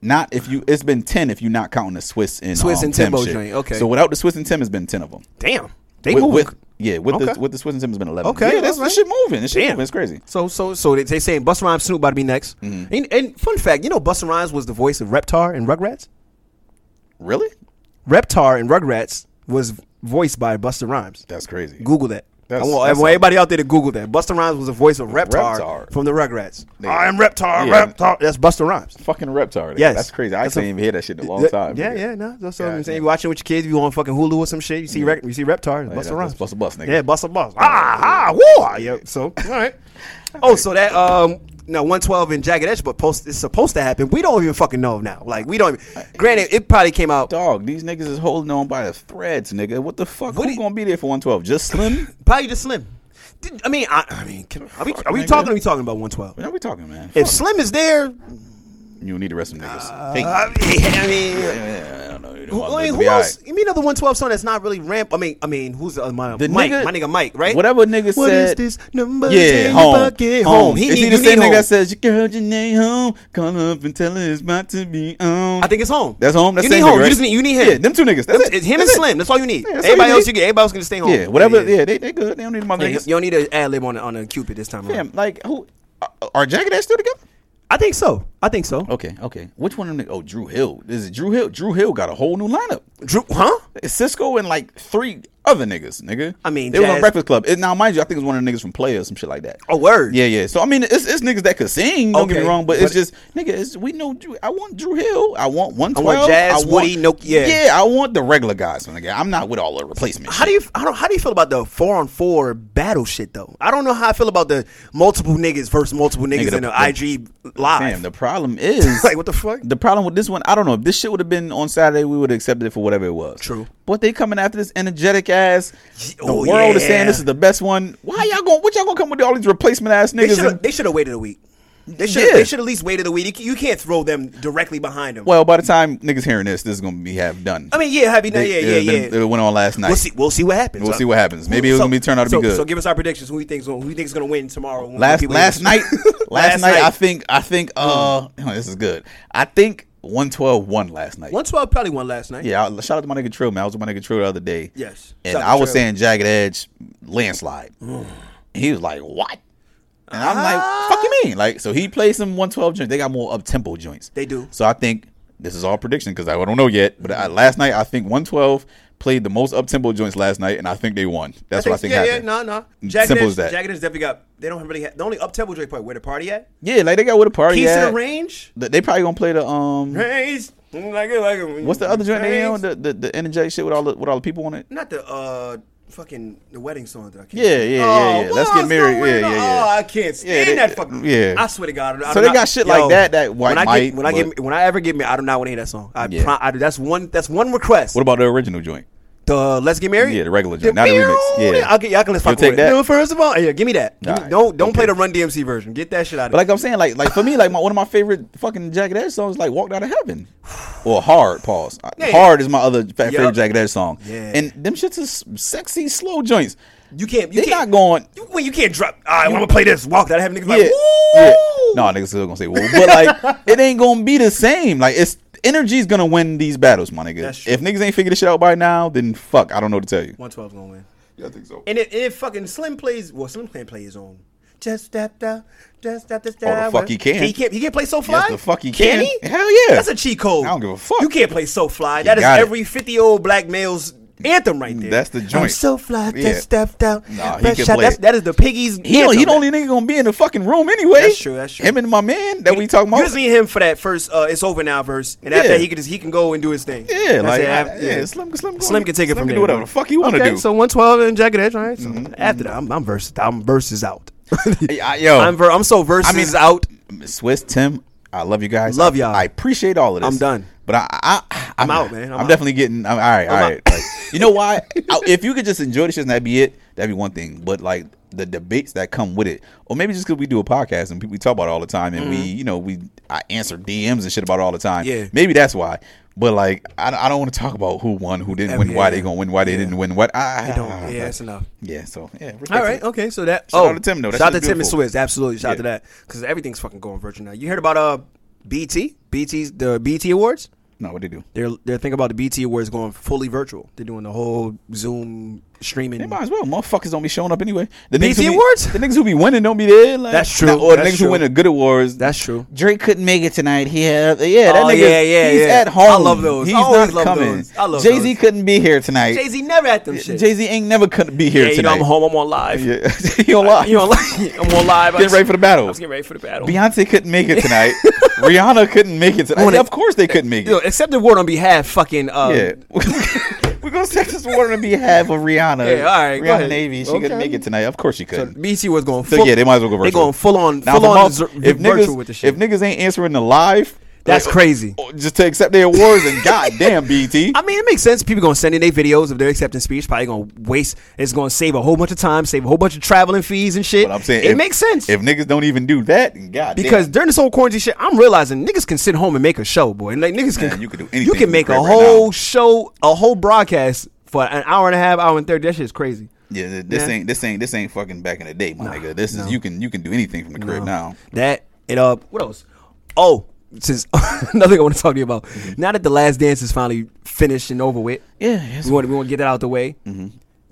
[SPEAKER 3] Not if you. It's been ten if you're not counting the Swiss and
[SPEAKER 2] Swiss
[SPEAKER 3] um,
[SPEAKER 2] and
[SPEAKER 3] Tim
[SPEAKER 2] Timbo
[SPEAKER 3] shit.
[SPEAKER 2] joint, okay.
[SPEAKER 3] So without the Swiss and Tim, it's been ten of them.
[SPEAKER 2] Damn, they
[SPEAKER 3] with,
[SPEAKER 2] moving.
[SPEAKER 3] with- yeah, with
[SPEAKER 2] Okay.
[SPEAKER 3] the with the Swiss and Tim, it's been eleven.
[SPEAKER 2] Okay,
[SPEAKER 3] yeah, this,
[SPEAKER 2] alright.
[SPEAKER 3] this shit moving. This shit
[SPEAKER 2] Damn.
[SPEAKER 3] moving. It's crazy.
[SPEAKER 2] So so so they, they saying Busta Rhymes Snoop about to be next.
[SPEAKER 3] Mm-hmm.
[SPEAKER 2] And, and fun fact, you know Busta Rhymes was the voice of Reptar and Rugrats.
[SPEAKER 3] Really?
[SPEAKER 6] Reptar and Rugrats was voiced by Buster Rhymes.
[SPEAKER 3] That's crazy.
[SPEAKER 6] Google that.
[SPEAKER 3] That's-
[SPEAKER 6] I want,
[SPEAKER 3] that's
[SPEAKER 6] I want everybody out there to Google that. Buster Rhymes was the voice of Reptar,
[SPEAKER 3] Reptar.
[SPEAKER 6] from the Rugrats.
[SPEAKER 3] Nigga.
[SPEAKER 6] I am Reptar,
[SPEAKER 3] Yeah.
[SPEAKER 6] Reptar. That's Buster Rhymes.
[SPEAKER 3] fucking Reptar. Yeah,
[SPEAKER 6] Yes.
[SPEAKER 3] That's crazy. I
[SPEAKER 6] That's
[SPEAKER 3] can't
[SPEAKER 6] a-
[SPEAKER 3] even hear that shit in a long
[SPEAKER 6] Yeah,
[SPEAKER 3] time.
[SPEAKER 6] Yeah,
[SPEAKER 3] nigga.
[SPEAKER 6] yeah, no. That's what
[SPEAKER 3] God
[SPEAKER 6] I'm saying.
[SPEAKER 3] damn.
[SPEAKER 6] You watching with your kids, you on fucking Hulu or some shit, you see Rep- you see Reptar,
[SPEAKER 3] that's-
[SPEAKER 6] Buster Rhymes.
[SPEAKER 3] that's Busta Bust, nigga.
[SPEAKER 6] Yeah, Buster Bust. Ah, ah, woo! ah, Yeah, so, all right.
[SPEAKER 2] Oh, so that um now 112 and Jagged Edge, but post it's supposed to happen. We don't even fucking know now. Like we don't. Even, granted, it probably came out
[SPEAKER 3] Dog, these niggas is holding on by the threads, nigga. What the fuck?
[SPEAKER 2] What
[SPEAKER 3] Who
[SPEAKER 2] it-
[SPEAKER 3] gonna be there for 112? Just Slim?
[SPEAKER 2] probably just Slim. Did- I mean, I, I mean, can, are we are we
[SPEAKER 3] nigga.
[SPEAKER 2] talking? Are we talking about 112?
[SPEAKER 3] what are we talking, man?
[SPEAKER 2] If Slim is there,
[SPEAKER 3] you need the rest of them niggas.
[SPEAKER 2] Uh, I mean, I mean,
[SPEAKER 3] yeah, I don't know. You know,
[SPEAKER 2] who, I
[SPEAKER 3] I'm
[SPEAKER 2] mean,
[SPEAKER 3] good to
[SPEAKER 2] who
[SPEAKER 3] be all
[SPEAKER 2] else?
[SPEAKER 3] right.
[SPEAKER 2] You mean another 112 song that's not really ramp? I mean, I mean, who's the other my,
[SPEAKER 3] The
[SPEAKER 2] Mike?
[SPEAKER 3] nigga-
[SPEAKER 2] my nigga Mike, right?
[SPEAKER 3] Whatever nigga
[SPEAKER 2] What is
[SPEAKER 3] said.
[SPEAKER 2] this number?
[SPEAKER 3] Yeah,
[SPEAKER 2] ten
[SPEAKER 3] home.
[SPEAKER 2] bucket?
[SPEAKER 3] home.
[SPEAKER 2] He
[SPEAKER 3] Is
[SPEAKER 2] need,
[SPEAKER 3] he
[SPEAKER 2] you
[SPEAKER 3] the
[SPEAKER 2] need
[SPEAKER 3] same nigga
[SPEAKER 2] home.
[SPEAKER 3] that says, your girl, your name home. Call up and tell her it's about to be on.
[SPEAKER 2] I think it's home.
[SPEAKER 3] That's home. That's
[SPEAKER 2] you
[SPEAKER 3] the
[SPEAKER 2] need
[SPEAKER 3] same nigga,
[SPEAKER 2] home.
[SPEAKER 3] right?
[SPEAKER 2] You, just need, you need him.
[SPEAKER 3] Yeah, them two niggas. That's
[SPEAKER 2] It's-
[SPEAKER 3] it.
[SPEAKER 2] it's him
[SPEAKER 3] That's
[SPEAKER 2] and
[SPEAKER 3] it.
[SPEAKER 2] Slim. That's all you need.
[SPEAKER 3] Yeah, that's all
[SPEAKER 2] everybody
[SPEAKER 3] you
[SPEAKER 2] else
[SPEAKER 3] need.
[SPEAKER 2] you get. Everybody else can just stay home.
[SPEAKER 3] Yeah, whatever. Yeah, they, they good. They don't need my
[SPEAKER 2] Yeah, you
[SPEAKER 3] niggas.
[SPEAKER 2] you don't need to ad lib on a- on a Cupid this time.
[SPEAKER 3] Damn,
[SPEAKER 2] around.
[SPEAKER 3] like who? are- Are Jagged Edge still together?
[SPEAKER 2] I think so. I think so.
[SPEAKER 3] Okay, okay. Which one of them? Oh, Drew Hill. Is it Drew Hill? Drew Hill got a whole new lineup.
[SPEAKER 2] Drew, huh?
[SPEAKER 3] It's Cisco and like three other niggas, nigga.
[SPEAKER 2] I mean,
[SPEAKER 3] they was on
[SPEAKER 2] Jazz-
[SPEAKER 3] Breakfast Club. And now, mind you, I think it was one of the niggas from Player or some shit like that.
[SPEAKER 2] A word.
[SPEAKER 3] Yeah, yeah. So I mean, it's, it's niggas that could sing. Don't get me
[SPEAKER 2] Okay,
[SPEAKER 3] wrong, but,
[SPEAKER 2] but-
[SPEAKER 3] it's just nigga. It's, we know. Drew, I want Drew Hill. I want one twelve.
[SPEAKER 2] Jazz, Woody, no- yeah.
[SPEAKER 3] yeah. I want the regular guys, my nigga. I'm not with all the replacements.
[SPEAKER 2] How do you I don't, how do you feel about the four on four battle shit though? I don't know how I feel about the multiple niggas versus multiple niggas
[SPEAKER 3] Nigga, the-
[SPEAKER 2] in the,
[SPEAKER 3] the-
[SPEAKER 2] IG live.
[SPEAKER 3] Damn, the problem is
[SPEAKER 2] Ah. Like, what the fuck?
[SPEAKER 3] The problem with this one, I don't know. If this shit would have been on Saturday, we would have accepted it for whatever it was.
[SPEAKER 2] True.
[SPEAKER 3] But they coming after this energetic ass. The
[SPEAKER 2] Oh,
[SPEAKER 3] world is saying
[SPEAKER 2] yeah.
[SPEAKER 3] this is the best one. Why y'all going? What y'all gonna come with all these replacement ass
[SPEAKER 2] They
[SPEAKER 3] niggas?
[SPEAKER 2] should
[SPEAKER 3] and-
[SPEAKER 2] they should have waited a week. They should
[SPEAKER 3] Yeah.
[SPEAKER 2] they should at least waited a week. You ca- You can't throw them directly behind them.
[SPEAKER 3] well, by the time niggas hearing this, this is gonna be half done.
[SPEAKER 2] I mean, yeah, happy no,
[SPEAKER 3] They-
[SPEAKER 2] yeah,
[SPEAKER 3] it
[SPEAKER 2] yeah, yeah.
[SPEAKER 3] been- It went on last night.
[SPEAKER 2] We'll see. We'll see what happens.
[SPEAKER 3] We'll see what happens. Maybe it was gonna be- turn out to be
[SPEAKER 2] so-
[SPEAKER 3] good.
[SPEAKER 2] So give us our predictions. Who you think's gonna, who you think's gonna win tomorrow? when
[SPEAKER 3] last
[SPEAKER 2] people-
[SPEAKER 3] last night last, night, I think I think uh
[SPEAKER 2] Mm.
[SPEAKER 3] this is good. I think 112 won last night.
[SPEAKER 2] one twelve probably won last night.
[SPEAKER 3] Yeah, I, shout out to my nigga Trill, man. I was with my nigga Trill the other day.
[SPEAKER 2] Yes.
[SPEAKER 3] And
[SPEAKER 2] Shout out
[SPEAKER 3] I
[SPEAKER 2] to
[SPEAKER 3] was
[SPEAKER 2] Trill. Mm.
[SPEAKER 3] saying Jagged Edge landslide. he was like, what? And I'm like, fuck
[SPEAKER 2] Ah.
[SPEAKER 3] you mean? Like, so he played some 112 joints. They got more up tempo joints.
[SPEAKER 2] They do.
[SPEAKER 3] So I think this is all prediction because I don't know yet. But I, last night, I think 112 played the most up tempo joints last night, and I think they won. That's what I think
[SPEAKER 2] yeah,
[SPEAKER 3] happened.
[SPEAKER 2] yeah, no, no.
[SPEAKER 3] Mm,
[SPEAKER 2] Jagged
[SPEAKER 3] Simple
[SPEAKER 2] Edge-
[SPEAKER 3] as that.
[SPEAKER 2] Jagged Edge definitely got. They don't really. Have, the only up tempo joint part where the party at.
[SPEAKER 3] Yeah, like they got with a party.
[SPEAKER 2] Keys to
[SPEAKER 3] at.
[SPEAKER 2] the range.
[SPEAKER 3] They they probably gonna play the um.
[SPEAKER 2] Raise. Like it, like it.
[SPEAKER 3] What's the other joint they
[SPEAKER 2] Raise.
[SPEAKER 3] on the the, the NJ shit with all the with all the people on it?
[SPEAKER 2] Not the uh fucking the wedding song that I can't.
[SPEAKER 3] Yeah, yeah,
[SPEAKER 2] Oh,
[SPEAKER 3] yeah, yeah. Let's
[SPEAKER 2] well,
[SPEAKER 3] get
[SPEAKER 2] it's
[SPEAKER 3] married.
[SPEAKER 2] nowhere
[SPEAKER 3] Yeah,
[SPEAKER 2] to-
[SPEAKER 3] yeah, yeah.
[SPEAKER 2] Oh, I can't stand
[SPEAKER 3] they-
[SPEAKER 2] that fucking.
[SPEAKER 3] yeah.
[SPEAKER 2] I swear to God. I
[SPEAKER 3] So
[SPEAKER 2] do
[SPEAKER 3] they
[SPEAKER 2] not-
[SPEAKER 3] got shit like
[SPEAKER 2] Yo,
[SPEAKER 3] that, that White
[SPEAKER 2] when I
[SPEAKER 3] Mike,
[SPEAKER 2] get, when I
[SPEAKER 3] but-
[SPEAKER 2] get when I ever get married, I do not want to hear that song. I,
[SPEAKER 3] Yeah.
[SPEAKER 2] pro- I that's one that's one request.
[SPEAKER 3] What about the original joint?
[SPEAKER 2] the Let's Get Married?
[SPEAKER 3] Yeah, the regular joint, not the remix. Yeah.
[SPEAKER 2] I'll get, y'all can let's
[SPEAKER 3] You'll
[SPEAKER 2] fuck
[SPEAKER 3] take
[SPEAKER 2] with
[SPEAKER 3] that?
[SPEAKER 2] it. No, first of all, yeah, give me that. Give me-
[SPEAKER 3] Alright,
[SPEAKER 2] don't don't play
[SPEAKER 3] okay.
[SPEAKER 2] the Run DMC version. Get that shit out of
[SPEAKER 3] But like I'm saying, like like for me, like my, one of my favorite fucking Jagged Edge songs, is like "Walked Out of Heaven," or "Hard." Pause.
[SPEAKER 2] yeah.
[SPEAKER 3] "Hard" is my other fa- favorite
[SPEAKER 2] Yup.
[SPEAKER 3] Jagged Edge song.
[SPEAKER 2] Yeah.
[SPEAKER 3] And them shits is sexy slow joints.
[SPEAKER 2] You can't. You
[SPEAKER 3] They
[SPEAKER 2] can't,
[SPEAKER 3] not going-
[SPEAKER 2] You, well, you can't drop. All right, I'm gonna play this. Walk that. I have niggas
[SPEAKER 3] yeah.
[SPEAKER 2] like.
[SPEAKER 3] yeah.
[SPEAKER 2] Woo!
[SPEAKER 3] No, niggas still gonna say "woo," but like it ain't gonna be the same. Like it's energy's gonna win these battles, my nigga.
[SPEAKER 2] That's true.
[SPEAKER 3] If niggas ain't figure this shit out by now, then fuck, I don't know what to tell you.
[SPEAKER 2] 112's gonna win.
[SPEAKER 3] Yeah, I think so.
[SPEAKER 2] And if, and if fucking Slim plays, well, Slim can't play his own. Just step down, just step this
[SPEAKER 3] Oh, the
[SPEAKER 2] down.
[SPEAKER 3] fuck he can.
[SPEAKER 2] He can't. He can't play So Fly.
[SPEAKER 3] Yes, the fuck he
[SPEAKER 2] Can
[SPEAKER 3] can.
[SPEAKER 2] he?
[SPEAKER 3] Hell yeah.
[SPEAKER 2] That's a cheat code.
[SPEAKER 3] I don't give a fuck.
[SPEAKER 2] You can't play So Fly. That is
[SPEAKER 3] got it.
[SPEAKER 2] every fifty-year-old black male's anthem right there.
[SPEAKER 3] That's the joint.
[SPEAKER 2] I'm so fly.
[SPEAKER 3] Yeah.
[SPEAKER 2] Just step down.
[SPEAKER 3] Nah, he
[SPEAKER 2] Best
[SPEAKER 3] can
[SPEAKER 2] shot.
[SPEAKER 3] play
[SPEAKER 2] That's,
[SPEAKER 3] it.
[SPEAKER 2] that is the piggies.
[SPEAKER 3] He, don't- he the only nigga gonna be in the fucking room anyway.
[SPEAKER 2] That's true, that's true.
[SPEAKER 3] Him and my man that we talking about.
[SPEAKER 2] You just need him for that first. Uh, it's over now verse, and after
[SPEAKER 3] Yeah.
[SPEAKER 2] that he can just he can go and do his thing.
[SPEAKER 3] yeah,
[SPEAKER 2] That's
[SPEAKER 3] like
[SPEAKER 2] it.
[SPEAKER 3] I-
[SPEAKER 2] Af-
[SPEAKER 3] yeah. Slim, Slim, go
[SPEAKER 2] Slim
[SPEAKER 3] on.
[SPEAKER 2] can take it
[SPEAKER 3] Slim
[SPEAKER 2] from
[SPEAKER 3] can
[SPEAKER 2] there.
[SPEAKER 3] do whatever the fuck he want to
[SPEAKER 2] okay,
[SPEAKER 3] do. Mm-hmm,
[SPEAKER 2] So one twelve and Jagged Edge, right? So after that, I'm, I'm versus. I'm versus out.
[SPEAKER 3] Hey, I- yo,
[SPEAKER 2] I'm ver- I'm so versus
[SPEAKER 3] Oh. I mean,
[SPEAKER 2] out.
[SPEAKER 3] Swiss Tim, I love you guys.
[SPEAKER 2] Love
[SPEAKER 3] I-
[SPEAKER 2] y'all.
[SPEAKER 3] I appreciate all of this.
[SPEAKER 2] I'm done.
[SPEAKER 3] But I, I, I I'm,
[SPEAKER 2] out, man. I'm
[SPEAKER 3] I'm,
[SPEAKER 2] out.
[SPEAKER 3] definitely getting. I'm, all right, all right. Like, you know why? I- if you could just enjoy the shit, and that'd be it. That'd be one thing. But like the debates that come with it, or maybe just because we do a podcast and pe- we talk about it all the time, and we, you know, we I answer DMs and shit about it all the time.
[SPEAKER 2] Mm-hmm. Yeah.
[SPEAKER 3] Maybe that's why. But like, I, I don't want to talk about who won, who didn't win,
[SPEAKER 2] yeah,
[SPEAKER 3] why
[SPEAKER 2] yeah.
[SPEAKER 3] they gonna win, why they didn't win, what. ah. I,
[SPEAKER 2] Don't-
[SPEAKER 3] I-
[SPEAKER 2] yeah, that's enough.
[SPEAKER 3] yeah. So yeah.
[SPEAKER 2] All right, okay, so that
[SPEAKER 3] Shout
[SPEAKER 2] oh,
[SPEAKER 3] out to Tim, though. That
[SPEAKER 2] Shout out to
[SPEAKER 3] shit is
[SPEAKER 2] Tim and
[SPEAKER 3] beautiful.
[SPEAKER 2] Swizz, absolutely. Shout out to
[SPEAKER 3] Yeah.
[SPEAKER 2] that because everything's fucking going virtual now. You heard about uh BT, BT's the BT Awards?
[SPEAKER 3] No, what they do?
[SPEAKER 2] They're they're thinking about the BT Awards going fully virtual. They're doing the whole Zoom streaming.
[SPEAKER 3] They might as well. Motherfuckers don't be showing up anyway. The
[SPEAKER 2] BET
[SPEAKER 3] niggas who be,
[SPEAKER 2] Awards?
[SPEAKER 3] The niggas who be winning don't be there. Like,
[SPEAKER 2] That's true.
[SPEAKER 3] Nah, Or the
[SPEAKER 2] That's
[SPEAKER 3] niggas
[SPEAKER 2] true.
[SPEAKER 3] who win the good awards.
[SPEAKER 2] That's true.
[SPEAKER 3] Drake couldn't make it tonight. He had, yeah, that
[SPEAKER 2] Oh,
[SPEAKER 3] nigga.
[SPEAKER 2] yeah, yeah,
[SPEAKER 3] he's
[SPEAKER 2] yeah.
[SPEAKER 3] at home.
[SPEAKER 2] I love those.
[SPEAKER 3] He's
[SPEAKER 2] I always
[SPEAKER 3] not
[SPEAKER 2] love
[SPEAKER 3] coming.
[SPEAKER 2] those. I love
[SPEAKER 3] Jay Z
[SPEAKER 2] those.
[SPEAKER 3] couldn't be here tonight.
[SPEAKER 2] Jay Z never at them shit.
[SPEAKER 3] Jay Z ain't never couldn't be here
[SPEAKER 2] yeah, you know
[SPEAKER 3] tonight.
[SPEAKER 2] I'm home. I'm on live.
[SPEAKER 3] Yeah. you don't lie.
[SPEAKER 2] You know, like, I'm on live. I
[SPEAKER 3] Getting
[SPEAKER 2] just-
[SPEAKER 3] ready for the
[SPEAKER 2] I
[SPEAKER 3] battle.
[SPEAKER 2] was getting ready for the battle.
[SPEAKER 3] Beyonce couldn't make it tonight. Rihanna couldn't make it tonight.
[SPEAKER 2] Wanna-
[SPEAKER 3] Yeah, of course they couldn't make
[SPEAKER 2] Yo,
[SPEAKER 3] it.
[SPEAKER 2] accept the award on behalf. Fucking uh,
[SPEAKER 3] Yeah. We're gonna set this water on behalf of Rihanna.
[SPEAKER 2] Yeah, all right, go
[SPEAKER 3] Rihanna
[SPEAKER 2] ahead.
[SPEAKER 3] Navy. She couldn't make it tonight. Of course she couldn't.
[SPEAKER 2] BT was going.
[SPEAKER 3] So
[SPEAKER 2] full,
[SPEAKER 3] yeah, they might as well go
[SPEAKER 2] They
[SPEAKER 3] virtual.
[SPEAKER 2] going full on,
[SPEAKER 3] Now,
[SPEAKER 2] full on
[SPEAKER 3] if,
[SPEAKER 2] vir-
[SPEAKER 3] I'm off- if
[SPEAKER 2] virtual
[SPEAKER 3] niggas,
[SPEAKER 2] with the shit.
[SPEAKER 3] If niggas ain't answering the live,
[SPEAKER 2] That's crazy.
[SPEAKER 3] oh, Just to accept their awards and goddamn BT.
[SPEAKER 2] I mean, it makes sense. People gonna send in their videos if they're accepting speech. Probably gonna waste. It's gonna save a whole bunch of time, save a whole bunch of traveling fees and shit.
[SPEAKER 3] But I'm saying
[SPEAKER 2] it
[SPEAKER 3] if-
[SPEAKER 2] makes sense
[SPEAKER 3] If niggas don't even do that, goddamn.
[SPEAKER 2] because during this whole quarantine shit, I'm realizing niggas can sit home and make a show, boy. And like niggas can,
[SPEAKER 3] Man, you can do
[SPEAKER 2] You
[SPEAKER 3] anything
[SPEAKER 2] can
[SPEAKER 3] in
[SPEAKER 2] make
[SPEAKER 3] the
[SPEAKER 2] a
[SPEAKER 3] crib right
[SPEAKER 2] whole
[SPEAKER 3] now.
[SPEAKER 2] show, a whole broadcast for an hour and a half, hour and thirty. That shit is crazy.
[SPEAKER 3] yeah, th- this
[SPEAKER 2] Nah.
[SPEAKER 3] ain't this ain't this ain't fucking back in the day, my nigga. This is you can you can do anything from the crib now.
[SPEAKER 2] That it uh what else? Oh, since another thing I want to talk to you about. Now that the last dance is finally finished and over with,
[SPEAKER 3] Yeah, yes.
[SPEAKER 2] we want we want to get that out the way.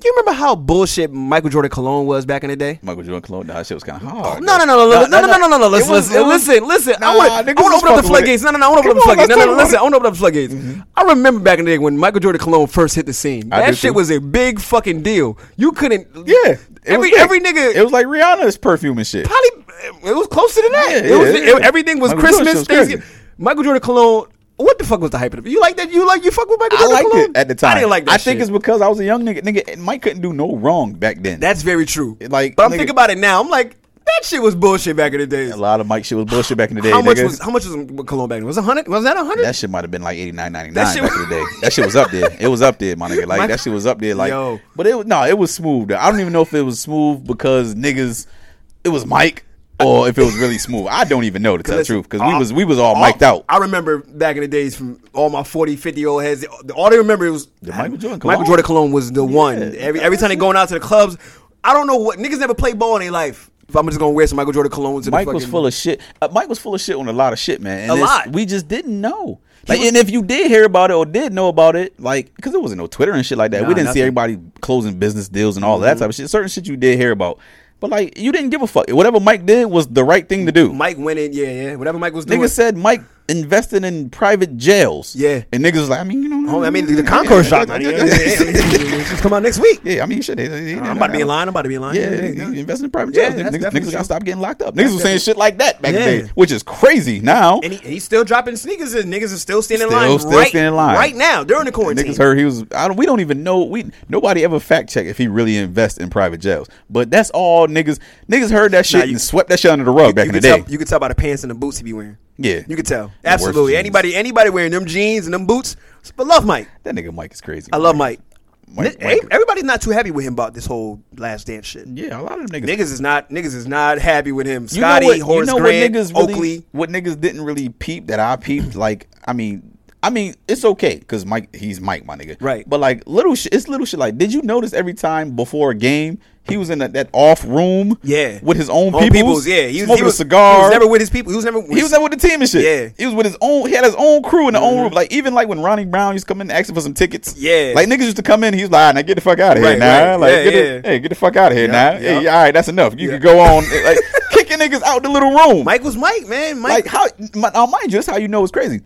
[SPEAKER 2] You remember how bullshit Michael Jordan cologne was back in the day?
[SPEAKER 3] Michael Jordan Cologne, nah, that shit was kind of hard.
[SPEAKER 2] Oh, No, no, no, no, no, no, no, no, no, no, no. Listen, listen, listen, listen. I want to open up the floodgates. No, no, no. I want to open up the floodgates. No, no, no. Listen, I want to open up the floodgates. I remember back in the day when Michael Jordan Cologne first hit the scene.
[SPEAKER 3] I
[SPEAKER 2] That
[SPEAKER 3] do
[SPEAKER 2] shit
[SPEAKER 3] too.
[SPEAKER 2] was a big fucking deal. You couldn't.
[SPEAKER 3] Yeah, it was
[SPEAKER 2] Every
[SPEAKER 3] big.
[SPEAKER 2] every nigga.
[SPEAKER 3] It was like Rihanna's perfume and shit.
[SPEAKER 2] probably it was closer than that.
[SPEAKER 3] Yeah,
[SPEAKER 2] it
[SPEAKER 3] yeah,
[SPEAKER 2] was
[SPEAKER 3] yeah.
[SPEAKER 2] it- everything was
[SPEAKER 3] Michael Jordan
[SPEAKER 2] Christmas,
[SPEAKER 3] was crazy.
[SPEAKER 2] Thanksgiving. Michael Jordan cologne. What the fuck was the hype of it? You like that? You like you fuck with Michael
[SPEAKER 3] I
[SPEAKER 2] Jordan
[SPEAKER 3] liked
[SPEAKER 2] cologne?
[SPEAKER 3] it at the time.
[SPEAKER 2] I didn't like that.
[SPEAKER 3] I think
[SPEAKER 2] shit.
[SPEAKER 3] it's because I was a young nigga. Nigga, Mike couldn't do no wrong back then.
[SPEAKER 2] that's very true.
[SPEAKER 3] Like,
[SPEAKER 2] but I'm
[SPEAKER 3] nigga-
[SPEAKER 2] thinking about it now. I'm like that shit was bullshit back in the days.
[SPEAKER 3] a lot of Mike shit was bullshit back in the day.
[SPEAKER 2] How much
[SPEAKER 3] nigga.
[SPEAKER 2] was how much was cologne back then? Was it hundred? Was that hundred?
[SPEAKER 3] That shit might have been like eighty nine ninety
[SPEAKER 2] That
[SPEAKER 3] nine
[SPEAKER 2] shit
[SPEAKER 3] back in the day. That shit was up there. It was up there, my nigga. Like
[SPEAKER 2] My-
[SPEAKER 3] that shit was up there. Like,
[SPEAKER 2] Yo.
[SPEAKER 3] but it was no, it was smooth. though. I don't even know if it was smooth because niggas, it was Mike, or if it was really smooth. I don't even know to tell the
[SPEAKER 2] Listen,
[SPEAKER 3] truth because we
[SPEAKER 2] all-
[SPEAKER 3] was we was all
[SPEAKER 2] all-
[SPEAKER 3] mic'd out.
[SPEAKER 2] I remember back in the days from all my 40, 50 year old heads. All they remember was
[SPEAKER 3] The Michael Jordan
[SPEAKER 2] Michael
[SPEAKER 3] cologne.
[SPEAKER 2] Jordan cologne was the one.
[SPEAKER 3] Yeah.
[SPEAKER 2] Every every time they going out to the clubs, I don't know what niggas never played ball in their life. If I'm just gonna wear some Michael Jordan cologne to
[SPEAKER 3] Mike
[SPEAKER 2] the
[SPEAKER 3] was
[SPEAKER 2] fucking-
[SPEAKER 3] full of shit. Uh, Mike was full of shit on a lot of shit, man. And
[SPEAKER 2] A
[SPEAKER 3] it's-
[SPEAKER 2] lot.
[SPEAKER 3] We just didn't know. Like, and if you did hear about it or did know about it, like, because there wasn't no Twitter and shit like that.
[SPEAKER 2] Nah,
[SPEAKER 3] we didn't
[SPEAKER 2] nothing. Mm-hmm.
[SPEAKER 3] see everybody closing business deals and all that type of shit. Certain shit you did hear about, but like, you didn't give a fuck. Whatever Mike did was the right thing to do.
[SPEAKER 2] Mike went in, yeah, yeah. Whatever Mike was doing.
[SPEAKER 3] Niggas said Mike invested in private jails.
[SPEAKER 2] Yeah.
[SPEAKER 3] and niggas was like, I mean, you know,
[SPEAKER 2] Oh, I mean, the Concord shop. man. Yeah, yeah, yeah. Just come out next week.
[SPEAKER 3] yeah, I mean, shit. they- they-
[SPEAKER 2] I'm about to be in line. I'm about to be in line.
[SPEAKER 3] Yeah,
[SPEAKER 2] yeah,
[SPEAKER 3] they-
[SPEAKER 2] yeah.
[SPEAKER 3] they invest in private
[SPEAKER 2] Yeah,
[SPEAKER 3] jails.
[SPEAKER 2] that's
[SPEAKER 3] niggas
[SPEAKER 2] definitely
[SPEAKER 3] niggas
[SPEAKER 2] true.
[SPEAKER 3] got to stop getting locked up. Niggas was saying shit like that back
[SPEAKER 2] Yeah.
[SPEAKER 3] in the day, which is crazy now.
[SPEAKER 2] And he, he's still dropping sneakers, and niggas are still standing in
[SPEAKER 3] Still-
[SPEAKER 2] line.
[SPEAKER 3] still
[SPEAKER 2] right,
[SPEAKER 3] standing in line.
[SPEAKER 2] right now during the quarantine.
[SPEAKER 3] Niggas heard he was. I don't. We don't even know. We nobody ever fact check if he really invests in private jails. But that's all niggas. Niggas heard that shit
[SPEAKER 2] you-
[SPEAKER 3] and swept that shit under the rug back
[SPEAKER 2] you
[SPEAKER 3] in the
[SPEAKER 2] could
[SPEAKER 3] day.
[SPEAKER 2] Tell, you could tell by the pants and the boots he be wearing.
[SPEAKER 3] Yeah.
[SPEAKER 2] you could tell.
[SPEAKER 3] The worst
[SPEAKER 2] Absolutely.
[SPEAKER 3] jeans.
[SPEAKER 2] Anybody, anybody wearing them jeans and them boots. But love Mike.
[SPEAKER 3] that nigga Mike is crazy.
[SPEAKER 2] I love Mike.
[SPEAKER 3] Mike-
[SPEAKER 2] Ni-
[SPEAKER 3] Mike-
[SPEAKER 2] Everybody's not too happy with him about this whole last dance shit.
[SPEAKER 3] Yeah, a lot of them niggas.
[SPEAKER 2] Niggas is not. Niggas is not happy with him.
[SPEAKER 3] You know
[SPEAKER 2] Scotty,
[SPEAKER 3] what- you
[SPEAKER 2] Horace
[SPEAKER 3] know what
[SPEAKER 2] Grant,
[SPEAKER 3] niggas really-
[SPEAKER 2] Oakley.
[SPEAKER 3] What niggas didn't really peep that I peeped. Like I mean, I mean, it's okay because Mike, he's Mike, my nigga.
[SPEAKER 7] Right.
[SPEAKER 3] But like little shit, it's little shit. Like, did you notice every time before a game he was in that, that off room?
[SPEAKER 8] Yeah.
[SPEAKER 3] With his own,
[SPEAKER 8] Own
[SPEAKER 3] peoples,
[SPEAKER 8] peoples, yeah. He was-
[SPEAKER 3] smoking
[SPEAKER 8] he was-
[SPEAKER 3] a cigar.
[SPEAKER 8] he was never with his people. He was never-
[SPEAKER 3] He was never with the team and shit.
[SPEAKER 8] Yeah. Mm-hmm.
[SPEAKER 3] He was with his own. He had his own crew in the own room. Like even like when Ronnie Brown used to come in asking for some tickets.
[SPEAKER 8] Yeah.
[SPEAKER 3] Like niggas used to come in. He was like, ah, now get the fuck out of here
[SPEAKER 8] Right,
[SPEAKER 3] now.
[SPEAKER 8] right.
[SPEAKER 3] Like,
[SPEAKER 8] Yeah,
[SPEAKER 3] get
[SPEAKER 8] yeah.
[SPEAKER 3] The, hey, get the fuck out of here now. Hey, all right, that's enough. You
[SPEAKER 8] Yeah.
[SPEAKER 3] can go on. like kicking niggas out the little room.
[SPEAKER 8] Mike was Mike, man. Mike.
[SPEAKER 3] Like how? My, now mind you, that's how you know it's crazy.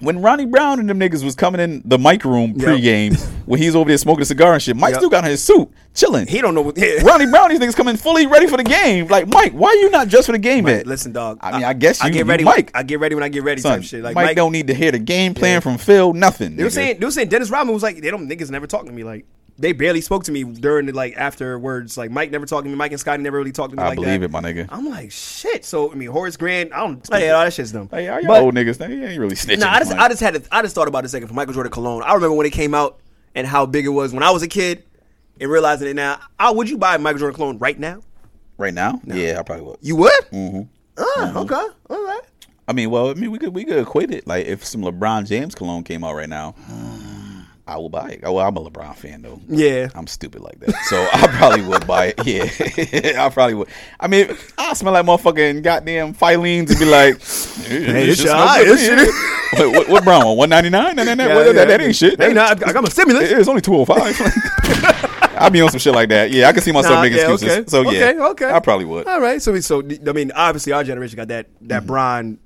[SPEAKER 3] When Ronnie Brown and them niggas was coming in the mic room pregame, when he's over there smoking a cigar and shit, Mike still got in his suit, chilling.
[SPEAKER 8] he don't know what. Yeah.
[SPEAKER 3] Ronnie Brown, these niggas coming fully ready for the game. Like Mike, why you not just for the game? yet?
[SPEAKER 8] Listen, dog.
[SPEAKER 3] I mean, I, guess you,
[SPEAKER 8] I get ready.
[SPEAKER 3] you Mike.
[SPEAKER 8] I get ready when I get ready.
[SPEAKER 3] son,
[SPEAKER 8] type shit. Like
[SPEAKER 3] Mike,
[SPEAKER 8] Mike,
[SPEAKER 3] don't need to hear the game plan from Phil. Nothing.
[SPEAKER 7] They were
[SPEAKER 3] nigga.
[SPEAKER 7] saying they were saying Dennis Rodman was like they don't niggas never talking to me like they barely spoke to me during the like afterwards like Mike never talked to me Mike and Scotty never really talked to me
[SPEAKER 3] I
[SPEAKER 7] like
[SPEAKER 3] believe
[SPEAKER 7] that.
[SPEAKER 3] it, my nigga.
[SPEAKER 7] I'm like shit. So I mean Horace Grant I don't like all that shit's dumb.
[SPEAKER 3] Hey, y'all, y'all
[SPEAKER 7] But-
[SPEAKER 3] old niggas, they ain't really snitching.
[SPEAKER 2] No, I just,
[SPEAKER 3] Mike.
[SPEAKER 2] I just had, a, I just thought about it a second for Michael Jordan cologne. I remember when it came out and how big it was when I was a kid, and realizing it now. I would you buy Michael Jordan cologne right now?
[SPEAKER 3] right now. Yeah, I probably would.
[SPEAKER 2] You would? Mm-hmm.
[SPEAKER 7] Ah,
[SPEAKER 2] Okay. All right.
[SPEAKER 3] I mean, well, I mean, we could we could equate it. Like if some LeBron James cologne came out right now, I would buy it. Oh, well, I'm a LeBron fan though.
[SPEAKER 2] Yeah.
[SPEAKER 3] I'm stupid like that, so I probably would buy it. Yeah, I probably would. I mean, I smell like motherfucking goddamn Filene's and be like, hey,
[SPEAKER 2] this shit high, this
[SPEAKER 3] Wait, what, what brown one? One ninety nine? That,
[SPEAKER 7] yeah,
[SPEAKER 3] that, that ain't shit.
[SPEAKER 7] Hey,
[SPEAKER 3] That-
[SPEAKER 7] nah, I I got my stimulus.
[SPEAKER 3] it- it's only two oh five. I be on some shit like that. Yeah, I can see myself
[SPEAKER 7] Nah,
[SPEAKER 3] making
[SPEAKER 7] yeah,
[SPEAKER 3] excuses.
[SPEAKER 7] okay.
[SPEAKER 3] So yeah,
[SPEAKER 7] Okay, okay.
[SPEAKER 3] I probably would. Mm-hmm.
[SPEAKER 7] All right. So we- so I mean obviously our generation got that that Bron.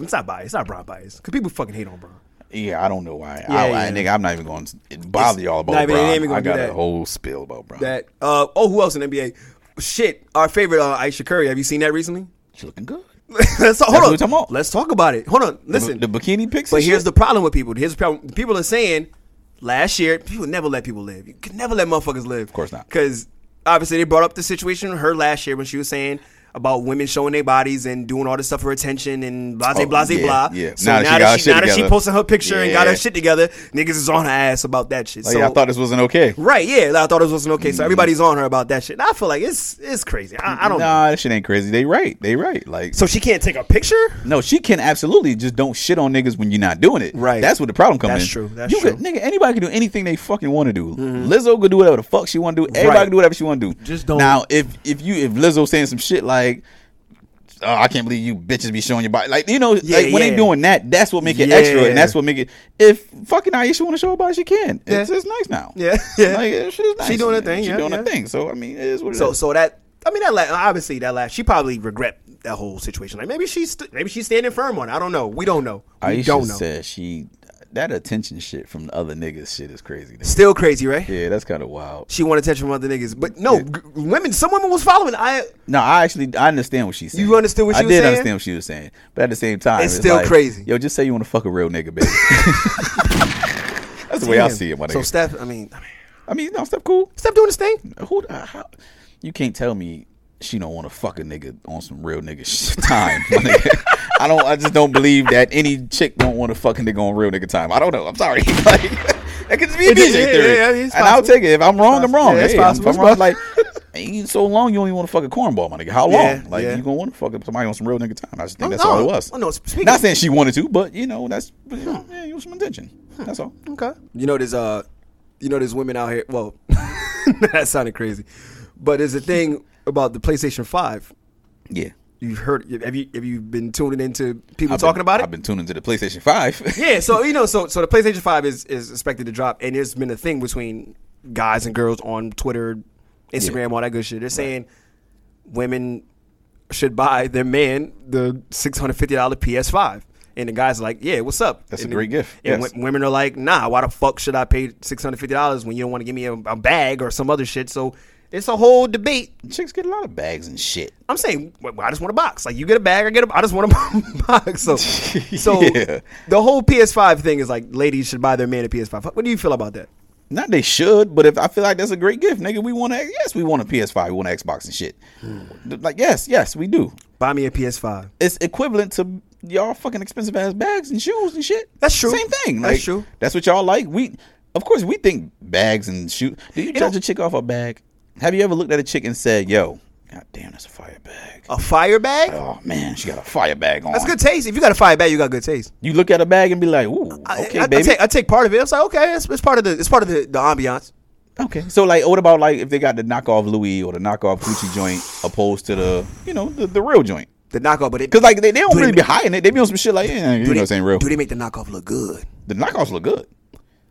[SPEAKER 7] It's not bias. It's not Bron bias because people fucking hate on Bron.
[SPEAKER 3] Yeah, I don't know why. I, I,
[SPEAKER 7] yeah.
[SPEAKER 3] nigga, I'm not even going to bother y'all about
[SPEAKER 7] not even- it ain't
[SPEAKER 3] Bron.
[SPEAKER 7] even gonna
[SPEAKER 3] I
[SPEAKER 7] do
[SPEAKER 3] got
[SPEAKER 7] that.
[SPEAKER 3] a whole spill about Bron.
[SPEAKER 7] That
[SPEAKER 2] Uh, oh, who else in NBA? Shit, our favorite uh, Aisha Curry. Have you seen that recently?
[SPEAKER 3] She looking good.
[SPEAKER 2] Let's talk,
[SPEAKER 3] what
[SPEAKER 2] hold
[SPEAKER 3] we talking
[SPEAKER 2] on.
[SPEAKER 3] about.
[SPEAKER 2] Let's talk about it. Hold on. Listen.
[SPEAKER 3] the, the bikini pics.
[SPEAKER 2] but
[SPEAKER 3] and
[SPEAKER 2] here's
[SPEAKER 3] shit?
[SPEAKER 2] the problem with people. Here's the problem. People are saying last year people never let people live. You can never let motherfuckers live. Of
[SPEAKER 3] course not.
[SPEAKER 2] Because obviously they brought up the situation with her last year when she was saying about women showing their bodies and doing all this stuff for attention and blase
[SPEAKER 3] Oh,
[SPEAKER 2] blase
[SPEAKER 3] yeah,
[SPEAKER 2] blah.
[SPEAKER 3] yeah.
[SPEAKER 2] So
[SPEAKER 3] Now
[SPEAKER 2] now,
[SPEAKER 3] that she got her
[SPEAKER 2] that she,
[SPEAKER 3] shit
[SPEAKER 2] now that she
[SPEAKER 3] together.
[SPEAKER 2] posted her picture and got her
[SPEAKER 3] Yeah.
[SPEAKER 2] shit together, niggas is on her ass about that shit.
[SPEAKER 3] Like,
[SPEAKER 2] so
[SPEAKER 3] Oh, I thought Mm-hmm. this wasn't okay.
[SPEAKER 2] Right, yeah, like, I thought it was okay. So everybody's on her about that shit. And I feel like it's it's crazy. I, I don't know.
[SPEAKER 3] Nah, that shit ain't crazy. They right. They right. Like
[SPEAKER 2] So she can't take a picture.
[SPEAKER 3] no, she can absolutely just don't shit on niggas when you're not doing it.
[SPEAKER 2] Right.
[SPEAKER 3] That's what the problem comes
[SPEAKER 2] That's
[SPEAKER 3] in.
[SPEAKER 2] true. That's
[SPEAKER 3] you Could,
[SPEAKER 2] true. Mm-hmm.
[SPEAKER 3] nigga, anybody can do anything they fucking want to do. Lizzo could do whatever the fuck she want to do. Everybody can do whatever she want to do.
[SPEAKER 9] Just don't-
[SPEAKER 3] Now, if if you if Lizzo saying some shit like. Oh, I can't believe you bitches be showing your body. Like you know,
[SPEAKER 2] Yeah,
[SPEAKER 3] like when
[SPEAKER 2] yeah.
[SPEAKER 3] they doing that, that's what make it
[SPEAKER 2] Yeah.
[SPEAKER 3] extra, and that's what make it. If fucking Aisha want to show her body, she can. It's, it's nice now.
[SPEAKER 2] Yeah, yeah.
[SPEAKER 3] Like, uh, shit is nice.
[SPEAKER 2] doing her thing,
[SPEAKER 3] She
[SPEAKER 2] yeah,
[SPEAKER 3] doing
[SPEAKER 2] yeah.
[SPEAKER 3] her thing. So I mean, it is what it is.
[SPEAKER 2] So so that I mean that la- obviously that last she probably regret that whole situation. Like maybe she's st- maybe she's standing firm on. it. I don't know. We don't know. We
[SPEAKER 3] Aisha
[SPEAKER 2] don't know.
[SPEAKER 3] said she that attention shit from the other niggas shit is crazy. nigga.
[SPEAKER 2] Still crazy, right?
[SPEAKER 3] Yeah, that's kind of wild.
[SPEAKER 2] She wanted attention from other niggas, but no, g- women. Some women was following. I
[SPEAKER 3] No, I actually I understand what she's saying.
[SPEAKER 2] You understood what she
[SPEAKER 3] I
[SPEAKER 2] was
[SPEAKER 3] did
[SPEAKER 2] saying?
[SPEAKER 3] understand what she was saying, but at the same time,
[SPEAKER 2] It's still
[SPEAKER 3] like,
[SPEAKER 2] crazy.
[SPEAKER 3] Yo, just say you want to fuck a real nigga, baby. that's the way I see it, my nigga.
[SPEAKER 2] so Steph. I mean,
[SPEAKER 3] I mean, no, step cool.
[SPEAKER 2] Steph doing this thing.
[SPEAKER 3] Who? Uh, how, you can't tell me she don't want to fuck a nigga on some real nigga sh- time. my nigga. I don't. I just don't believe that any chick don't want to fuck a nigga on real nigga time. I don't know. I'm sorry. like, that could just be a DJ
[SPEAKER 2] yeah,
[SPEAKER 3] theory,
[SPEAKER 2] yeah, it's
[SPEAKER 3] and I'll
[SPEAKER 2] possible.
[SPEAKER 3] take it. If I'm wrong, I'm wrong.
[SPEAKER 2] Yeah, it's
[SPEAKER 3] Hey, I'm-
[SPEAKER 2] possible,
[SPEAKER 3] If
[SPEAKER 2] it's
[SPEAKER 3] I'm wrong, like. ain't so long, you only want to fuck a cornball, my nigga. How long?
[SPEAKER 2] Yeah,
[SPEAKER 3] like
[SPEAKER 2] yeah.
[SPEAKER 3] you gonna want to fuck up somebody on some real nigga time? I just think
[SPEAKER 2] Oh,
[SPEAKER 3] that's
[SPEAKER 2] no.
[SPEAKER 3] all it was.
[SPEAKER 2] Oh, no, speaking- Hmm.
[SPEAKER 3] Not saying she wanted to, but you know that's yeah, you want some intention. That's all.
[SPEAKER 2] Okay. You know, there's uh, you know, there's women out here. Well, that sounded crazy, but there's a thing about the PlayStation Five.
[SPEAKER 3] Yeah.
[SPEAKER 2] You've heard? Have you have you been tuning into people
[SPEAKER 3] I've
[SPEAKER 2] talking
[SPEAKER 3] been-
[SPEAKER 2] about it?
[SPEAKER 3] I've been tuning to the PlayStation Five.
[SPEAKER 2] yeah, so you know, so so the PlayStation Five is is expected to drop, and there's been a thing between guys and girls on Twitter, Instagram, all that good shit. They're saying women should buy their man the six hundred fifty dollar PS Five, and the guys are like, "Yeah, what's up?"
[SPEAKER 3] That's
[SPEAKER 2] And
[SPEAKER 3] a
[SPEAKER 2] then-
[SPEAKER 3] great gift,
[SPEAKER 2] And
[SPEAKER 3] yes.
[SPEAKER 2] wo- women are like, "Nah, why the fuck should I pay six hundred fifty dollars when you don't want to give me a, a bag or some other shit?" So it's a whole debate.
[SPEAKER 3] Chicks get a lot of bags and shit.
[SPEAKER 2] I'm saying well, I just want a box. Like you get a bag, I get a. I just want a box. So, so
[SPEAKER 3] Yeah.
[SPEAKER 2] the whole PS5 thing is like ladies should buy their man a PS5. What do you feel about that?
[SPEAKER 3] Not they should, but if I feel like that's a great gift, nigga, we want to. Yes, we want a PS5, we want an Xbox and shit.
[SPEAKER 10] Hmm.
[SPEAKER 3] Like yes, yes, we do.
[SPEAKER 2] Buy me a PS5.
[SPEAKER 3] It's equivalent to y'all fucking expensive ass bags and shoes and shit.
[SPEAKER 2] That's true.
[SPEAKER 3] Same thing.
[SPEAKER 2] That's
[SPEAKER 3] Like,
[SPEAKER 2] true.
[SPEAKER 3] That's what y'all like. We, of course, we think bags and shoes. Do you judge a chick off a bag? Have you ever looked at a chick and said, "Yo, God damn, that's a fire bag.
[SPEAKER 10] A fire bag?
[SPEAKER 3] Oh man, she got a fire bag on.
[SPEAKER 10] That's good taste. If you got a fire bag, you got good taste.
[SPEAKER 3] You look at a bag and be like, ooh, okay,
[SPEAKER 10] I, I,
[SPEAKER 3] baby.
[SPEAKER 10] take, I take part of it. I was like, okay, it's, it's part of the it's part of the, the ambiance.
[SPEAKER 3] Okay. So like what about like if they got the knockoff Louis or the knockoff Gucci joint opposed to the you know, the, the real joint?
[SPEAKER 10] The knockoff, but it,
[SPEAKER 3] Cause like they, they don't
[SPEAKER 10] Do they
[SPEAKER 3] really be
[SPEAKER 10] make-
[SPEAKER 3] high in it. They be on some shit like, yeah, you
[SPEAKER 10] do
[SPEAKER 3] know
[SPEAKER 10] they-
[SPEAKER 3] it's ain't real.
[SPEAKER 10] Do they make the knockoff look good?
[SPEAKER 3] The knockoffs look good.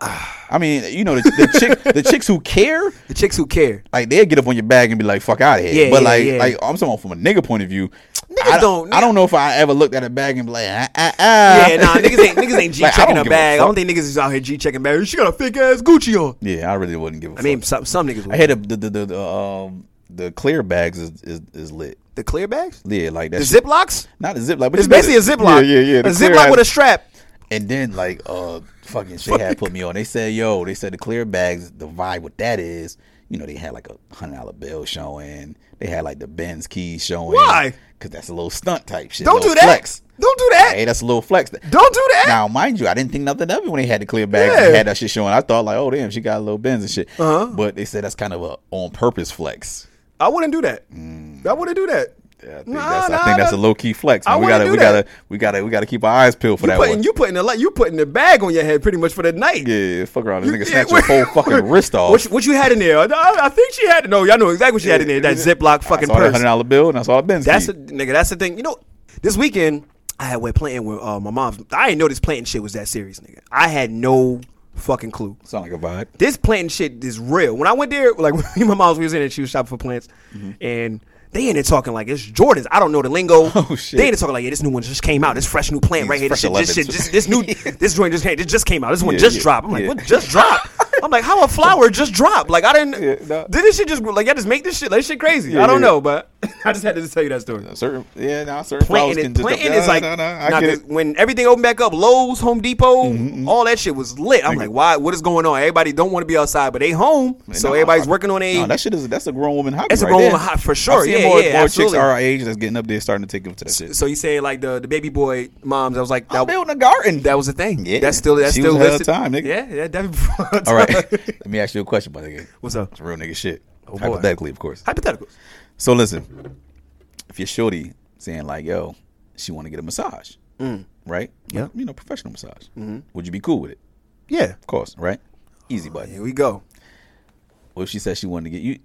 [SPEAKER 10] Ah.
[SPEAKER 3] I mean, you know, the, the chick the chicks who care,
[SPEAKER 10] The chicks who care.
[SPEAKER 3] like they'll get up on your bag and be like, fuck out of here.
[SPEAKER 10] Yeah,
[SPEAKER 3] but
[SPEAKER 10] yeah,
[SPEAKER 3] like
[SPEAKER 10] yeah.
[SPEAKER 3] like I'm talking from a nigga point of view.
[SPEAKER 10] Niggas
[SPEAKER 3] I
[SPEAKER 10] don't-
[SPEAKER 3] I don't know if I ever looked at a bag and be like, ah, ah, ah.
[SPEAKER 10] Yeah, nah, niggas ain't niggas ain't G
[SPEAKER 3] Like, I
[SPEAKER 10] checking
[SPEAKER 3] don't
[SPEAKER 10] a
[SPEAKER 3] give a
[SPEAKER 10] bag. I
[SPEAKER 3] fuck.
[SPEAKER 10] don't think niggas is out here G checking bags. She got a thick ass Gucci on.
[SPEAKER 3] Yeah, I really wouldn't give a
[SPEAKER 10] I mean, some, some niggas.
[SPEAKER 3] I
[SPEAKER 10] Would.
[SPEAKER 3] had a, the, the the the um the clear bags is is, is lit.
[SPEAKER 10] The clear bags,
[SPEAKER 3] Yeah, like that.
[SPEAKER 10] the
[SPEAKER 3] shit-
[SPEAKER 10] Ziplocs.
[SPEAKER 3] not a ziplock, but
[SPEAKER 10] It's
[SPEAKER 3] you know
[SPEAKER 10] basically a
[SPEAKER 3] the-
[SPEAKER 10] Ziploc.
[SPEAKER 3] Yeah, yeah, yeah.
[SPEAKER 10] A
[SPEAKER 3] the clear
[SPEAKER 10] Ziploc with a
[SPEAKER 3] ass-
[SPEAKER 10] strap.
[SPEAKER 3] And then like uh fucking shit had put me on. They said, yo, they said the clear bags, the vibe with that is, you know, they had like a hundred dollar bill showing. They had like the Benz keys showing.
[SPEAKER 10] Why?
[SPEAKER 3] Because that's a little stunt type shit.
[SPEAKER 10] Don't
[SPEAKER 3] little
[SPEAKER 10] do that.
[SPEAKER 3] Flex.
[SPEAKER 10] Don't do that.
[SPEAKER 3] Hey, that's a little flex.
[SPEAKER 10] Don't do that.
[SPEAKER 3] Now, mind you, I didn't think nothing of it when they had the clear bags. and
[SPEAKER 10] Yeah.
[SPEAKER 3] They had that shit showing. I thought like, oh damn, she got a little Benz and shit. Uh-huh. But they said that's kind of a on purpose flex.
[SPEAKER 2] I wouldn't do that. I wouldn't do that.
[SPEAKER 3] Mm. Yeah, I think,
[SPEAKER 2] Nah,
[SPEAKER 3] that's, I
[SPEAKER 2] nah,
[SPEAKER 3] think that's a
[SPEAKER 2] that-
[SPEAKER 3] low key flex. Man.
[SPEAKER 2] I
[SPEAKER 3] We
[SPEAKER 2] wouldn't
[SPEAKER 3] gotta,
[SPEAKER 2] do
[SPEAKER 3] we
[SPEAKER 2] that.
[SPEAKER 3] gotta, we gotta, we gotta keep our eyes peeled for that
[SPEAKER 2] Putting
[SPEAKER 3] one.
[SPEAKER 2] you putting the you putting the bag on your head pretty much for the night.
[SPEAKER 3] yeah, fuck around. This nigga
[SPEAKER 2] yeah,
[SPEAKER 3] snatched your whole fucking wrist off.
[SPEAKER 2] What you, what you had in there? I, I think she had. No, y'all know exactly what she had in there. That Ziploc
[SPEAKER 3] I
[SPEAKER 2] fucking
[SPEAKER 3] saw that
[SPEAKER 2] purse.
[SPEAKER 3] hundred dollar bill, and I saw a Benz.
[SPEAKER 2] That's
[SPEAKER 3] That's
[SPEAKER 2] the nigga. That's the thing. You know, this weekend I had went planting with uh, my mom. I didn't know this planting shit was that serious, nigga. I had no fucking clue.
[SPEAKER 3] sound like a vibe.
[SPEAKER 2] This planting shit is real. When I went there, like when my mom was in there, she was shopping for plants,
[SPEAKER 3] Mm-hmm.
[SPEAKER 2] and they in there talking like it's Jordans. I don't know the lingo.
[SPEAKER 3] Oh, shit.
[SPEAKER 2] They in there talking like yeah, this new one just came out. This fresh new plant right here. This,
[SPEAKER 3] fresh
[SPEAKER 2] shit, this
[SPEAKER 3] 11s.
[SPEAKER 2] shit, this, this new, this joint just came. This just came out. This one
[SPEAKER 3] Yeah,
[SPEAKER 2] just
[SPEAKER 3] yeah,
[SPEAKER 2] dropped. I'm like,
[SPEAKER 3] yeah.
[SPEAKER 2] what just dropped? I'm like, how a flower just dropped? Like I didn't.
[SPEAKER 3] Yeah, nah.
[SPEAKER 2] Did this shit just like I just make this shit? Like this shit crazy.
[SPEAKER 3] Yeah,
[SPEAKER 2] I don't
[SPEAKER 3] yeah.
[SPEAKER 2] know, but I just had to just tell you that story
[SPEAKER 3] Certain, yeah, now certain flowers
[SPEAKER 2] planting
[SPEAKER 3] can
[SPEAKER 2] it.
[SPEAKER 3] just-
[SPEAKER 2] Planting
[SPEAKER 3] nah,
[SPEAKER 2] is like
[SPEAKER 3] nah, nah, I
[SPEAKER 2] nah,
[SPEAKER 3] get
[SPEAKER 2] 'cause
[SPEAKER 3] it. Mm-hmm,
[SPEAKER 2] when everything opened back up, Lowe's, Home Depot, all that shit was lit. I'm like, why? What is going on? Everybody don't want to be outside, but they home, so
[SPEAKER 3] Nah,
[SPEAKER 2] everybody's
[SPEAKER 3] I-
[SPEAKER 2] working on a.
[SPEAKER 3] Nah, that shit is that's a grown woman hobby.
[SPEAKER 2] It's a
[SPEAKER 3] right
[SPEAKER 2] grown
[SPEAKER 3] there.
[SPEAKER 2] woman hobby for sure.
[SPEAKER 3] I've seen
[SPEAKER 2] Yeah,
[SPEAKER 3] more,
[SPEAKER 2] yeah,
[SPEAKER 3] more chicks
[SPEAKER 2] absolutely.
[SPEAKER 3] our age that's getting up there starting to take up to that shit.
[SPEAKER 2] so you say like the the baby boy moms? I was like,
[SPEAKER 3] I'm
[SPEAKER 2] that,
[SPEAKER 3] building a garden.
[SPEAKER 2] that was a thing.
[SPEAKER 3] Yeah.
[SPEAKER 2] that's still that's
[SPEAKER 3] She
[SPEAKER 2] still
[SPEAKER 3] was ahead of
[SPEAKER 2] listed.
[SPEAKER 3] time, nigga.
[SPEAKER 2] Yeah, yeah, definitely. before her
[SPEAKER 3] All right,
[SPEAKER 2] time.
[SPEAKER 3] let me ask you a question, my nigga.
[SPEAKER 2] What's up?
[SPEAKER 3] It's real nigga shit.
[SPEAKER 2] Oh, boy.
[SPEAKER 3] Hypothetically, of course.
[SPEAKER 2] Hypotheticals.
[SPEAKER 3] So listen, if you're shorty saying like, "Yo, she want to get a massage," right? Yeah, you know, professional massage. Would you be cool with it?
[SPEAKER 2] Yeah,
[SPEAKER 3] Of course, right? Easy button.
[SPEAKER 2] here we go.
[SPEAKER 3] What if she said she wanted to get you?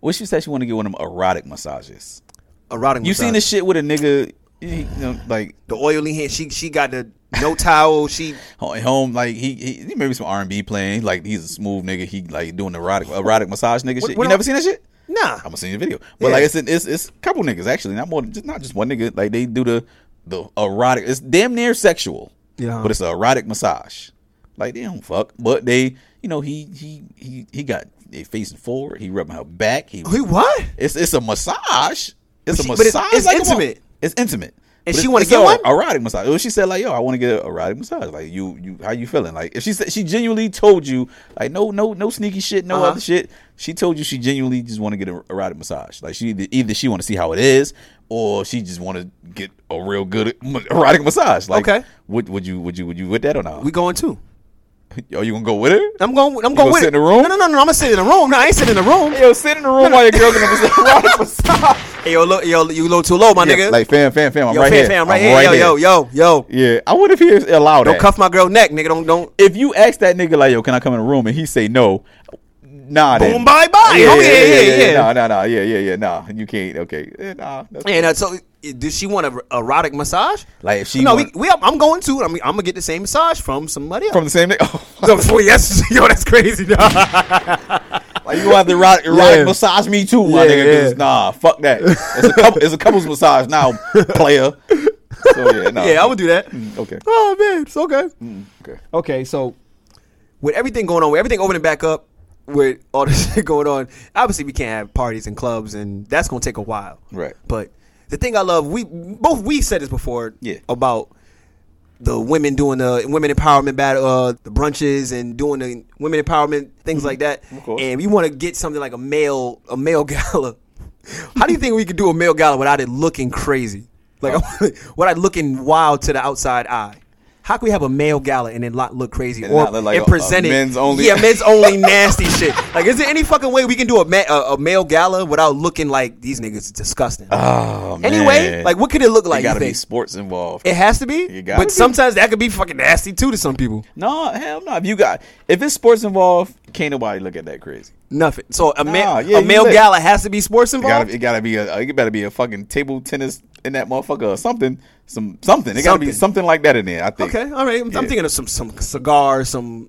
[SPEAKER 3] What if she said she wanted to get one of them erotic massages?
[SPEAKER 2] Erotic.
[SPEAKER 3] You seen
[SPEAKER 2] massage.
[SPEAKER 3] this shit with a nigga, you know, like
[SPEAKER 2] The oily hand. She she got the no towel. She
[SPEAKER 3] ho- at home, like he, he he maybe some R and B playing. Like he's a smooth nigga. He like doing erotic erotic massage nigga shit.
[SPEAKER 2] what
[SPEAKER 3] you
[SPEAKER 2] am-
[SPEAKER 3] never seen that shit?
[SPEAKER 2] nah.
[SPEAKER 3] I'm gonna send you a video. But like it's an, it's it's a couple niggas actually, not more than- just not just one nigga. Like they do the the erotic. It's damn near sexual.
[SPEAKER 2] Yeah.
[SPEAKER 3] But it's an erotic massage. Like they don't fuck, but they you know he he he he got they facing forward. He rubbing her back. He
[SPEAKER 2] Wait, what?
[SPEAKER 3] it's it's a massage. It's a
[SPEAKER 2] she-
[SPEAKER 3] massage.
[SPEAKER 2] but it's- it's
[SPEAKER 3] like, come on.
[SPEAKER 2] intimate.
[SPEAKER 3] It's intimate. But
[SPEAKER 2] she
[SPEAKER 3] it's-
[SPEAKER 2] wanna
[SPEAKER 3] it's
[SPEAKER 2] get
[SPEAKER 3] a
[SPEAKER 2] one?
[SPEAKER 3] erotic massage. Well, she said like, "Yo, I want to get an erotic massage." Like, you, you, how you feeling? Like, if she said she genuinely told you, like, no, no, no sneaky shit,
[SPEAKER 2] Uh-huh.
[SPEAKER 3] no other shit. She told you she genuinely just want to get an erotic massage. Like, she either, either she want to see how it is, or she just want to get a real good m- erotic massage. Like,
[SPEAKER 2] Okay.
[SPEAKER 3] would would you would you would you with that or not?
[SPEAKER 2] We going too.
[SPEAKER 3] Yo, you gonna go with her?
[SPEAKER 2] I'm going. I'm going
[SPEAKER 3] gonna
[SPEAKER 2] with
[SPEAKER 3] sit
[SPEAKER 2] it.
[SPEAKER 3] in the room?
[SPEAKER 2] No, no, no, no. I'm gonna sit in the room. No, I ain't sitting in the room.
[SPEAKER 3] Yo, sit in the room while your girl getting a erotic massage.
[SPEAKER 2] Hey, yo, look, yo, you low too low, my
[SPEAKER 3] Yeah,
[SPEAKER 2] nigga.
[SPEAKER 3] like, fam, fam, fam. I'm
[SPEAKER 2] yo,
[SPEAKER 3] right
[SPEAKER 2] fam,
[SPEAKER 3] here.
[SPEAKER 2] fam,
[SPEAKER 3] I'm
[SPEAKER 2] right here. yo, yo, yo, yo.
[SPEAKER 3] Yeah, I wonder if he allowed
[SPEAKER 2] Don't
[SPEAKER 3] that.
[SPEAKER 2] cuff my girl neck, nigga. Don't, don't.
[SPEAKER 3] if you ask that nigga like, "Yo, can I come in the room?" and he say no, nah. then-
[SPEAKER 2] Boom, bye, bye.
[SPEAKER 3] Yeah,
[SPEAKER 2] Oh, yeah, yeah, yeah.
[SPEAKER 3] Nah, nah, nah. Yeah, yeah, yeah. Nah, you can't. Okay, Eh, nah. that's-
[SPEAKER 2] And uh, so, i- does she want a r- erotic massage?
[SPEAKER 3] Like, if she
[SPEAKER 2] no,
[SPEAKER 3] want-
[SPEAKER 2] we, we, I'm going to. I'm, I'm gonna get the same massage from somebody else.
[SPEAKER 3] From the same nigga. Oh,
[SPEAKER 2] So, boy, yes, yo, that's crazy. dog.
[SPEAKER 3] like you want the erotic, erotic
[SPEAKER 2] Yeah.
[SPEAKER 3] massage me too, my
[SPEAKER 2] Yeah,
[SPEAKER 3] nigga. 'cause
[SPEAKER 2] yeah.
[SPEAKER 3] Nah, fuck that. It's a couple. it's a couples massage now, player. So yeah, nah. Mm,
[SPEAKER 2] yeah, I would do that.
[SPEAKER 3] Okay. Mm,
[SPEAKER 2] Oh man, it's okay.
[SPEAKER 3] Okay.
[SPEAKER 2] Okay, so with everything going on, with everything opening back up, with all this shit going on, obviously we can't have parties and clubs, and that's gonna take a while.
[SPEAKER 3] Right.
[SPEAKER 2] But the thing I love, we both we said this before.
[SPEAKER 3] Yeah.
[SPEAKER 2] About the women doing the women empowerment battle, uh, the brunches and doing the women empowerment things like that,
[SPEAKER 3] Mm-hmm. course.
[SPEAKER 2] and we want to get something like a male a male gala. How do you think we could do a male gala without it looking crazy, like without it looking wild to the outside eye? How can we have a male gala and then lot look crazy
[SPEAKER 3] And
[SPEAKER 2] or
[SPEAKER 3] not look like
[SPEAKER 2] and
[SPEAKER 3] a- a
[SPEAKER 2] present it-
[SPEAKER 3] men's only-
[SPEAKER 2] Yeah, men's only nasty shit. Like, is there any fucking way we can do a ma- a, a male gala without looking like these niggas are disgusting?
[SPEAKER 3] Oh, man.
[SPEAKER 2] anyway, like, what could it look like?
[SPEAKER 3] There
[SPEAKER 2] You
[SPEAKER 3] gotta be
[SPEAKER 2] think?
[SPEAKER 3] sports involved.
[SPEAKER 2] It has to be.
[SPEAKER 3] You gotta
[SPEAKER 2] But
[SPEAKER 3] be.
[SPEAKER 2] sometimes that could be fucking nasty too to some people.
[SPEAKER 3] no, hell no. If you got if it's sports involved, can't nobody look at that crazy.
[SPEAKER 2] Nothing. So a, ma-
[SPEAKER 3] Nah, yeah,
[SPEAKER 2] a
[SPEAKER 3] you
[SPEAKER 2] male
[SPEAKER 3] lit.
[SPEAKER 2] gala has to be sports
[SPEAKER 3] It gotta,
[SPEAKER 2] involved.
[SPEAKER 3] it gotta be a uh, it better be a fucking table tennis in that motherfucker or something. Some something. It gotta be
[SPEAKER 2] Something.
[SPEAKER 3] something like that in there, I think.
[SPEAKER 2] okay, all right. I'm, I'm
[SPEAKER 3] Yeah.
[SPEAKER 2] thinking of some some cigars, some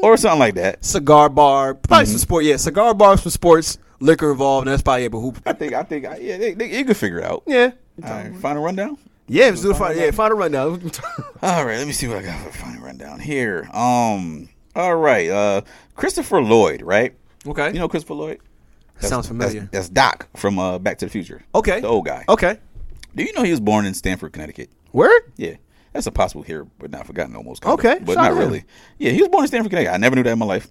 [SPEAKER 3] Or something like that.
[SPEAKER 2] cigar bar, probably
[SPEAKER 3] Mm-hmm.
[SPEAKER 2] some sport. Yeah, cigar bars for sports, liquor involved, and that's probably it. But who?
[SPEAKER 3] I think I think I, yeah, they, they, you can figure it out.
[SPEAKER 2] Yeah,
[SPEAKER 3] All right, final rundown.
[SPEAKER 2] yeah. Let's do the final. Yeah, final rundown.
[SPEAKER 3] All right, let me see what I got for final rundown here. Um, all right, uh, Christopher Lloyd, right?
[SPEAKER 2] okay.
[SPEAKER 3] You know Christopher Lloyd? That's-
[SPEAKER 2] Sounds familiar.
[SPEAKER 3] That's, that's Doc from uh, Back to the Future.
[SPEAKER 2] okay.
[SPEAKER 3] the old guy.
[SPEAKER 2] Okay.
[SPEAKER 3] Do you know he was born in Stamford, Connecticut?
[SPEAKER 2] Word.
[SPEAKER 3] Yeah. That's a possible here, but not forgotten almost. kinda,
[SPEAKER 2] Okay,
[SPEAKER 3] But
[SPEAKER 2] shout out
[SPEAKER 3] not
[SPEAKER 2] to him.
[SPEAKER 3] really. Yeah, he was born in Stanford, Connecticut. I never knew that in my life.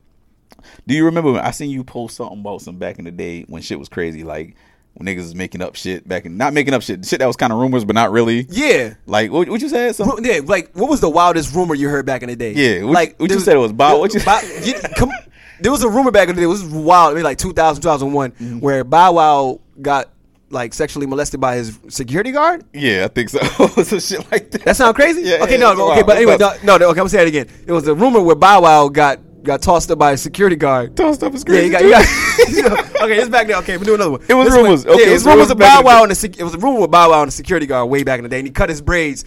[SPEAKER 3] Do you remember when I seen you post something about some back in the day when shit was crazy, like when niggas was making up shit back in not making up shit, shit that was kind of rumors but not really.
[SPEAKER 2] Yeah.
[SPEAKER 3] Like what, what you said? Some,
[SPEAKER 2] Ru- Yeah, like what was the wildest rumor you heard back in the day?
[SPEAKER 3] Yeah, what-
[SPEAKER 2] like
[SPEAKER 3] what you
[SPEAKER 2] there was-
[SPEAKER 3] said it was Bob- what you-
[SPEAKER 2] Bob- you- come- there was a rumor back in the day. It was wild, maybe like 2000, 2001,
[SPEAKER 3] Mm-hmm.
[SPEAKER 2] where Bow Wow got like sexually molested by his security guard.
[SPEAKER 3] yeah, I think so. some shit like that.
[SPEAKER 2] That sound crazy?
[SPEAKER 3] Yeah,
[SPEAKER 2] okay,
[SPEAKER 3] yeah, it's
[SPEAKER 2] no, okay,
[SPEAKER 3] wild.
[SPEAKER 2] but anyway,
[SPEAKER 3] It's
[SPEAKER 2] no,
[SPEAKER 3] nuts.
[SPEAKER 2] no, no, okay, I'm gonna say it again. It was a rumor where Bow Wow got got tossed up by a security guard.
[SPEAKER 3] That stuff is
[SPEAKER 2] Yeah,
[SPEAKER 3] crazy.
[SPEAKER 2] you got,
[SPEAKER 3] too.
[SPEAKER 2] you got. okay, it's back now. Okay, we do another one.
[SPEAKER 3] It was
[SPEAKER 2] This one-
[SPEAKER 3] rumors. Okay,
[SPEAKER 2] yeah, it was
[SPEAKER 3] it was
[SPEAKER 2] rumors
[SPEAKER 3] rumors
[SPEAKER 2] of
[SPEAKER 3] back
[SPEAKER 2] Bow
[SPEAKER 3] in the
[SPEAKER 2] Wow
[SPEAKER 3] day.
[SPEAKER 2] and the sec- it was a rumor with Bow Wow and the security guard way back in the day, and he cut his braids.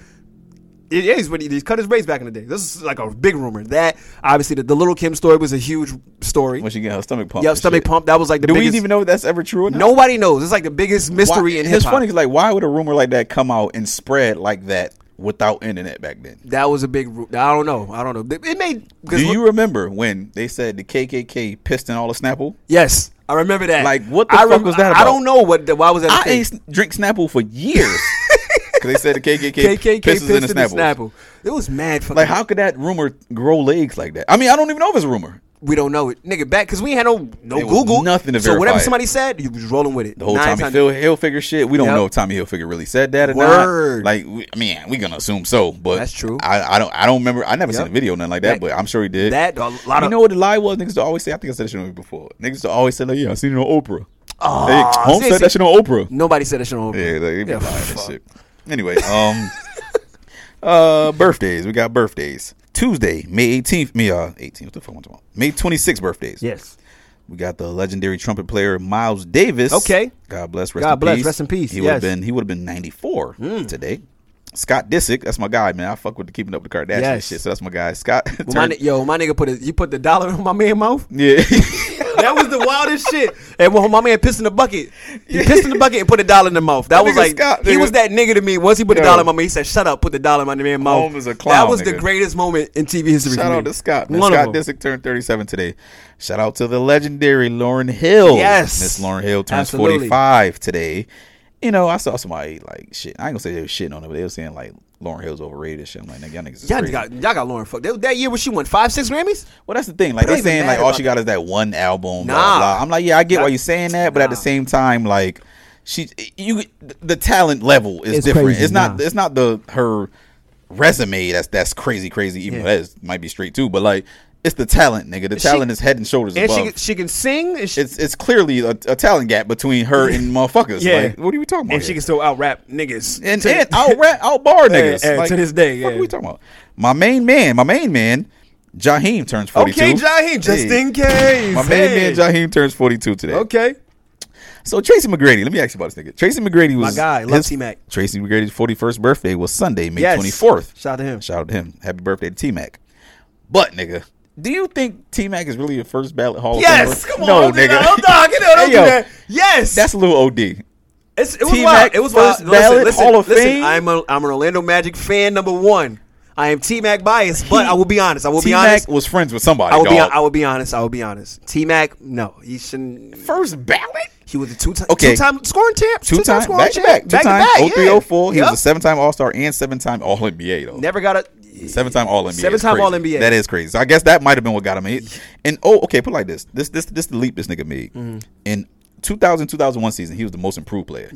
[SPEAKER 2] Yeah, he's when he, he cut his braids back in the day. This is like a big rumor. That obviously the, the little Kim story was a huge story.
[SPEAKER 3] when she got her stomach pumped.
[SPEAKER 2] Yeah,
[SPEAKER 3] and
[SPEAKER 2] stomach
[SPEAKER 3] shit.
[SPEAKER 2] pump. That was like the
[SPEAKER 3] Do
[SPEAKER 2] biggest.
[SPEAKER 3] we even know if that's ever true or not?
[SPEAKER 2] Nobody knows. It's like the biggest
[SPEAKER 3] Why-
[SPEAKER 2] mystery in hip
[SPEAKER 3] It's
[SPEAKER 2] hop.
[SPEAKER 3] funny 'cause, like why would a rumor like that come out and spread like that without internet back then?
[SPEAKER 2] That was a big. ru- I don't know. I don't know. It- It made.
[SPEAKER 3] Do
[SPEAKER 2] Cause
[SPEAKER 3] you remember when they said the KKK pissed in all the Snapple?
[SPEAKER 2] Yes, I remember that.
[SPEAKER 3] Like, what the
[SPEAKER 2] I
[SPEAKER 3] fuck was that
[SPEAKER 2] I
[SPEAKER 3] about?
[SPEAKER 2] don't know what. The, why was that? a
[SPEAKER 3] I
[SPEAKER 2] thing?
[SPEAKER 3] ain't sn- drink Snapple for years because they said the KKK,
[SPEAKER 2] KKK
[SPEAKER 3] pisses in the Snapple.
[SPEAKER 2] Snapple. It was mad fucking.
[SPEAKER 3] Like, how could that rumor grow legs like that? I mean, I don't even know if it's a rumor.
[SPEAKER 2] we don't know it, nigga. Back because we ain't had no no
[SPEAKER 3] It was
[SPEAKER 2] Google,
[SPEAKER 3] nothing to
[SPEAKER 2] So
[SPEAKER 3] verify
[SPEAKER 2] whatever
[SPEAKER 3] it.
[SPEAKER 2] somebody said, you was rolling with it.
[SPEAKER 3] The whole Tommy Phil Hilfiger shit, we don't
[SPEAKER 2] Yep.
[SPEAKER 3] know if Tommy Hilfiger really said that or
[SPEAKER 2] Word.
[SPEAKER 3] not. Like, we, I mean, we gonna assume so, but
[SPEAKER 2] That's true.
[SPEAKER 3] I, I don't, I don't remember. I never seen
[SPEAKER 2] Yep.
[SPEAKER 3] a video or nothing like that,
[SPEAKER 2] That-
[SPEAKER 3] but I'm sure he did.
[SPEAKER 2] that- a lot
[SPEAKER 3] you
[SPEAKER 2] of-
[SPEAKER 3] know what the lie was? Niggas to always say. I think I said this shit before. Niggas to always say, like, yeah, I seen it on Oprah. Oh, hey, Home
[SPEAKER 2] see,
[SPEAKER 3] said that
[SPEAKER 2] see-
[SPEAKER 3] shit on Oprah.
[SPEAKER 2] Nobody said that shit on.
[SPEAKER 3] Yeah, like, they be
[SPEAKER 2] Yeah,
[SPEAKER 3] lying and shit. Anyway, um, uh, birthdays. We got birthdays. Tuesday, May 18th. Me, uh, 18th. What the fuck am I talking about? May 26th birthdays.
[SPEAKER 11] Yes.
[SPEAKER 3] We got the legendary trumpet player Miles Davis.
[SPEAKER 2] Okay.
[SPEAKER 3] God bless. Rest
[SPEAKER 2] God
[SPEAKER 3] in
[SPEAKER 2] bless,
[SPEAKER 3] Peace.
[SPEAKER 2] rest in peace,
[SPEAKER 3] He would have
[SPEAKER 2] yes. Mm.
[SPEAKER 3] been. He would have been 94 today. Scott Disick, that's my guy, man. I fuck with the keeping up with the Kardashians and
[SPEAKER 2] Yes.
[SPEAKER 3] shit. So that's my guy, Scott.
[SPEAKER 2] Well, my,
[SPEAKER 3] turned-
[SPEAKER 2] ni- yo, my nigga put it. You put the dollar in my man's mouth.
[SPEAKER 3] yeah,
[SPEAKER 2] That was the wildest shit. And when my man pissed in the bucket, he pissed in the bucket and put a dollar in the mouth. That
[SPEAKER 3] That
[SPEAKER 2] was
[SPEAKER 3] nigga
[SPEAKER 2] like
[SPEAKER 3] Scott,
[SPEAKER 2] he
[SPEAKER 3] nigga.
[SPEAKER 2] was that nigga to me. Once he put a
[SPEAKER 3] Yo.
[SPEAKER 2] dollar in my mouth, he said, "Shut up, put the dollar in my man's mouth."
[SPEAKER 3] Holmes is a clown,
[SPEAKER 2] that was the
[SPEAKER 3] nigga.
[SPEAKER 2] greatest moment in TV history.
[SPEAKER 3] Shout
[SPEAKER 2] for me.
[SPEAKER 3] out to Scott. Man.
[SPEAKER 2] One
[SPEAKER 3] Scott
[SPEAKER 2] of them.
[SPEAKER 3] Disick turned 37 today. Shout out to the legendary Lauren Hill.
[SPEAKER 2] Yes.
[SPEAKER 3] Miss Lauren Hill turns
[SPEAKER 2] Absolutely.
[SPEAKER 3] 45 today. You know, I saw somebody like shit. I ain't gonna say they were shitting on her, but they were saying like Lauren Hill's overrated and shit. I'm like, nigga, y'all niggas is
[SPEAKER 2] Y'all
[SPEAKER 3] crazy.
[SPEAKER 2] got, y'all got Lauren fucked. That, that year when she won five, six Grammys?
[SPEAKER 3] well, that's the thing. Like
[SPEAKER 2] But
[SPEAKER 3] they
[SPEAKER 2] they
[SPEAKER 3] saying
[SPEAKER 2] even
[SPEAKER 3] like
[SPEAKER 2] mad
[SPEAKER 3] all
[SPEAKER 2] about
[SPEAKER 3] she got is that one album. Nah.
[SPEAKER 2] Nah.
[SPEAKER 3] Blah, blah. I'm like, yeah, I get why
[SPEAKER 2] Nah.
[SPEAKER 3] you're saying that, but at the
[SPEAKER 2] Nah.
[SPEAKER 3] same time, like she, you, the talent level is
[SPEAKER 11] It's
[SPEAKER 3] different.
[SPEAKER 11] crazy,
[SPEAKER 3] it's not.
[SPEAKER 11] nah.
[SPEAKER 3] It's not the her resume. That's that's crazy, crazy. Even though that is, might be straight too, but like it's the talent, nigga. The talent is head and shoulders
[SPEAKER 2] And
[SPEAKER 3] above.
[SPEAKER 2] she, can- she can sing. And she,
[SPEAKER 3] it's it's clearly a, a talent gap between her and motherfuckers.
[SPEAKER 2] Yeah.
[SPEAKER 3] Like, what are we talking about?
[SPEAKER 2] and she
[SPEAKER 3] here?
[SPEAKER 2] can still out rap niggas.
[SPEAKER 3] and,
[SPEAKER 2] To-
[SPEAKER 3] and out rap, out bar niggas
[SPEAKER 2] hey, to this day,
[SPEAKER 3] What
[SPEAKER 2] yeah.
[SPEAKER 3] are we talking about? My main man, my main man, Jaheim turns forty-two.
[SPEAKER 2] okay, Jaheim, just
[SPEAKER 3] Hey.
[SPEAKER 2] in case.
[SPEAKER 3] My
[SPEAKER 2] Hey.
[SPEAKER 3] main man Jaheim turns 42 today.
[SPEAKER 2] Okay.
[SPEAKER 3] So Tracy McGrady, let me ask you about this nigga. Tracy McGrady was
[SPEAKER 2] guy, love T-Mac.
[SPEAKER 3] Tracy McGrady's 41st birthday was Sunday, May
[SPEAKER 2] Yes.
[SPEAKER 3] 24th.
[SPEAKER 2] Shout out to him.
[SPEAKER 3] Shout out to him. Happy birthday to T Mac. But nigga, do you think T Mac is really a first ballot Hall
[SPEAKER 2] Yes,
[SPEAKER 3] of Famer?
[SPEAKER 2] come on. No, nigga. Hold on, get out,
[SPEAKER 3] Hey,
[SPEAKER 2] don't do
[SPEAKER 3] yo,
[SPEAKER 2] that. Yes.
[SPEAKER 3] That's a little OD.
[SPEAKER 2] it's, it was
[SPEAKER 3] T-Mac
[SPEAKER 2] wild. It was
[SPEAKER 3] first
[SPEAKER 2] wild. Listen,
[SPEAKER 3] ballot,
[SPEAKER 2] listen,
[SPEAKER 3] Hall of
[SPEAKER 2] listen,
[SPEAKER 3] Fame.
[SPEAKER 2] I'm, a, I'm an Orlando Magic fan number one. I am T-Mac biased, but I will be honest. I will
[SPEAKER 3] T
[SPEAKER 2] be
[SPEAKER 3] Mac
[SPEAKER 2] honest.
[SPEAKER 3] was friends with somebody.
[SPEAKER 2] I will be.
[SPEAKER 3] dog.
[SPEAKER 2] I will be honest. I will be honest. T Mac, no, he shouldn't.
[SPEAKER 3] first ballot.
[SPEAKER 2] He was a two time,
[SPEAKER 3] Okay.
[SPEAKER 2] two time scoring champ,
[SPEAKER 3] Two
[SPEAKER 2] two-time
[SPEAKER 3] times,
[SPEAKER 2] scoring
[SPEAKER 3] back to
[SPEAKER 2] champ,
[SPEAKER 3] back, two times,
[SPEAKER 2] yeah.
[SPEAKER 3] 0304. He
[SPEAKER 2] Yep.
[SPEAKER 3] was a seven-time All-Star and seven-time All-NBA though.
[SPEAKER 2] Never got a
[SPEAKER 3] Seven time All NBA. is
[SPEAKER 2] Seven-time
[SPEAKER 3] crazy.
[SPEAKER 2] All-NBA.
[SPEAKER 3] That is crazy. So I guess that might have been what got him. He- And oh, okay, put it like
[SPEAKER 2] Mm-hmm.
[SPEAKER 3] this. This this this the leap this nigga made. In 2000 2001 season, he was the most improved player.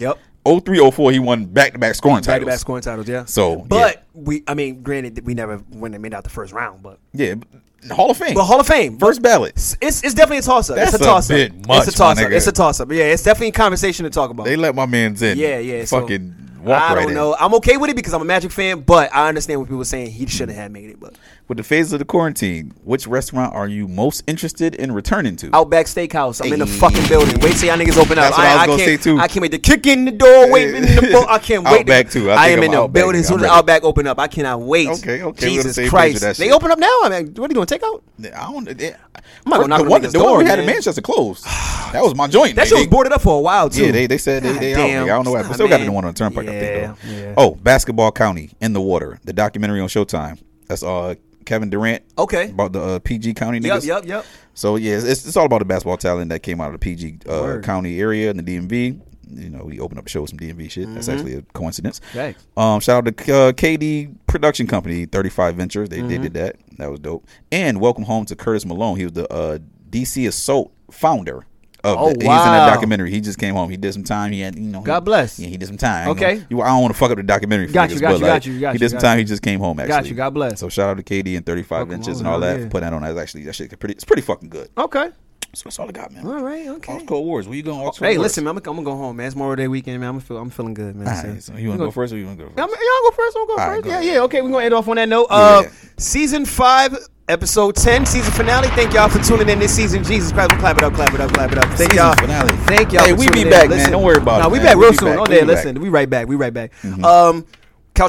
[SPEAKER 2] Yep.
[SPEAKER 3] 03, 04, he won back to back scoring
[SPEAKER 2] back to
[SPEAKER 3] titles.
[SPEAKER 2] back scoring titles. Yeah.
[SPEAKER 3] So,
[SPEAKER 2] but we, I mean, granted, that we never when they made out the first round, but
[SPEAKER 3] yeah, yeah, Hall of Fame,
[SPEAKER 2] but Hall of Fame
[SPEAKER 3] first ballot.
[SPEAKER 2] It's, it's definitely a toss up. It's
[SPEAKER 3] That's
[SPEAKER 2] a
[SPEAKER 3] a
[SPEAKER 2] toss up.
[SPEAKER 3] bit much,
[SPEAKER 2] It's a
[SPEAKER 3] my
[SPEAKER 2] toss up.
[SPEAKER 3] nigga.
[SPEAKER 2] It's a toss up. Yeah, it's definitely a conversation to talk about.
[SPEAKER 3] They let my man's in.
[SPEAKER 2] yeah, yeah. so
[SPEAKER 3] fucking walk
[SPEAKER 2] I
[SPEAKER 3] right
[SPEAKER 2] don't
[SPEAKER 3] in.
[SPEAKER 2] know. I'm okay with it because I'm a Magic fan, but I understand what people were saying. He shouldn't have made it. But
[SPEAKER 3] With the phase of the quarantine, which restaurant are you most interested in returning to?
[SPEAKER 2] Outback Steakhouse, I'm in the
[SPEAKER 3] Hey.
[SPEAKER 2] fucking building. Wait till y'all niggas open up.
[SPEAKER 3] That's what I was gonna
[SPEAKER 2] can't,
[SPEAKER 3] say, too.
[SPEAKER 2] I can't wait to kick in the door, wait in the boat. I can't wait. to-
[SPEAKER 3] Outback, too. I
[SPEAKER 2] I,
[SPEAKER 3] think
[SPEAKER 2] am
[SPEAKER 3] I'm
[SPEAKER 2] in the
[SPEAKER 3] Outback.
[SPEAKER 2] building as soon
[SPEAKER 3] I'm
[SPEAKER 2] as
[SPEAKER 3] ready.
[SPEAKER 2] Outback open up. I cannot wait.
[SPEAKER 3] Okay, okay, we're on the
[SPEAKER 2] Jesus
[SPEAKER 3] same page with
[SPEAKER 2] Christ,
[SPEAKER 3] that
[SPEAKER 2] they
[SPEAKER 3] shit.
[SPEAKER 2] open up now. I mean, what are you doing? Take out?
[SPEAKER 3] I don't. It,
[SPEAKER 2] might go knock
[SPEAKER 3] the
[SPEAKER 2] on
[SPEAKER 3] one,
[SPEAKER 2] the nigga's
[SPEAKER 3] the one
[SPEAKER 2] door,
[SPEAKER 3] we had in
[SPEAKER 2] man.
[SPEAKER 3] Manchester closed. That was my joint.
[SPEAKER 2] That
[SPEAKER 3] nigga.
[SPEAKER 2] shit was boarded up for a while too.
[SPEAKER 3] Yeah, they, they said they,
[SPEAKER 2] God
[SPEAKER 3] they out. nigga.
[SPEAKER 2] damn.
[SPEAKER 3] I don't know what happened.
[SPEAKER 2] Nah,
[SPEAKER 3] Still got it in
[SPEAKER 2] man.
[SPEAKER 3] one on the turnpike, I think. Though.
[SPEAKER 2] Yeah, yeah.
[SPEAKER 3] Oh, Basketball County in the water. The documentary on Showtime. That's uh Kevin Durant.
[SPEAKER 2] Okay.
[SPEAKER 3] About the uh, PG County
[SPEAKER 2] Yep,
[SPEAKER 3] niggas.
[SPEAKER 2] yep, yep.
[SPEAKER 3] So yeah, it's, it's all about the basketball talent that came out of the PG uh, County area and the DMV. You know, we opened up a show with some DMV shit. That's
[SPEAKER 2] Mm-hmm.
[SPEAKER 3] actually a coincidence.
[SPEAKER 2] Thanks.
[SPEAKER 3] Um, shout out to uh, KD Production Company, Thirty Five Ventures. They, they
[SPEAKER 2] Mm-hmm.
[SPEAKER 3] did that. That was dope. And welcome home to Curtis Malone. He was the uh, DC Assault founder. Of
[SPEAKER 2] Oh,
[SPEAKER 3] the, He's in that
[SPEAKER 2] wow.
[SPEAKER 3] documentary. He just came home. He did some time. He had, you know.
[SPEAKER 2] God bless.
[SPEAKER 3] Yeah, he did some time.
[SPEAKER 2] Okay.
[SPEAKER 3] You know, I don't want to fuck up the documentary. For
[SPEAKER 2] Got
[SPEAKER 3] niggas,
[SPEAKER 2] you, got
[SPEAKER 3] but,
[SPEAKER 2] you,
[SPEAKER 3] like,
[SPEAKER 2] got you, got
[SPEAKER 3] He
[SPEAKER 2] you,
[SPEAKER 3] did some
[SPEAKER 2] got
[SPEAKER 3] time. He just came home. Actually,
[SPEAKER 2] you, God bless.
[SPEAKER 3] So shout out to KD and Thirty Five
[SPEAKER 2] Welcome
[SPEAKER 3] Ventures and
[SPEAKER 2] home,
[SPEAKER 3] all that.
[SPEAKER 2] yeah.
[SPEAKER 3] for Putting that on. That's actually that shit pretty. It's pretty fucking good.
[SPEAKER 2] Okay.
[SPEAKER 3] So that's all I got, man.
[SPEAKER 2] All right. Okay.
[SPEAKER 3] Off Cold Wars. Where you going? Off
[SPEAKER 2] Hey, listen, man, I'm, gonna- I'm gonna go home, man. It's Memorial Day weekend, man. I'm feel, I'm feeling good, man.
[SPEAKER 3] All right, so you want to go first or you want to go
[SPEAKER 2] I mean,
[SPEAKER 3] first?
[SPEAKER 2] y'all go first. I'll go
[SPEAKER 3] All right,
[SPEAKER 2] first.
[SPEAKER 3] go
[SPEAKER 2] yeah,
[SPEAKER 3] ahead.
[SPEAKER 2] yeah. Okay, we're gonna end off on that note. Uh,
[SPEAKER 3] Yeah.
[SPEAKER 2] season five, episode ten, season finale. Thank y'all for tuning in this season. Jesus Christ, we'll clap it up, clap it up, clap it up. Thank
[SPEAKER 3] Season
[SPEAKER 2] y'all.
[SPEAKER 3] finale.
[SPEAKER 2] Thank y'all.
[SPEAKER 3] Hey,
[SPEAKER 2] for
[SPEAKER 3] we be
[SPEAKER 2] tuning in.
[SPEAKER 3] back, man.
[SPEAKER 2] Listen,
[SPEAKER 3] Don't worry about
[SPEAKER 2] nah,
[SPEAKER 3] it,
[SPEAKER 2] we
[SPEAKER 3] man.
[SPEAKER 2] back
[SPEAKER 3] We
[SPEAKER 2] real
[SPEAKER 3] be
[SPEAKER 2] soon.
[SPEAKER 3] back.
[SPEAKER 2] Oh, there.
[SPEAKER 3] We be back. Mm-hmm.
[SPEAKER 2] Listen, we right back. We right back. Um,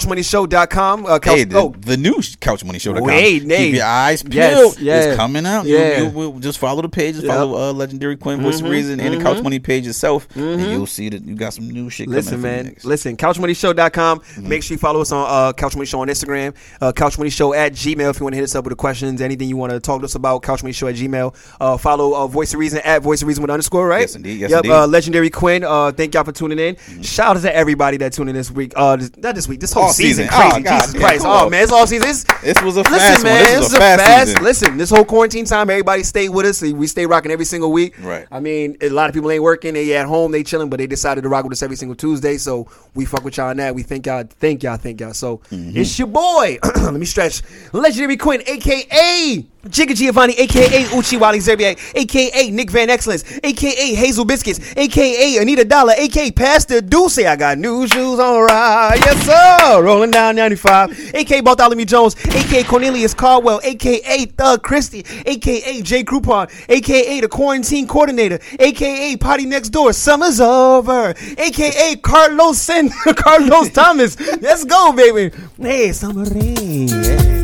[SPEAKER 2] couchmoneyshow.com. Uh, couch,
[SPEAKER 3] Hey, the,
[SPEAKER 2] oh,
[SPEAKER 3] the new Couch Money Show.
[SPEAKER 2] Wait,
[SPEAKER 3] Keep
[SPEAKER 2] Nate.
[SPEAKER 3] your eyes peeled.
[SPEAKER 2] Yes, yeah.
[SPEAKER 3] It's coming out.
[SPEAKER 2] Yeah. Mm-hmm.
[SPEAKER 3] You, you will just follow the page. Just follow uh, Legendary Quinn, Voice of Reason, and the Couch Money page itself. And you'll see that you got some new shit
[SPEAKER 2] Listen,
[SPEAKER 3] coming. for you
[SPEAKER 2] man.
[SPEAKER 3] niggas. Mm-hmm.
[SPEAKER 2] Listen, couchmoneyshow.com. Make sure you follow us on uh, Couch Money Show on Instagram. Uh, Couch Money Show at Gmail if you want to hit us up with the questions, anything you want to talk to us about. Couch Money Show at Gmail. Uh, follow uh, Voice of Reason at Voice of Reason with underscore, right?
[SPEAKER 3] Yes, indeed. Yes,
[SPEAKER 2] yep.
[SPEAKER 3] indeed. Mm-hmm.
[SPEAKER 2] Uh, Legendary Quinn. Uh, thank y'all for tuning in. Shout out to everybody that tuned in this week. Uh, this, not this week. This whole
[SPEAKER 3] All
[SPEAKER 2] season.
[SPEAKER 3] season.
[SPEAKER 2] Crazy.
[SPEAKER 3] Oh, God
[SPEAKER 2] Jesus
[SPEAKER 3] damn.
[SPEAKER 2] Christ.
[SPEAKER 3] Come
[SPEAKER 2] Oh
[SPEAKER 3] on.
[SPEAKER 2] man, it's all season. It's,
[SPEAKER 3] This was a
[SPEAKER 2] listen,
[SPEAKER 3] fast one.
[SPEAKER 2] man.
[SPEAKER 3] This was a fast season.
[SPEAKER 2] Listen, this whole quarantine time, everybody stay with us. We stay rocking every single week.
[SPEAKER 3] Right.
[SPEAKER 2] I mean, a lot of people ain't working. They at home. They chilling, but they decided to rock with us every single Tuesday. So we fuck with y'all on that. We thank y'all. Thank y'all. Thank y'all. So it's your boy. Let me stretch. Legendary Quinn, aka Jigga Giovanni, aka Uchi Wally Zerbiak, aka Nick Van Excellence, aka Hazel Biscuits, aka Anita Dollar, aka Pastor Deuce. I got new shoes on right. Yes, sir. Rolling down 95. aka Bartholomew Jones, aka Cornelius Caldwell, aka Thug Christie, aka Jay Croupon, aka the quarantine coordinator, aka Potty Next Door. Summer's over, aka Carlos Sin, Carlos Thomas. Let's go, baby. Hey, summer rain.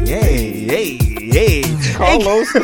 [SPEAKER 2] Yeah, yeah, yeah, yeah.
[SPEAKER 3] Carlos.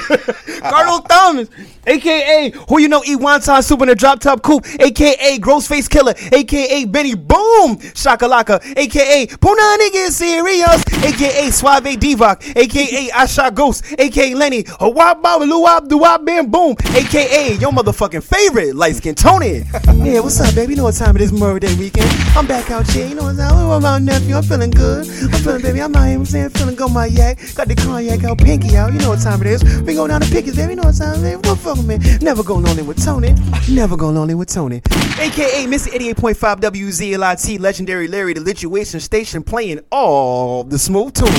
[SPEAKER 2] Colonel Thomas, aka who you know E Wonton Soup in a drop top coupe, aka Gross Face Killer, aka Benny Boom Shakalaka, aka Puna Nigga is Serious, aka Suave Divock, aka I Shot Ghost, aka Lenny, Hawab Baba Luwab Duwab Bam Boom, aka your motherfucking favorite light skin Tony. yeah, what's up, baby? You know what time it is, Memorial Day weekend. I'm back out here. You know what time? I'm around nephew. I'm feeling good. I'm feeling, baby. I'm out here. I'm saying, feeling good. My yak. Got the cognac out, pinky out. You know what time it is. We going down to Pickies, baby. You know what time it is. What fuck, man? Never go lonely with Tony. Never go lonely with Tony. AKA Mr. 88.5 WZLIT, legendary Larry, the lituation station, playing all the smooth tunes.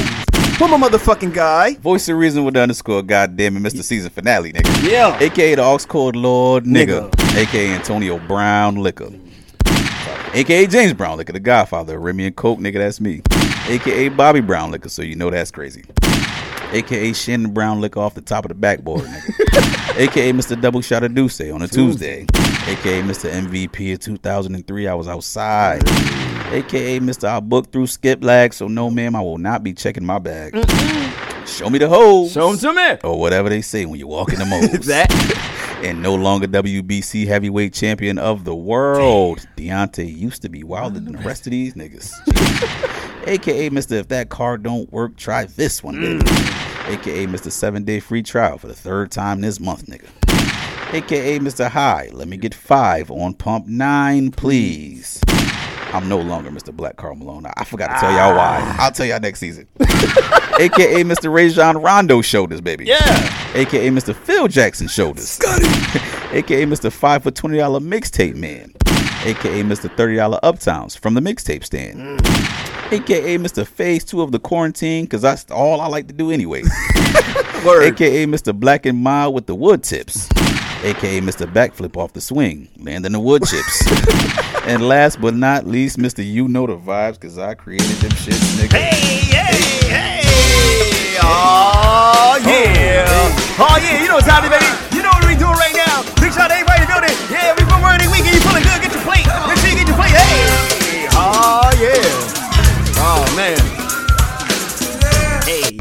[SPEAKER 2] With my motherfucking guy.
[SPEAKER 3] Voice of Reason with the underscore. God damn it, Mr. Season Finale, nigga.
[SPEAKER 2] Yeah.
[SPEAKER 3] AKA the Ox Code Lord nigga. AKA Antonio Brown Liquor. AKA James Brown Liquor, the Godfather. Remy and Coke, nigga, that's me. AKA Bobby Brown Liquor, so you know that's crazy. AKA Shannon Brown Liquor off the top of the backboard, nigga. AKA Mr. Double Shot of Deuce on a Tuesday. AKA Mr. MVP of 2003, I was outside. AKA Mr. I booked through skip lag, so no, ma'am, I will not be checking my bag. Show me the hoes
[SPEAKER 2] to me.
[SPEAKER 3] or whatever they say when you walk in the modes. And no longer WBC heavyweight champion of the world. Deontay used to be wilder than the rest of these niggas. AKA Mr. If that card don't work, try this one, baby. AKA Mr. Seven Day Free Trial for the third time this month, nigga. AKA Mr. High, let me get five on pump nine, please. I'm no longer Mr. Black Carl Malone. I forgot to tell y'all why. I'll tell y'all next season. AKA Mr. Rajon Rondo shoulders, baby. Yeah. AKA Mr. Phil Jackson shoulders. AKA Mr. Five for twenty dollar mixtape man. aka Mr. $30 Uptowns from the mixtape stand, aka Mr. Phase 2 of the quarantine, because that's all I like to do anyway, aka Mr. Black and Mild with the wood tips, aka Mr. Backflip off the swing, landing the wood chips. and last but not least, Mr. You Know the Vibes, because I created them shits, nigga.
[SPEAKER 2] Oh yeah! Oh yeah! You know it's happening, baby. You know what we doing right now. Big shout out to everybody in the building. Yeah, we from Worthy Weekend. You feeling good? Get your plate. Make sure you get your plate. Hey! Oh yeah! Oh man! Hey!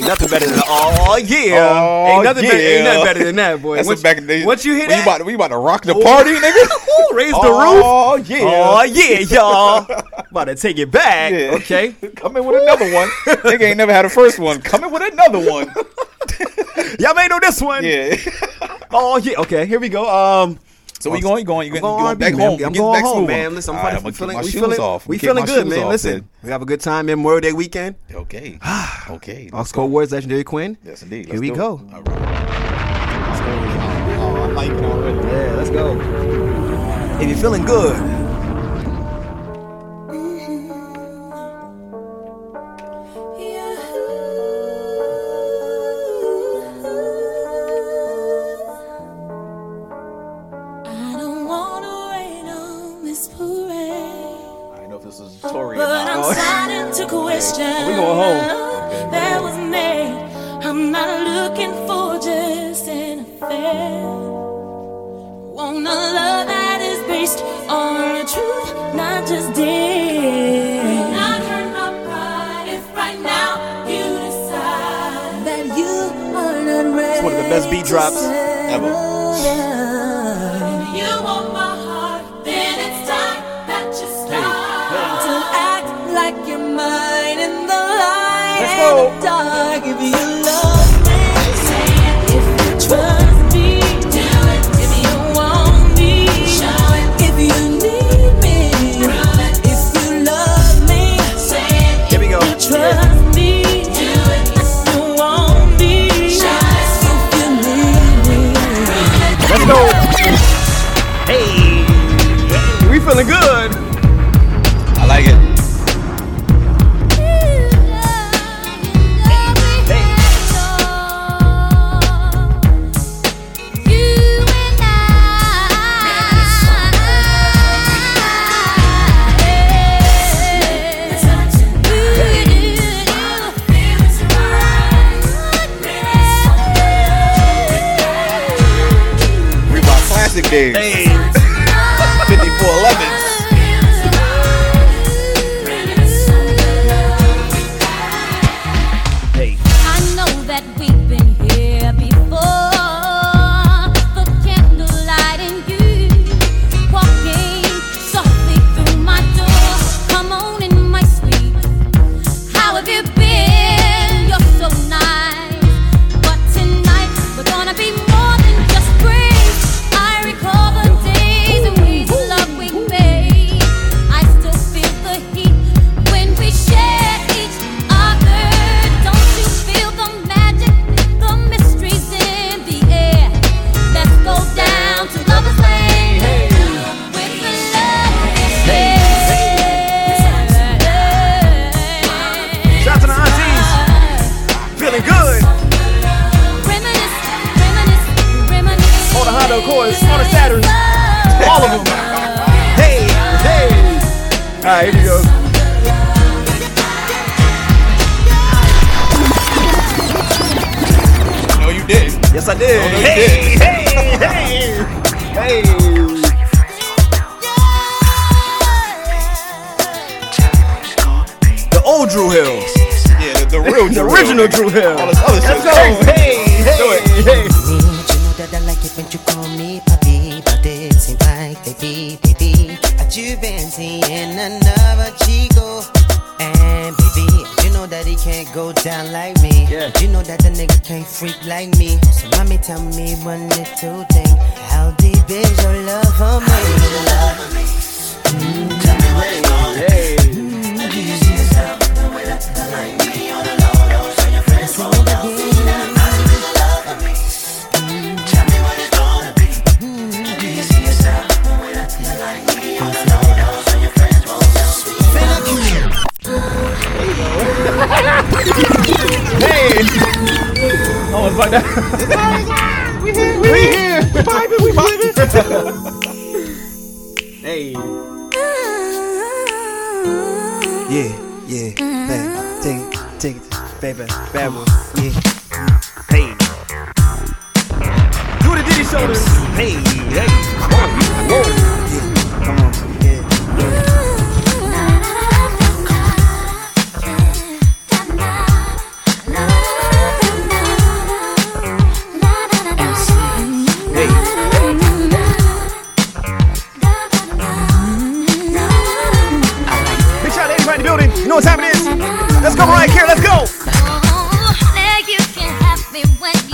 [SPEAKER 2] Ain't nothing better than oh yeah!
[SPEAKER 3] Oh,
[SPEAKER 2] ain't nothing better. Ain't nothing
[SPEAKER 3] yeah.
[SPEAKER 2] better than that, boy.
[SPEAKER 3] That's
[SPEAKER 2] once,
[SPEAKER 3] what back in the day.
[SPEAKER 2] once you hear
[SPEAKER 3] we
[SPEAKER 2] that,
[SPEAKER 3] about, to- we about to rock the party, nigga.
[SPEAKER 2] Ooh, raise the
[SPEAKER 3] Oh,
[SPEAKER 2] roof.
[SPEAKER 3] yeah.
[SPEAKER 2] Oh yeah, y'all. About to take it back.
[SPEAKER 3] Yeah.
[SPEAKER 2] Okay.
[SPEAKER 3] Come in with another one. nigga ain't never had a first one. Come in with another one.
[SPEAKER 2] Y'all may know this one.
[SPEAKER 3] Yeah.
[SPEAKER 2] Oh yeah. Okay. Here we go. Um.
[SPEAKER 3] So we going, you going, you going, you
[SPEAKER 2] going
[SPEAKER 3] going
[SPEAKER 2] R&B,
[SPEAKER 3] back
[SPEAKER 2] man.
[SPEAKER 3] home.
[SPEAKER 2] I'm
[SPEAKER 3] Get
[SPEAKER 2] going
[SPEAKER 3] back
[SPEAKER 2] home,
[SPEAKER 3] smooth.
[SPEAKER 2] man. Listen, I'm
[SPEAKER 3] All right,
[SPEAKER 2] fucking
[SPEAKER 3] I'ma
[SPEAKER 2] feeling-
[SPEAKER 3] kick my
[SPEAKER 2] we
[SPEAKER 3] shoes
[SPEAKER 2] feeling-
[SPEAKER 3] off.
[SPEAKER 2] we
[SPEAKER 3] Kick
[SPEAKER 2] feeling
[SPEAKER 3] my
[SPEAKER 2] good,
[SPEAKER 3] shoes
[SPEAKER 2] man.
[SPEAKER 3] off,
[SPEAKER 2] Listen.
[SPEAKER 3] then.
[SPEAKER 2] We have a good time in Memorial Day weekend.
[SPEAKER 3] Okay. Okay.
[SPEAKER 2] Oxco Awards, Legendary Quinn.
[SPEAKER 3] Yes, indeed.
[SPEAKER 2] Ah. Oh, Here
[SPEAKER 3] Let's
[SPEAKER 2] we
[SPEAKER 3] do it.
[SPEAKER 2] go.
[SPEAKER 3] All right.
[SPEAKER 2] Yeah, let's go. If you're feeling good.
[SPEAKER 12] I don't wanna rain on this parade,
[SPEAKER 3] I don't know if this is Tory or
[SPEAKER 12] but
[SPEAKER 3] not.
[SPEAKER 12] I'm starting to question. We
[SPEAKER 2] going home.
[SPEAKER 12] That was made. I'm not looking for just an affair. Want a love that is based on the truth, not just dear. Not hurt my pride if right now you decide that you are not ready. It's
[SPEAKER 5] one of the best beat drops
[SPEAKER 12] ever.
[SPEAKER 13] You want my heart, then it's time that you stop.
[SPEAKER 12] to act like you're mine in the light
[SPEAKER 5] Let's
[SPEAKER 12] and
[SPEAKER 5] go.
[SPEAKER 12] the dark. If you love me, say it. If you trust me, do it. If you want me, show it. If you need me, prove it. If you love me, say it. Here we go. If you trust me, do it. If you want me, show it. If you need me, prove
[SPEAKER 2] Let's
[SPEAKER 12] it.
[SPEAKER 2] go. Hey. We feeling good.
[SPEAKER 3] I like it. We about classic days.
[SPEAKER 2] Hey.
[SPEAKER 3] 5411.
[SPEAKER 2] Hey.
[SPEAKER 13] I know that we've been here before. The candlelight and you walking softly through my door. Come on in, my sweet. How have you been? You're so nice, but tonight we're gonna be more than just friends. I recall the days and we love we made. I still feel the heat when we share each other. Don't you feel the magic, the mysteries in the air? Let's go down to lovers' lane with the love is there.
[SPEAKER 2] Shout out to the aunties. Feeling good.
[SPEAKER 13] Reminisce, reminisce, reminisce.
[SPEAKER 2] On the Honda Accords, on the Saturn. All of them. Hey. Hey. All right, here we go.
[SPEAKER 3] No, you did.
[SPEAKER 2] Yes, I did. Hey. Hey. Hey. Hey. The old Drew Hill.
[SPEAKER 3] Yeah, the, the real
[SPEAKER 2] The
[SPEAKER 3] Drew Hill,
[SPEAKER 2] original
[SPEAKER 3] nigga.
[SPEAKER 2] Drew Hill.
[SPEAKER 3] All this other shit's crazy.
[SPEAKER 2] Hey. Hey. Hey.
[SPEAKER 14] me. You know that I like it when you call me papi, but it seems like baby, baby, that you've been seeing another chico. And baby, you know that he can't go down like me. You know that the nigga can't freak like me. So mommy, tell me one little thing. How deep is your love for me?
[SPEAKER 15] Hey.
[SPEAKER 2] Yeah, yeah, babe. Take it, take it, baby, baby, yeah. Hey. Do the Diddy shoulders. Hey, hey. Yeah, come on. Yeah. Big shout out to everybody in the building. You know what time it is? Let's go right here. Let's go.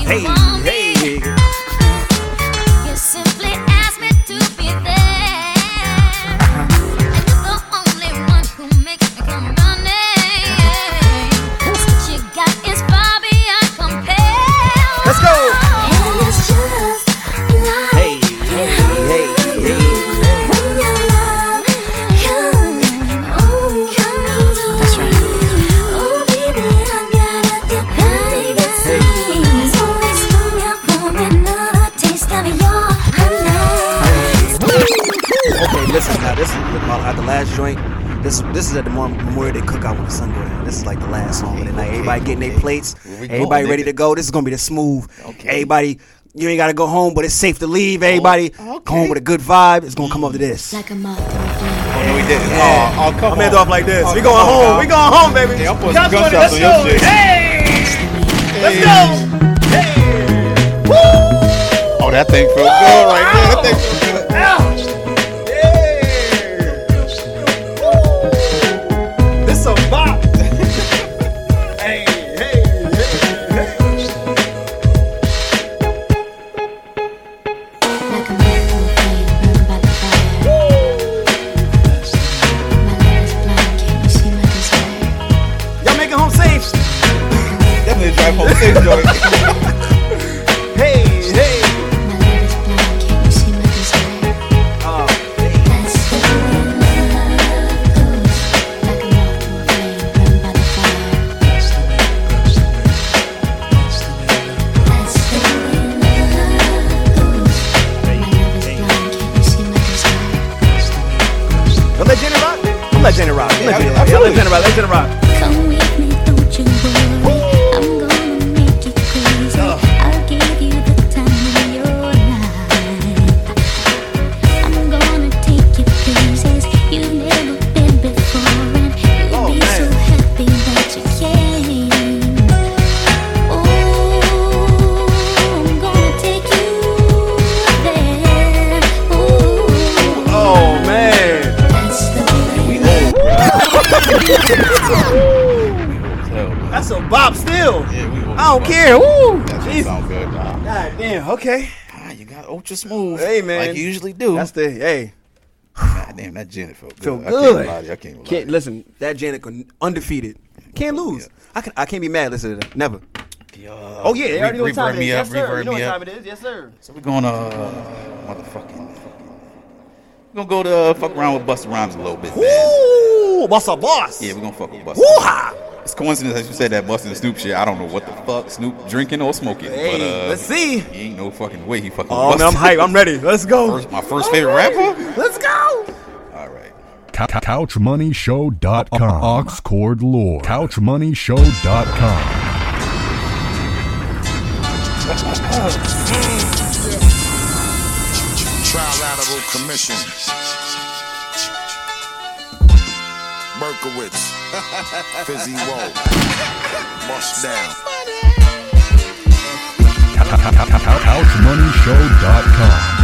[SPEAKER 2] Hey, hey.
[SPEAKER 13] You simply ask me to be there, and you're the only one who makes me come running. What you got is far beyond compare.
[SPEAKER 2] Let's go.
[SPEAKER 13] And it's just like
[SPEAKER 2] Hey,
[SPEAKER 13] hey, hey, when your love comes, oh, comes That's right. Oh, baby, I gotta get ready to see. So let's come out for another taste of your love.
[SPEAKER 2] Okay, listen now. This is at the last joint. This this is at the Mem- Memorial Day cookout with the sun going down. This is like the last song of the night. Everybody getting their plates.
[SPEAKER 3] we
[SPEAKER 2] Everybody
[SPEAKER 3] going,
[SPEAKER 2] ready to
[SPEAKER 3] nigga.
[SPEAKER 2] go. This is gonna be the smooth.
[SPEAKER 3] Okay.
[SPEAKER 2] Everybody, you ain't gotta go home, but it's safe to leave. Everybody
[SPEAKER 3] Oh,
[SPEAKER 2] go home with a good vibe. It's gonna come up to this.
[SPEAKER 13] Like a moth.
[SPEAKER 3] Oh, no, he didn't. Oh, oh, come
[SPEAKER 2] I'm
[SPEAKER 3] on.
[SPEAKER 2] end off like this.
[SPEAKER 3] Oh,
[SPEAKER 2] we going
[SPEAKER 3] come on,
[SPEAKER 2] home.
[SPEAKER 3] dog.
[SPEAKER 2] We going home, baby.
[SPEAKER 3] Yeah, I'm putting
[SPEAKER 2] Couch money,
[SPEAKER 3] gunshots
[SPEAKER 2] let's
[SPEAKER 3] on your
[SPEAKER 2] go.
[SPEAKER 3] shit.
[SPEAKER 2] Hey, let's go.
[SPEAKER 3] Oh, that thing feels good right there. That thing feels good.
[SPEAKER 2] This a bop.
[SPEAKER 13] Like a miracle flame burned by the fire. My love is blind, can't you see my desire?
[SPEAKER 2] Y'all make it home safe.
[SPEAKER 3] Definitely drive home safe, Joey.
[SPEAKER 2] Hey, hey.
[SPEAKER 13] My love is blind, can't you see my desire? That's the way love goes. Like a miracle flame burned by the fire. That's the way love goes. My love is blind, can't you see my desire?
[SPEAKER 2] Don't let Jenny rock. Don't let Jenny rock. Don't let Jenny rock. Don't
[SPEAKER 3] absolutely.
[SPEAKER 2] let Jenny rock. Let Jenny rock.
[SPEAKER 13] Come with me, don't you worry. I'm gonna make it crazy. I'll give you the time of your life. I'm gonna take you places you've never been before, and you'll be so happy that you came. Oh, I'm gonna take you there. Oh,
[SPEAKER 2] Oh man.
[SPEAKER 13] that's the way.
[SPEAKER 2] That's a bop still.
[SPEAKER 3] I
[SPEAKER 2] I don't care. Woo.
[SPEAKER 3] That shit
[SPEAKER 2] Jesus.
[SPEAKER 3] sound good, dog.
[SPEAKER 2] God damn. Okay.
[SPEAKER 3] Ah, you got ultra smooth.
[SPEAKER 2] Hey, man.
[SPEAKER 3] Like you usually do.
[SPEAKER 2] That's the hey.
[SPEAKER 3] God damn, that Janet felt good.
[SPEAKER 2] Feel
[SPEAKER 3] I
[SPEAKER 2] good.
[SPEAKER 3] can't lie to you. I can't lie to
[SPEAKER 2] Can't
[SPEAKER 3] you.
[SPEAKER 2] listen. That Janet can- undefeated. Can't lose. I can. I can't be mad. Listen to that. Never.
[SPEAKER 3] Yo,
[SPEAKER 2] Oh yeah. They already know
[SPEAKER 3] re-
[SPEAKER 2] what time
[SPEAKER 3] reverb
[SPEAKER 2] it is.
[SPEAKER 3] me up,
[SPEAKER 2] Yes sir.
[SPEAKER 3] reverb
[SPEAKER 2] You know
[SPEAKER 3] me
[SPEAKER 2] what
[SPEAKER 3] up.
[SPEAKER 2] time it is. Yes sir.
[SPEAKER 3] So we're going to uh, motherfucking. We're going to go to fuck around with Busta Rhymes a little bit, man.
[SPEAKER 2] Ooh, boss a boss.
[SPEAKER 3] Yeah, we're going to fuck with Busta.
[SPEAKER 2] Woo-ha.
[SPEAKER 3] It's coincidence that you said that Busta and Snoop shit. I don't know what the fuck Snoop drinking or smoking. but,
[SPEAKER 2] Hey,
[SPEAKER 3] uh,
[SPEAKER 2] let's see.
[SPEAKER 3] He ain't no fucking way he fucking
[SPEAKER 2] Oh man, I'm
[SPEAKER 3] Busta.
[SPEAKER 2] hype. I'm ready. Let's go.
[SPEAKER 3] First- my first favorite rapper?
[SPEAKER 2] Let's go.
[SPEAKER 3] All right.
[SPEAKER 1] Cou- cou- CouchMoneyShow.com. Oxcord Lore. CouchMoneyShow.com.
[SPEAKER 16] Trilateral Commission. Berkowitz. Fizzy Woe. Bust down.
[SPEAKER 1] Cou- cou- cou- cou- CouchMoneyShow.com.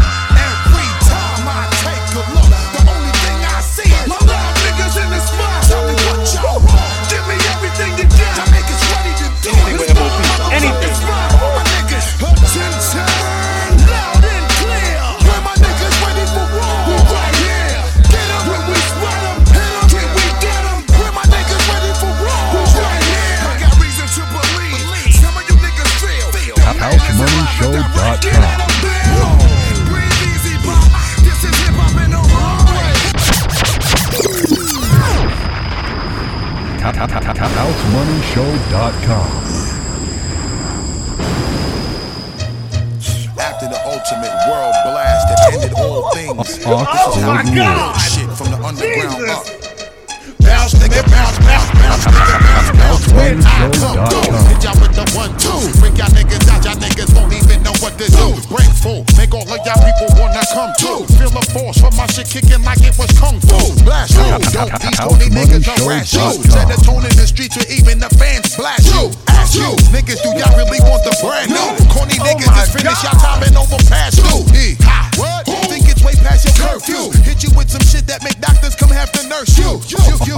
[SPEAKER 16] Every time I take a look, the only thing I see is my love niggas in the spot. Tell me what y'all want. Give me everything you got. I make it's ready to do.
[SPEAKER 3] Anything with
[SPEAKER 16] It's
[SPEAKER 3] MOP.
[SPEAKER 16] my
[SPEAKER 2] Anything.
[SPEAKER 16] motherfucking spot. All my niggas, attention. Loud and clear. When my niggas ready for war, we right here. Get 'em when we sweat 'em. Hit 'em when we get 'em. When my niggas ready for war, we right here. I got reason to believe. Some of you niggas feel. feel.
[SPEAKER 1] CouchMoneyShow.com. Cou- cou- cou- cou- CouchMoneyShow.com. Ox Ford Ward.
[SPEAKER 16] Shit from the underground up. Bounce, nigga, bounce, bounce, bounce, nigga, bounce, bounce. When I come through, hit y'all with the one, two. Freak y'all niggas out, y'all niggas won't even know what to do. Grateful, make all of y'all people wanna come to. Feel the force from my shit kicking like it was kung fu. Blast you, don't be stony niggas, I'm rat you. Set the tone in the streets where even the fans blast you. Ask you, niggas, do y'all really want the brand new? Corny niggas just finish y'all time and overpass you. E. Ha. What? Think it's way past your curfew. Hit you with some shit that make doctors come have to nurse you. You, you, you,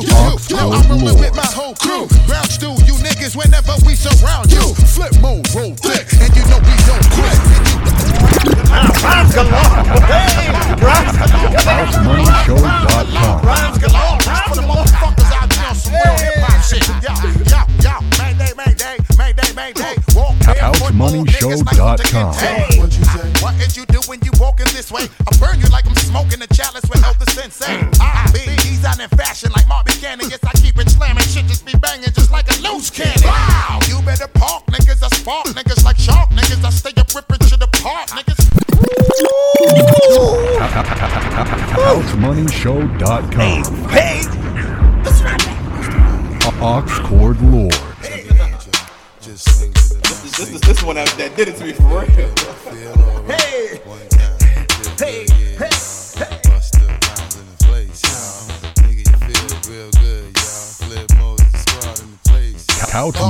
[SPEAKER 16] you. Now I'm rolling with my whole crew. Ground stew, you niggas, whenever we surround you. Flip mode, roll thick, and you know we don't quit.
[SPEAKER 1] OxMoneyShow.com.
[SPEAKER 16] Rhymes galore, rhymes for the motherfuckers out there on some real hip hop shit. Yeah, yeah, yeah. Mayday, mayday, mayday, mayday. Walk barefoot, all niggas like I'm taking
[SPEAKER 1] OutMoneyShow.com.
[SPEAKER 16] tape. What did you do when you walking this way? I burn you like I'm smoking a chalice with Elder Sensei. I be designed in fashion like Marvin Cannon. Yes, I keep it slamming. Shit just be banging just like a loose cannon. Wow, you better park, niggas. I spark, niggas like shark, niggas. I stay up ripping to the park, niggas.
[SPEAKER 1] OxMoneyShow.com.
[SPEAKER 2] Hey,
[SPEAKER 1] Ox Cord Lord.
[SPEAKER 3] This is this one that, that did it to me for real.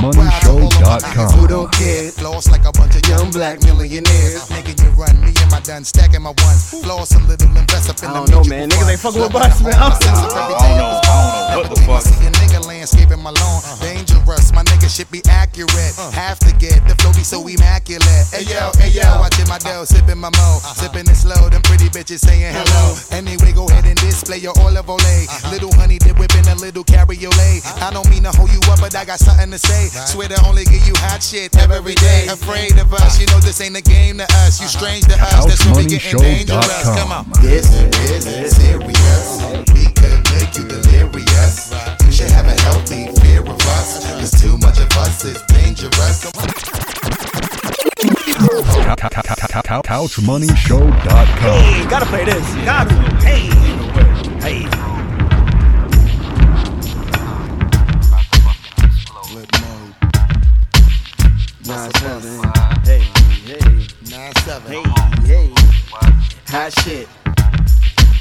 [SPEAKER 16] Who don't
[SPEAKER 1] CouchMoneyShow.com.
[SPEAKER 16] care? Lost like a bunch of young black millionaires. Nigga, you run me and my done stacking my ones. Lost a little, invest up in the
[SPEAKER 4] I don't know, man. Niggas ain't fucking with us, man. I'm
[SPEAKER 16] Sense of everything that was
[SPEAKER 3] I don't know what the fuck. Uh-huh.
[SPEAKER 16] See a nigga landscaping my lawn. Dangerous, my nigga shit be accurate. Have to get the flow be so immaculate. Hey yo, hey yo, watching my dough, sipping my mo,
[SPEAKER 3] Uh-huh.
[SPEAKER 16] sipping it slow. Them pretty bitches saying hello. Anyway, go ahead and display your olive ole.
[SPEAKER 3] Uh-huh.
[SPEAKER 16] Little honey dip whipping a little cabriolet. I don't mean to hold you up, but I got something to say. Swear to only give you hot shit every day. Afraid of us, you know this ain't a game to us.
[SPEAKER 3] Uh-huh.
[SPEAKER 16] You strange to us, that's when we getting dangerous. Come on.
[SPEAKER 1] CouchMoneyShow.com.
[SPEAKER 16] This is serious. We could make you delirious. You should have a healthy fear of us. Cause too much of us is dangerous.
[SPEAKER 1] CouchMoneyShow.com.
[SPEAKER 2] hey, gotta play this. Gotta. Hey, hey.
[SPEAKER 4] Nine seven. Hey, hey.
[SPEAKER 16] Nine seven.
[SPEAKER 4] Hey, hey. Hot shit.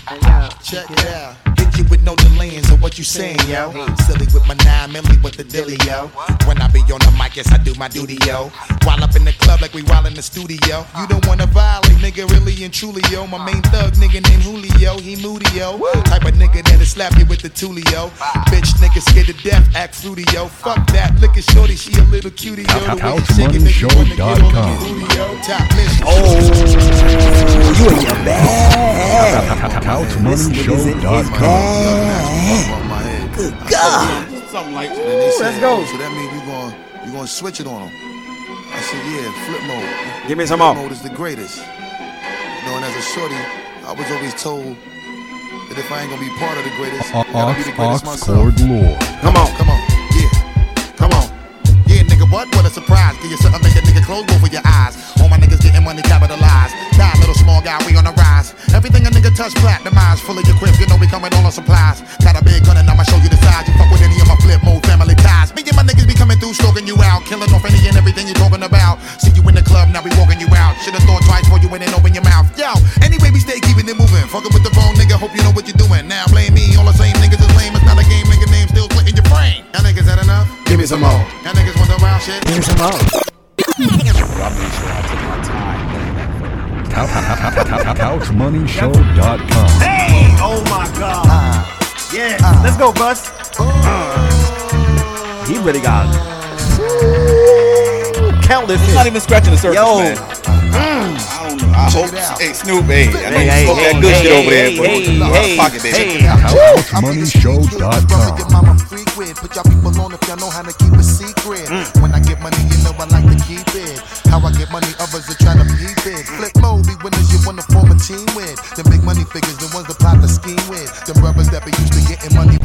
[SPEAKER 4] Hey, yo.
[SPEAKER 16] Check it out. Hit you with no delays of what you saying, yo. Silly with my nine milli with the dilly, yo. When I be on the mic, yes, I do my duty, yo. While up in the club like we while in the studio. You don't wanna violate, nigga, really and truly, yo. My main thug, nigga named Julio, he moody, yo. Type of nigga that'll slap you with the tulio. Bitch, nigga scared to death, act fruity, yo. Fuck that, look at shorty, she a little cutie, yo. The way she shake it, make you wanna get all in your booty, yo. Top list.
[SPEAKER 2] You in your bag.
[SPEAKER 1] CouchMoneyShow.com.
[SPEAKER 2] Good God.
[SPEAKER 17] Something like that. And they said,
[SPEAKER 4] let's go.
[SPEAKER 17] So that means you going you going to switch it on them. I said, yeah, flip mode.
[SPEAKER 5] Give me some
[SPEAKER 17] Flip
[SPEAKER 5] more.
[SPEAKER 17] mode is the greatest. You know, and as a shorty, I was always told that if I ain't going to be part of the greatest, I gotta be
[SPEAKER 1] Ox
[SPEAKER 17] the
[SPEAKER 1] Ox
[SPEAKER 17] greatest myself.
[SPEAKER 1] Cord Lord.
[SPEAKER 17] Come on, come on, yeah, come on. Yeah, nigga, what? What a surprise. Give you something, make a nigga close both of your eyes. All my niggas getting money capitalized. Die, little small guy, we on the rise. Everything a nigga touch, platinumized. Full of your grip, you know we coming all on supplies. Got a big gun and I'ma show you the size. You fuck with any of my flip mode family ties. Me and my niggas be coming through, stroking you out. Killing off any and everything you talking about. See you in the club, now we walking you out. Should've thought twice before you went and open your mouth. Yo, anyway, we stay keeping it moving. Fucking with the wrong nigga, hope you know what you're doing. Now blame me, all the same niggas is lame. It's not a game, nigga name still split in your brain. Y'all niggas had enough?
[SPEAKER 4] Give me some more.
[SPEAKER 17] Y'all niggas want the wild shit?
[SPEAKER 3] I made sure I took my time playing that for you.
[SPEAKER 1] CouchMoneyShow.com.
[SPEAKER 2] Hey, oh my God. yeah, let's go, Bus.
[SPEAKER 5] He really got it.
[SPEAKER 2] Countless.
[SPEAKER 3] It's not even scratching the surface,
[SPEAKER 2] Yo. Mm.
[SPEAKER 3] man. I don't know. I hope. Hey, Snoop, hey, I know you smoke that good
[SPEAKER 2] hey,
[SPEAKER 3] shit over there,
[SPEAKER 2] hey,
[SPEAKER 3] but
[SPEAKER 2] hey,
[SPEAKER 3] out
[SPEAKER 2] hey,
[SPEAKER 3] of pocket, baby.
[SPEAKER 2] hey.
[SPEAKER 1] CouchMoneyShow.com.
[SPEAKER 17] Put y'all people on if y'all know how to keep a secret. When I get money, you know I like to keep it. How I get money, others are trying to peep it. Flip mode, be winners you wanna form a team with. The big money figures, the ones that plot the scheme with. The rubbers that be used to getting money.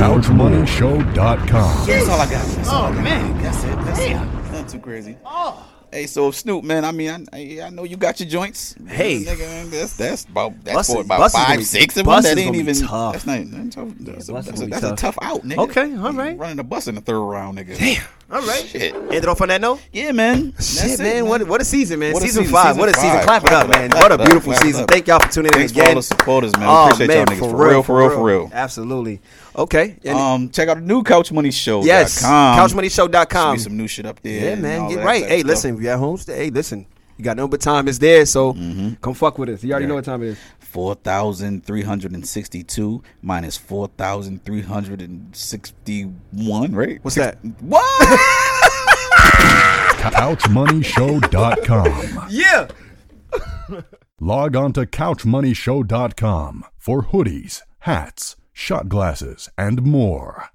[SPEAKER 1] CouchMoneyShow.com.
[SPEAKER 3] That's all I got. That's oh, all I got. man. That's it. That's it. Not too crazy. Oh. Hey, so Snoop, man, I mean, I, I- I know you got your joints.
[SPEAKER 2] Hey.
[SPEAKER 3] Nigga, man, that's that's about that's
[SPEAKER 2] Bus is-
[SPEAKER 3] for about
[SPEAKER 2] bus is gonna
[SPEAKER 3] five,
[SPEAKER 2] be-
[SPEAKER 3] six of them.
[SPEAKER 2] bus
[SPEAKER 3] That
[SPEAKER 2] is
[SPEAKER 3] ain't
[SPEAKER 2] gonna be
[SPEAKER 3] even
[SPEAKER 2] tough.
[SPEAKER 3] That's not even tough. That's, a,
[SPEAKER 2] bus is
[SPEAKER 3] that's,
[SPEAKER 2] gonna
[SPEAKER 3] a,
[SPEAKER 2] be
[SPEAKER 3] that's
[SPEAKER 2] tough.
[SPEAKER 3] a tough out, nigga.
[SPEAKER 2] Okay, all
[SPEAKER 3] You
[SPEAKER 2] right.
[SPEAKER 3] Running a bus in the third round, nigga.
[SPEAKER 2] Damn. All right.
[SPEAKER 3] Shit.
[SPEAKER 2] Ended off on that note.
[SPEAKER 3] Yeah, man. That's
[SPEAKER 2] Shit,
[SPEAKER 3] it,
[SPEAKER 2] man, What, what a season, man.
[SPEAKER 3] What a
[SPEAKER 2] season,
[SPEAKER 3] season,
[SPEAKER 2] five.
[SPEAKER 3] season
[SPEAKER 2] what a season.
[SPEAKER 3] five.
[SPEAKER 2] Clap it up,
[SPEAKER 3] Clap it
[SPEAKER 2] man.
[SPEAKER 3] up,
[SPEAKER 2] what a
[SPEAKER 3] clap it up,
[SPEAKER 2] beautiful
[SPEAKER 3] clap it
[SPEAKER 2] season.
[SPEAKER 3] up.
[SPEAKER 2] Thank y'all for tuning
[SPEAKER 3] Thanks
[SPEAKER 2] in
[SPEAKER 3] for
[SPEAKER 2] again. Oh,
[SPEAKER 3] all the supporters, man. We appreciate y'all niggas. For real, for real, for real.
[SPEAKER 2] Absolutely. Okay. And
[SPEAKER 3] Um, check out the new Couch Money Show.
[SPEAKER 2] yes.
[SPEAKER 3] Should
[SPEAKER 2] CouchMoneyShow.com.
[SPEAKER 3] be some new shit up there.
[SPEAKER 2] Yeah,
[SPEAKER 3] and all
[SPEAKER 2] man. Get
[SPEAKER 3] that
[SPEAKER 2] right.
[SPEAKER 3] type
[SPEAKER 2] Hey,
[SPEAKER 3] stuff.
[SPEAKER 2] listen. We at home. Hey, listen. You got no but time is there, so
[SPEAKER 3] Mm-hmm.
[SPEAKER 2] come fuck with us. You already know what time it is.
[SPEAKER 3] 4,362 minus 4,361, right?
[SPEAKER 2] What's
[SPEAKER 3] Six-
[SPEAKER 2] that?
[SPEAKER 3] What?
[SPEAKER 1] CouchMoneyShow.com.
[SPEAKER 2] Yeah.
[SPEAKER 1] Log on to CouchMoneyShow.com for hoodies, hats, shot glasses, and more.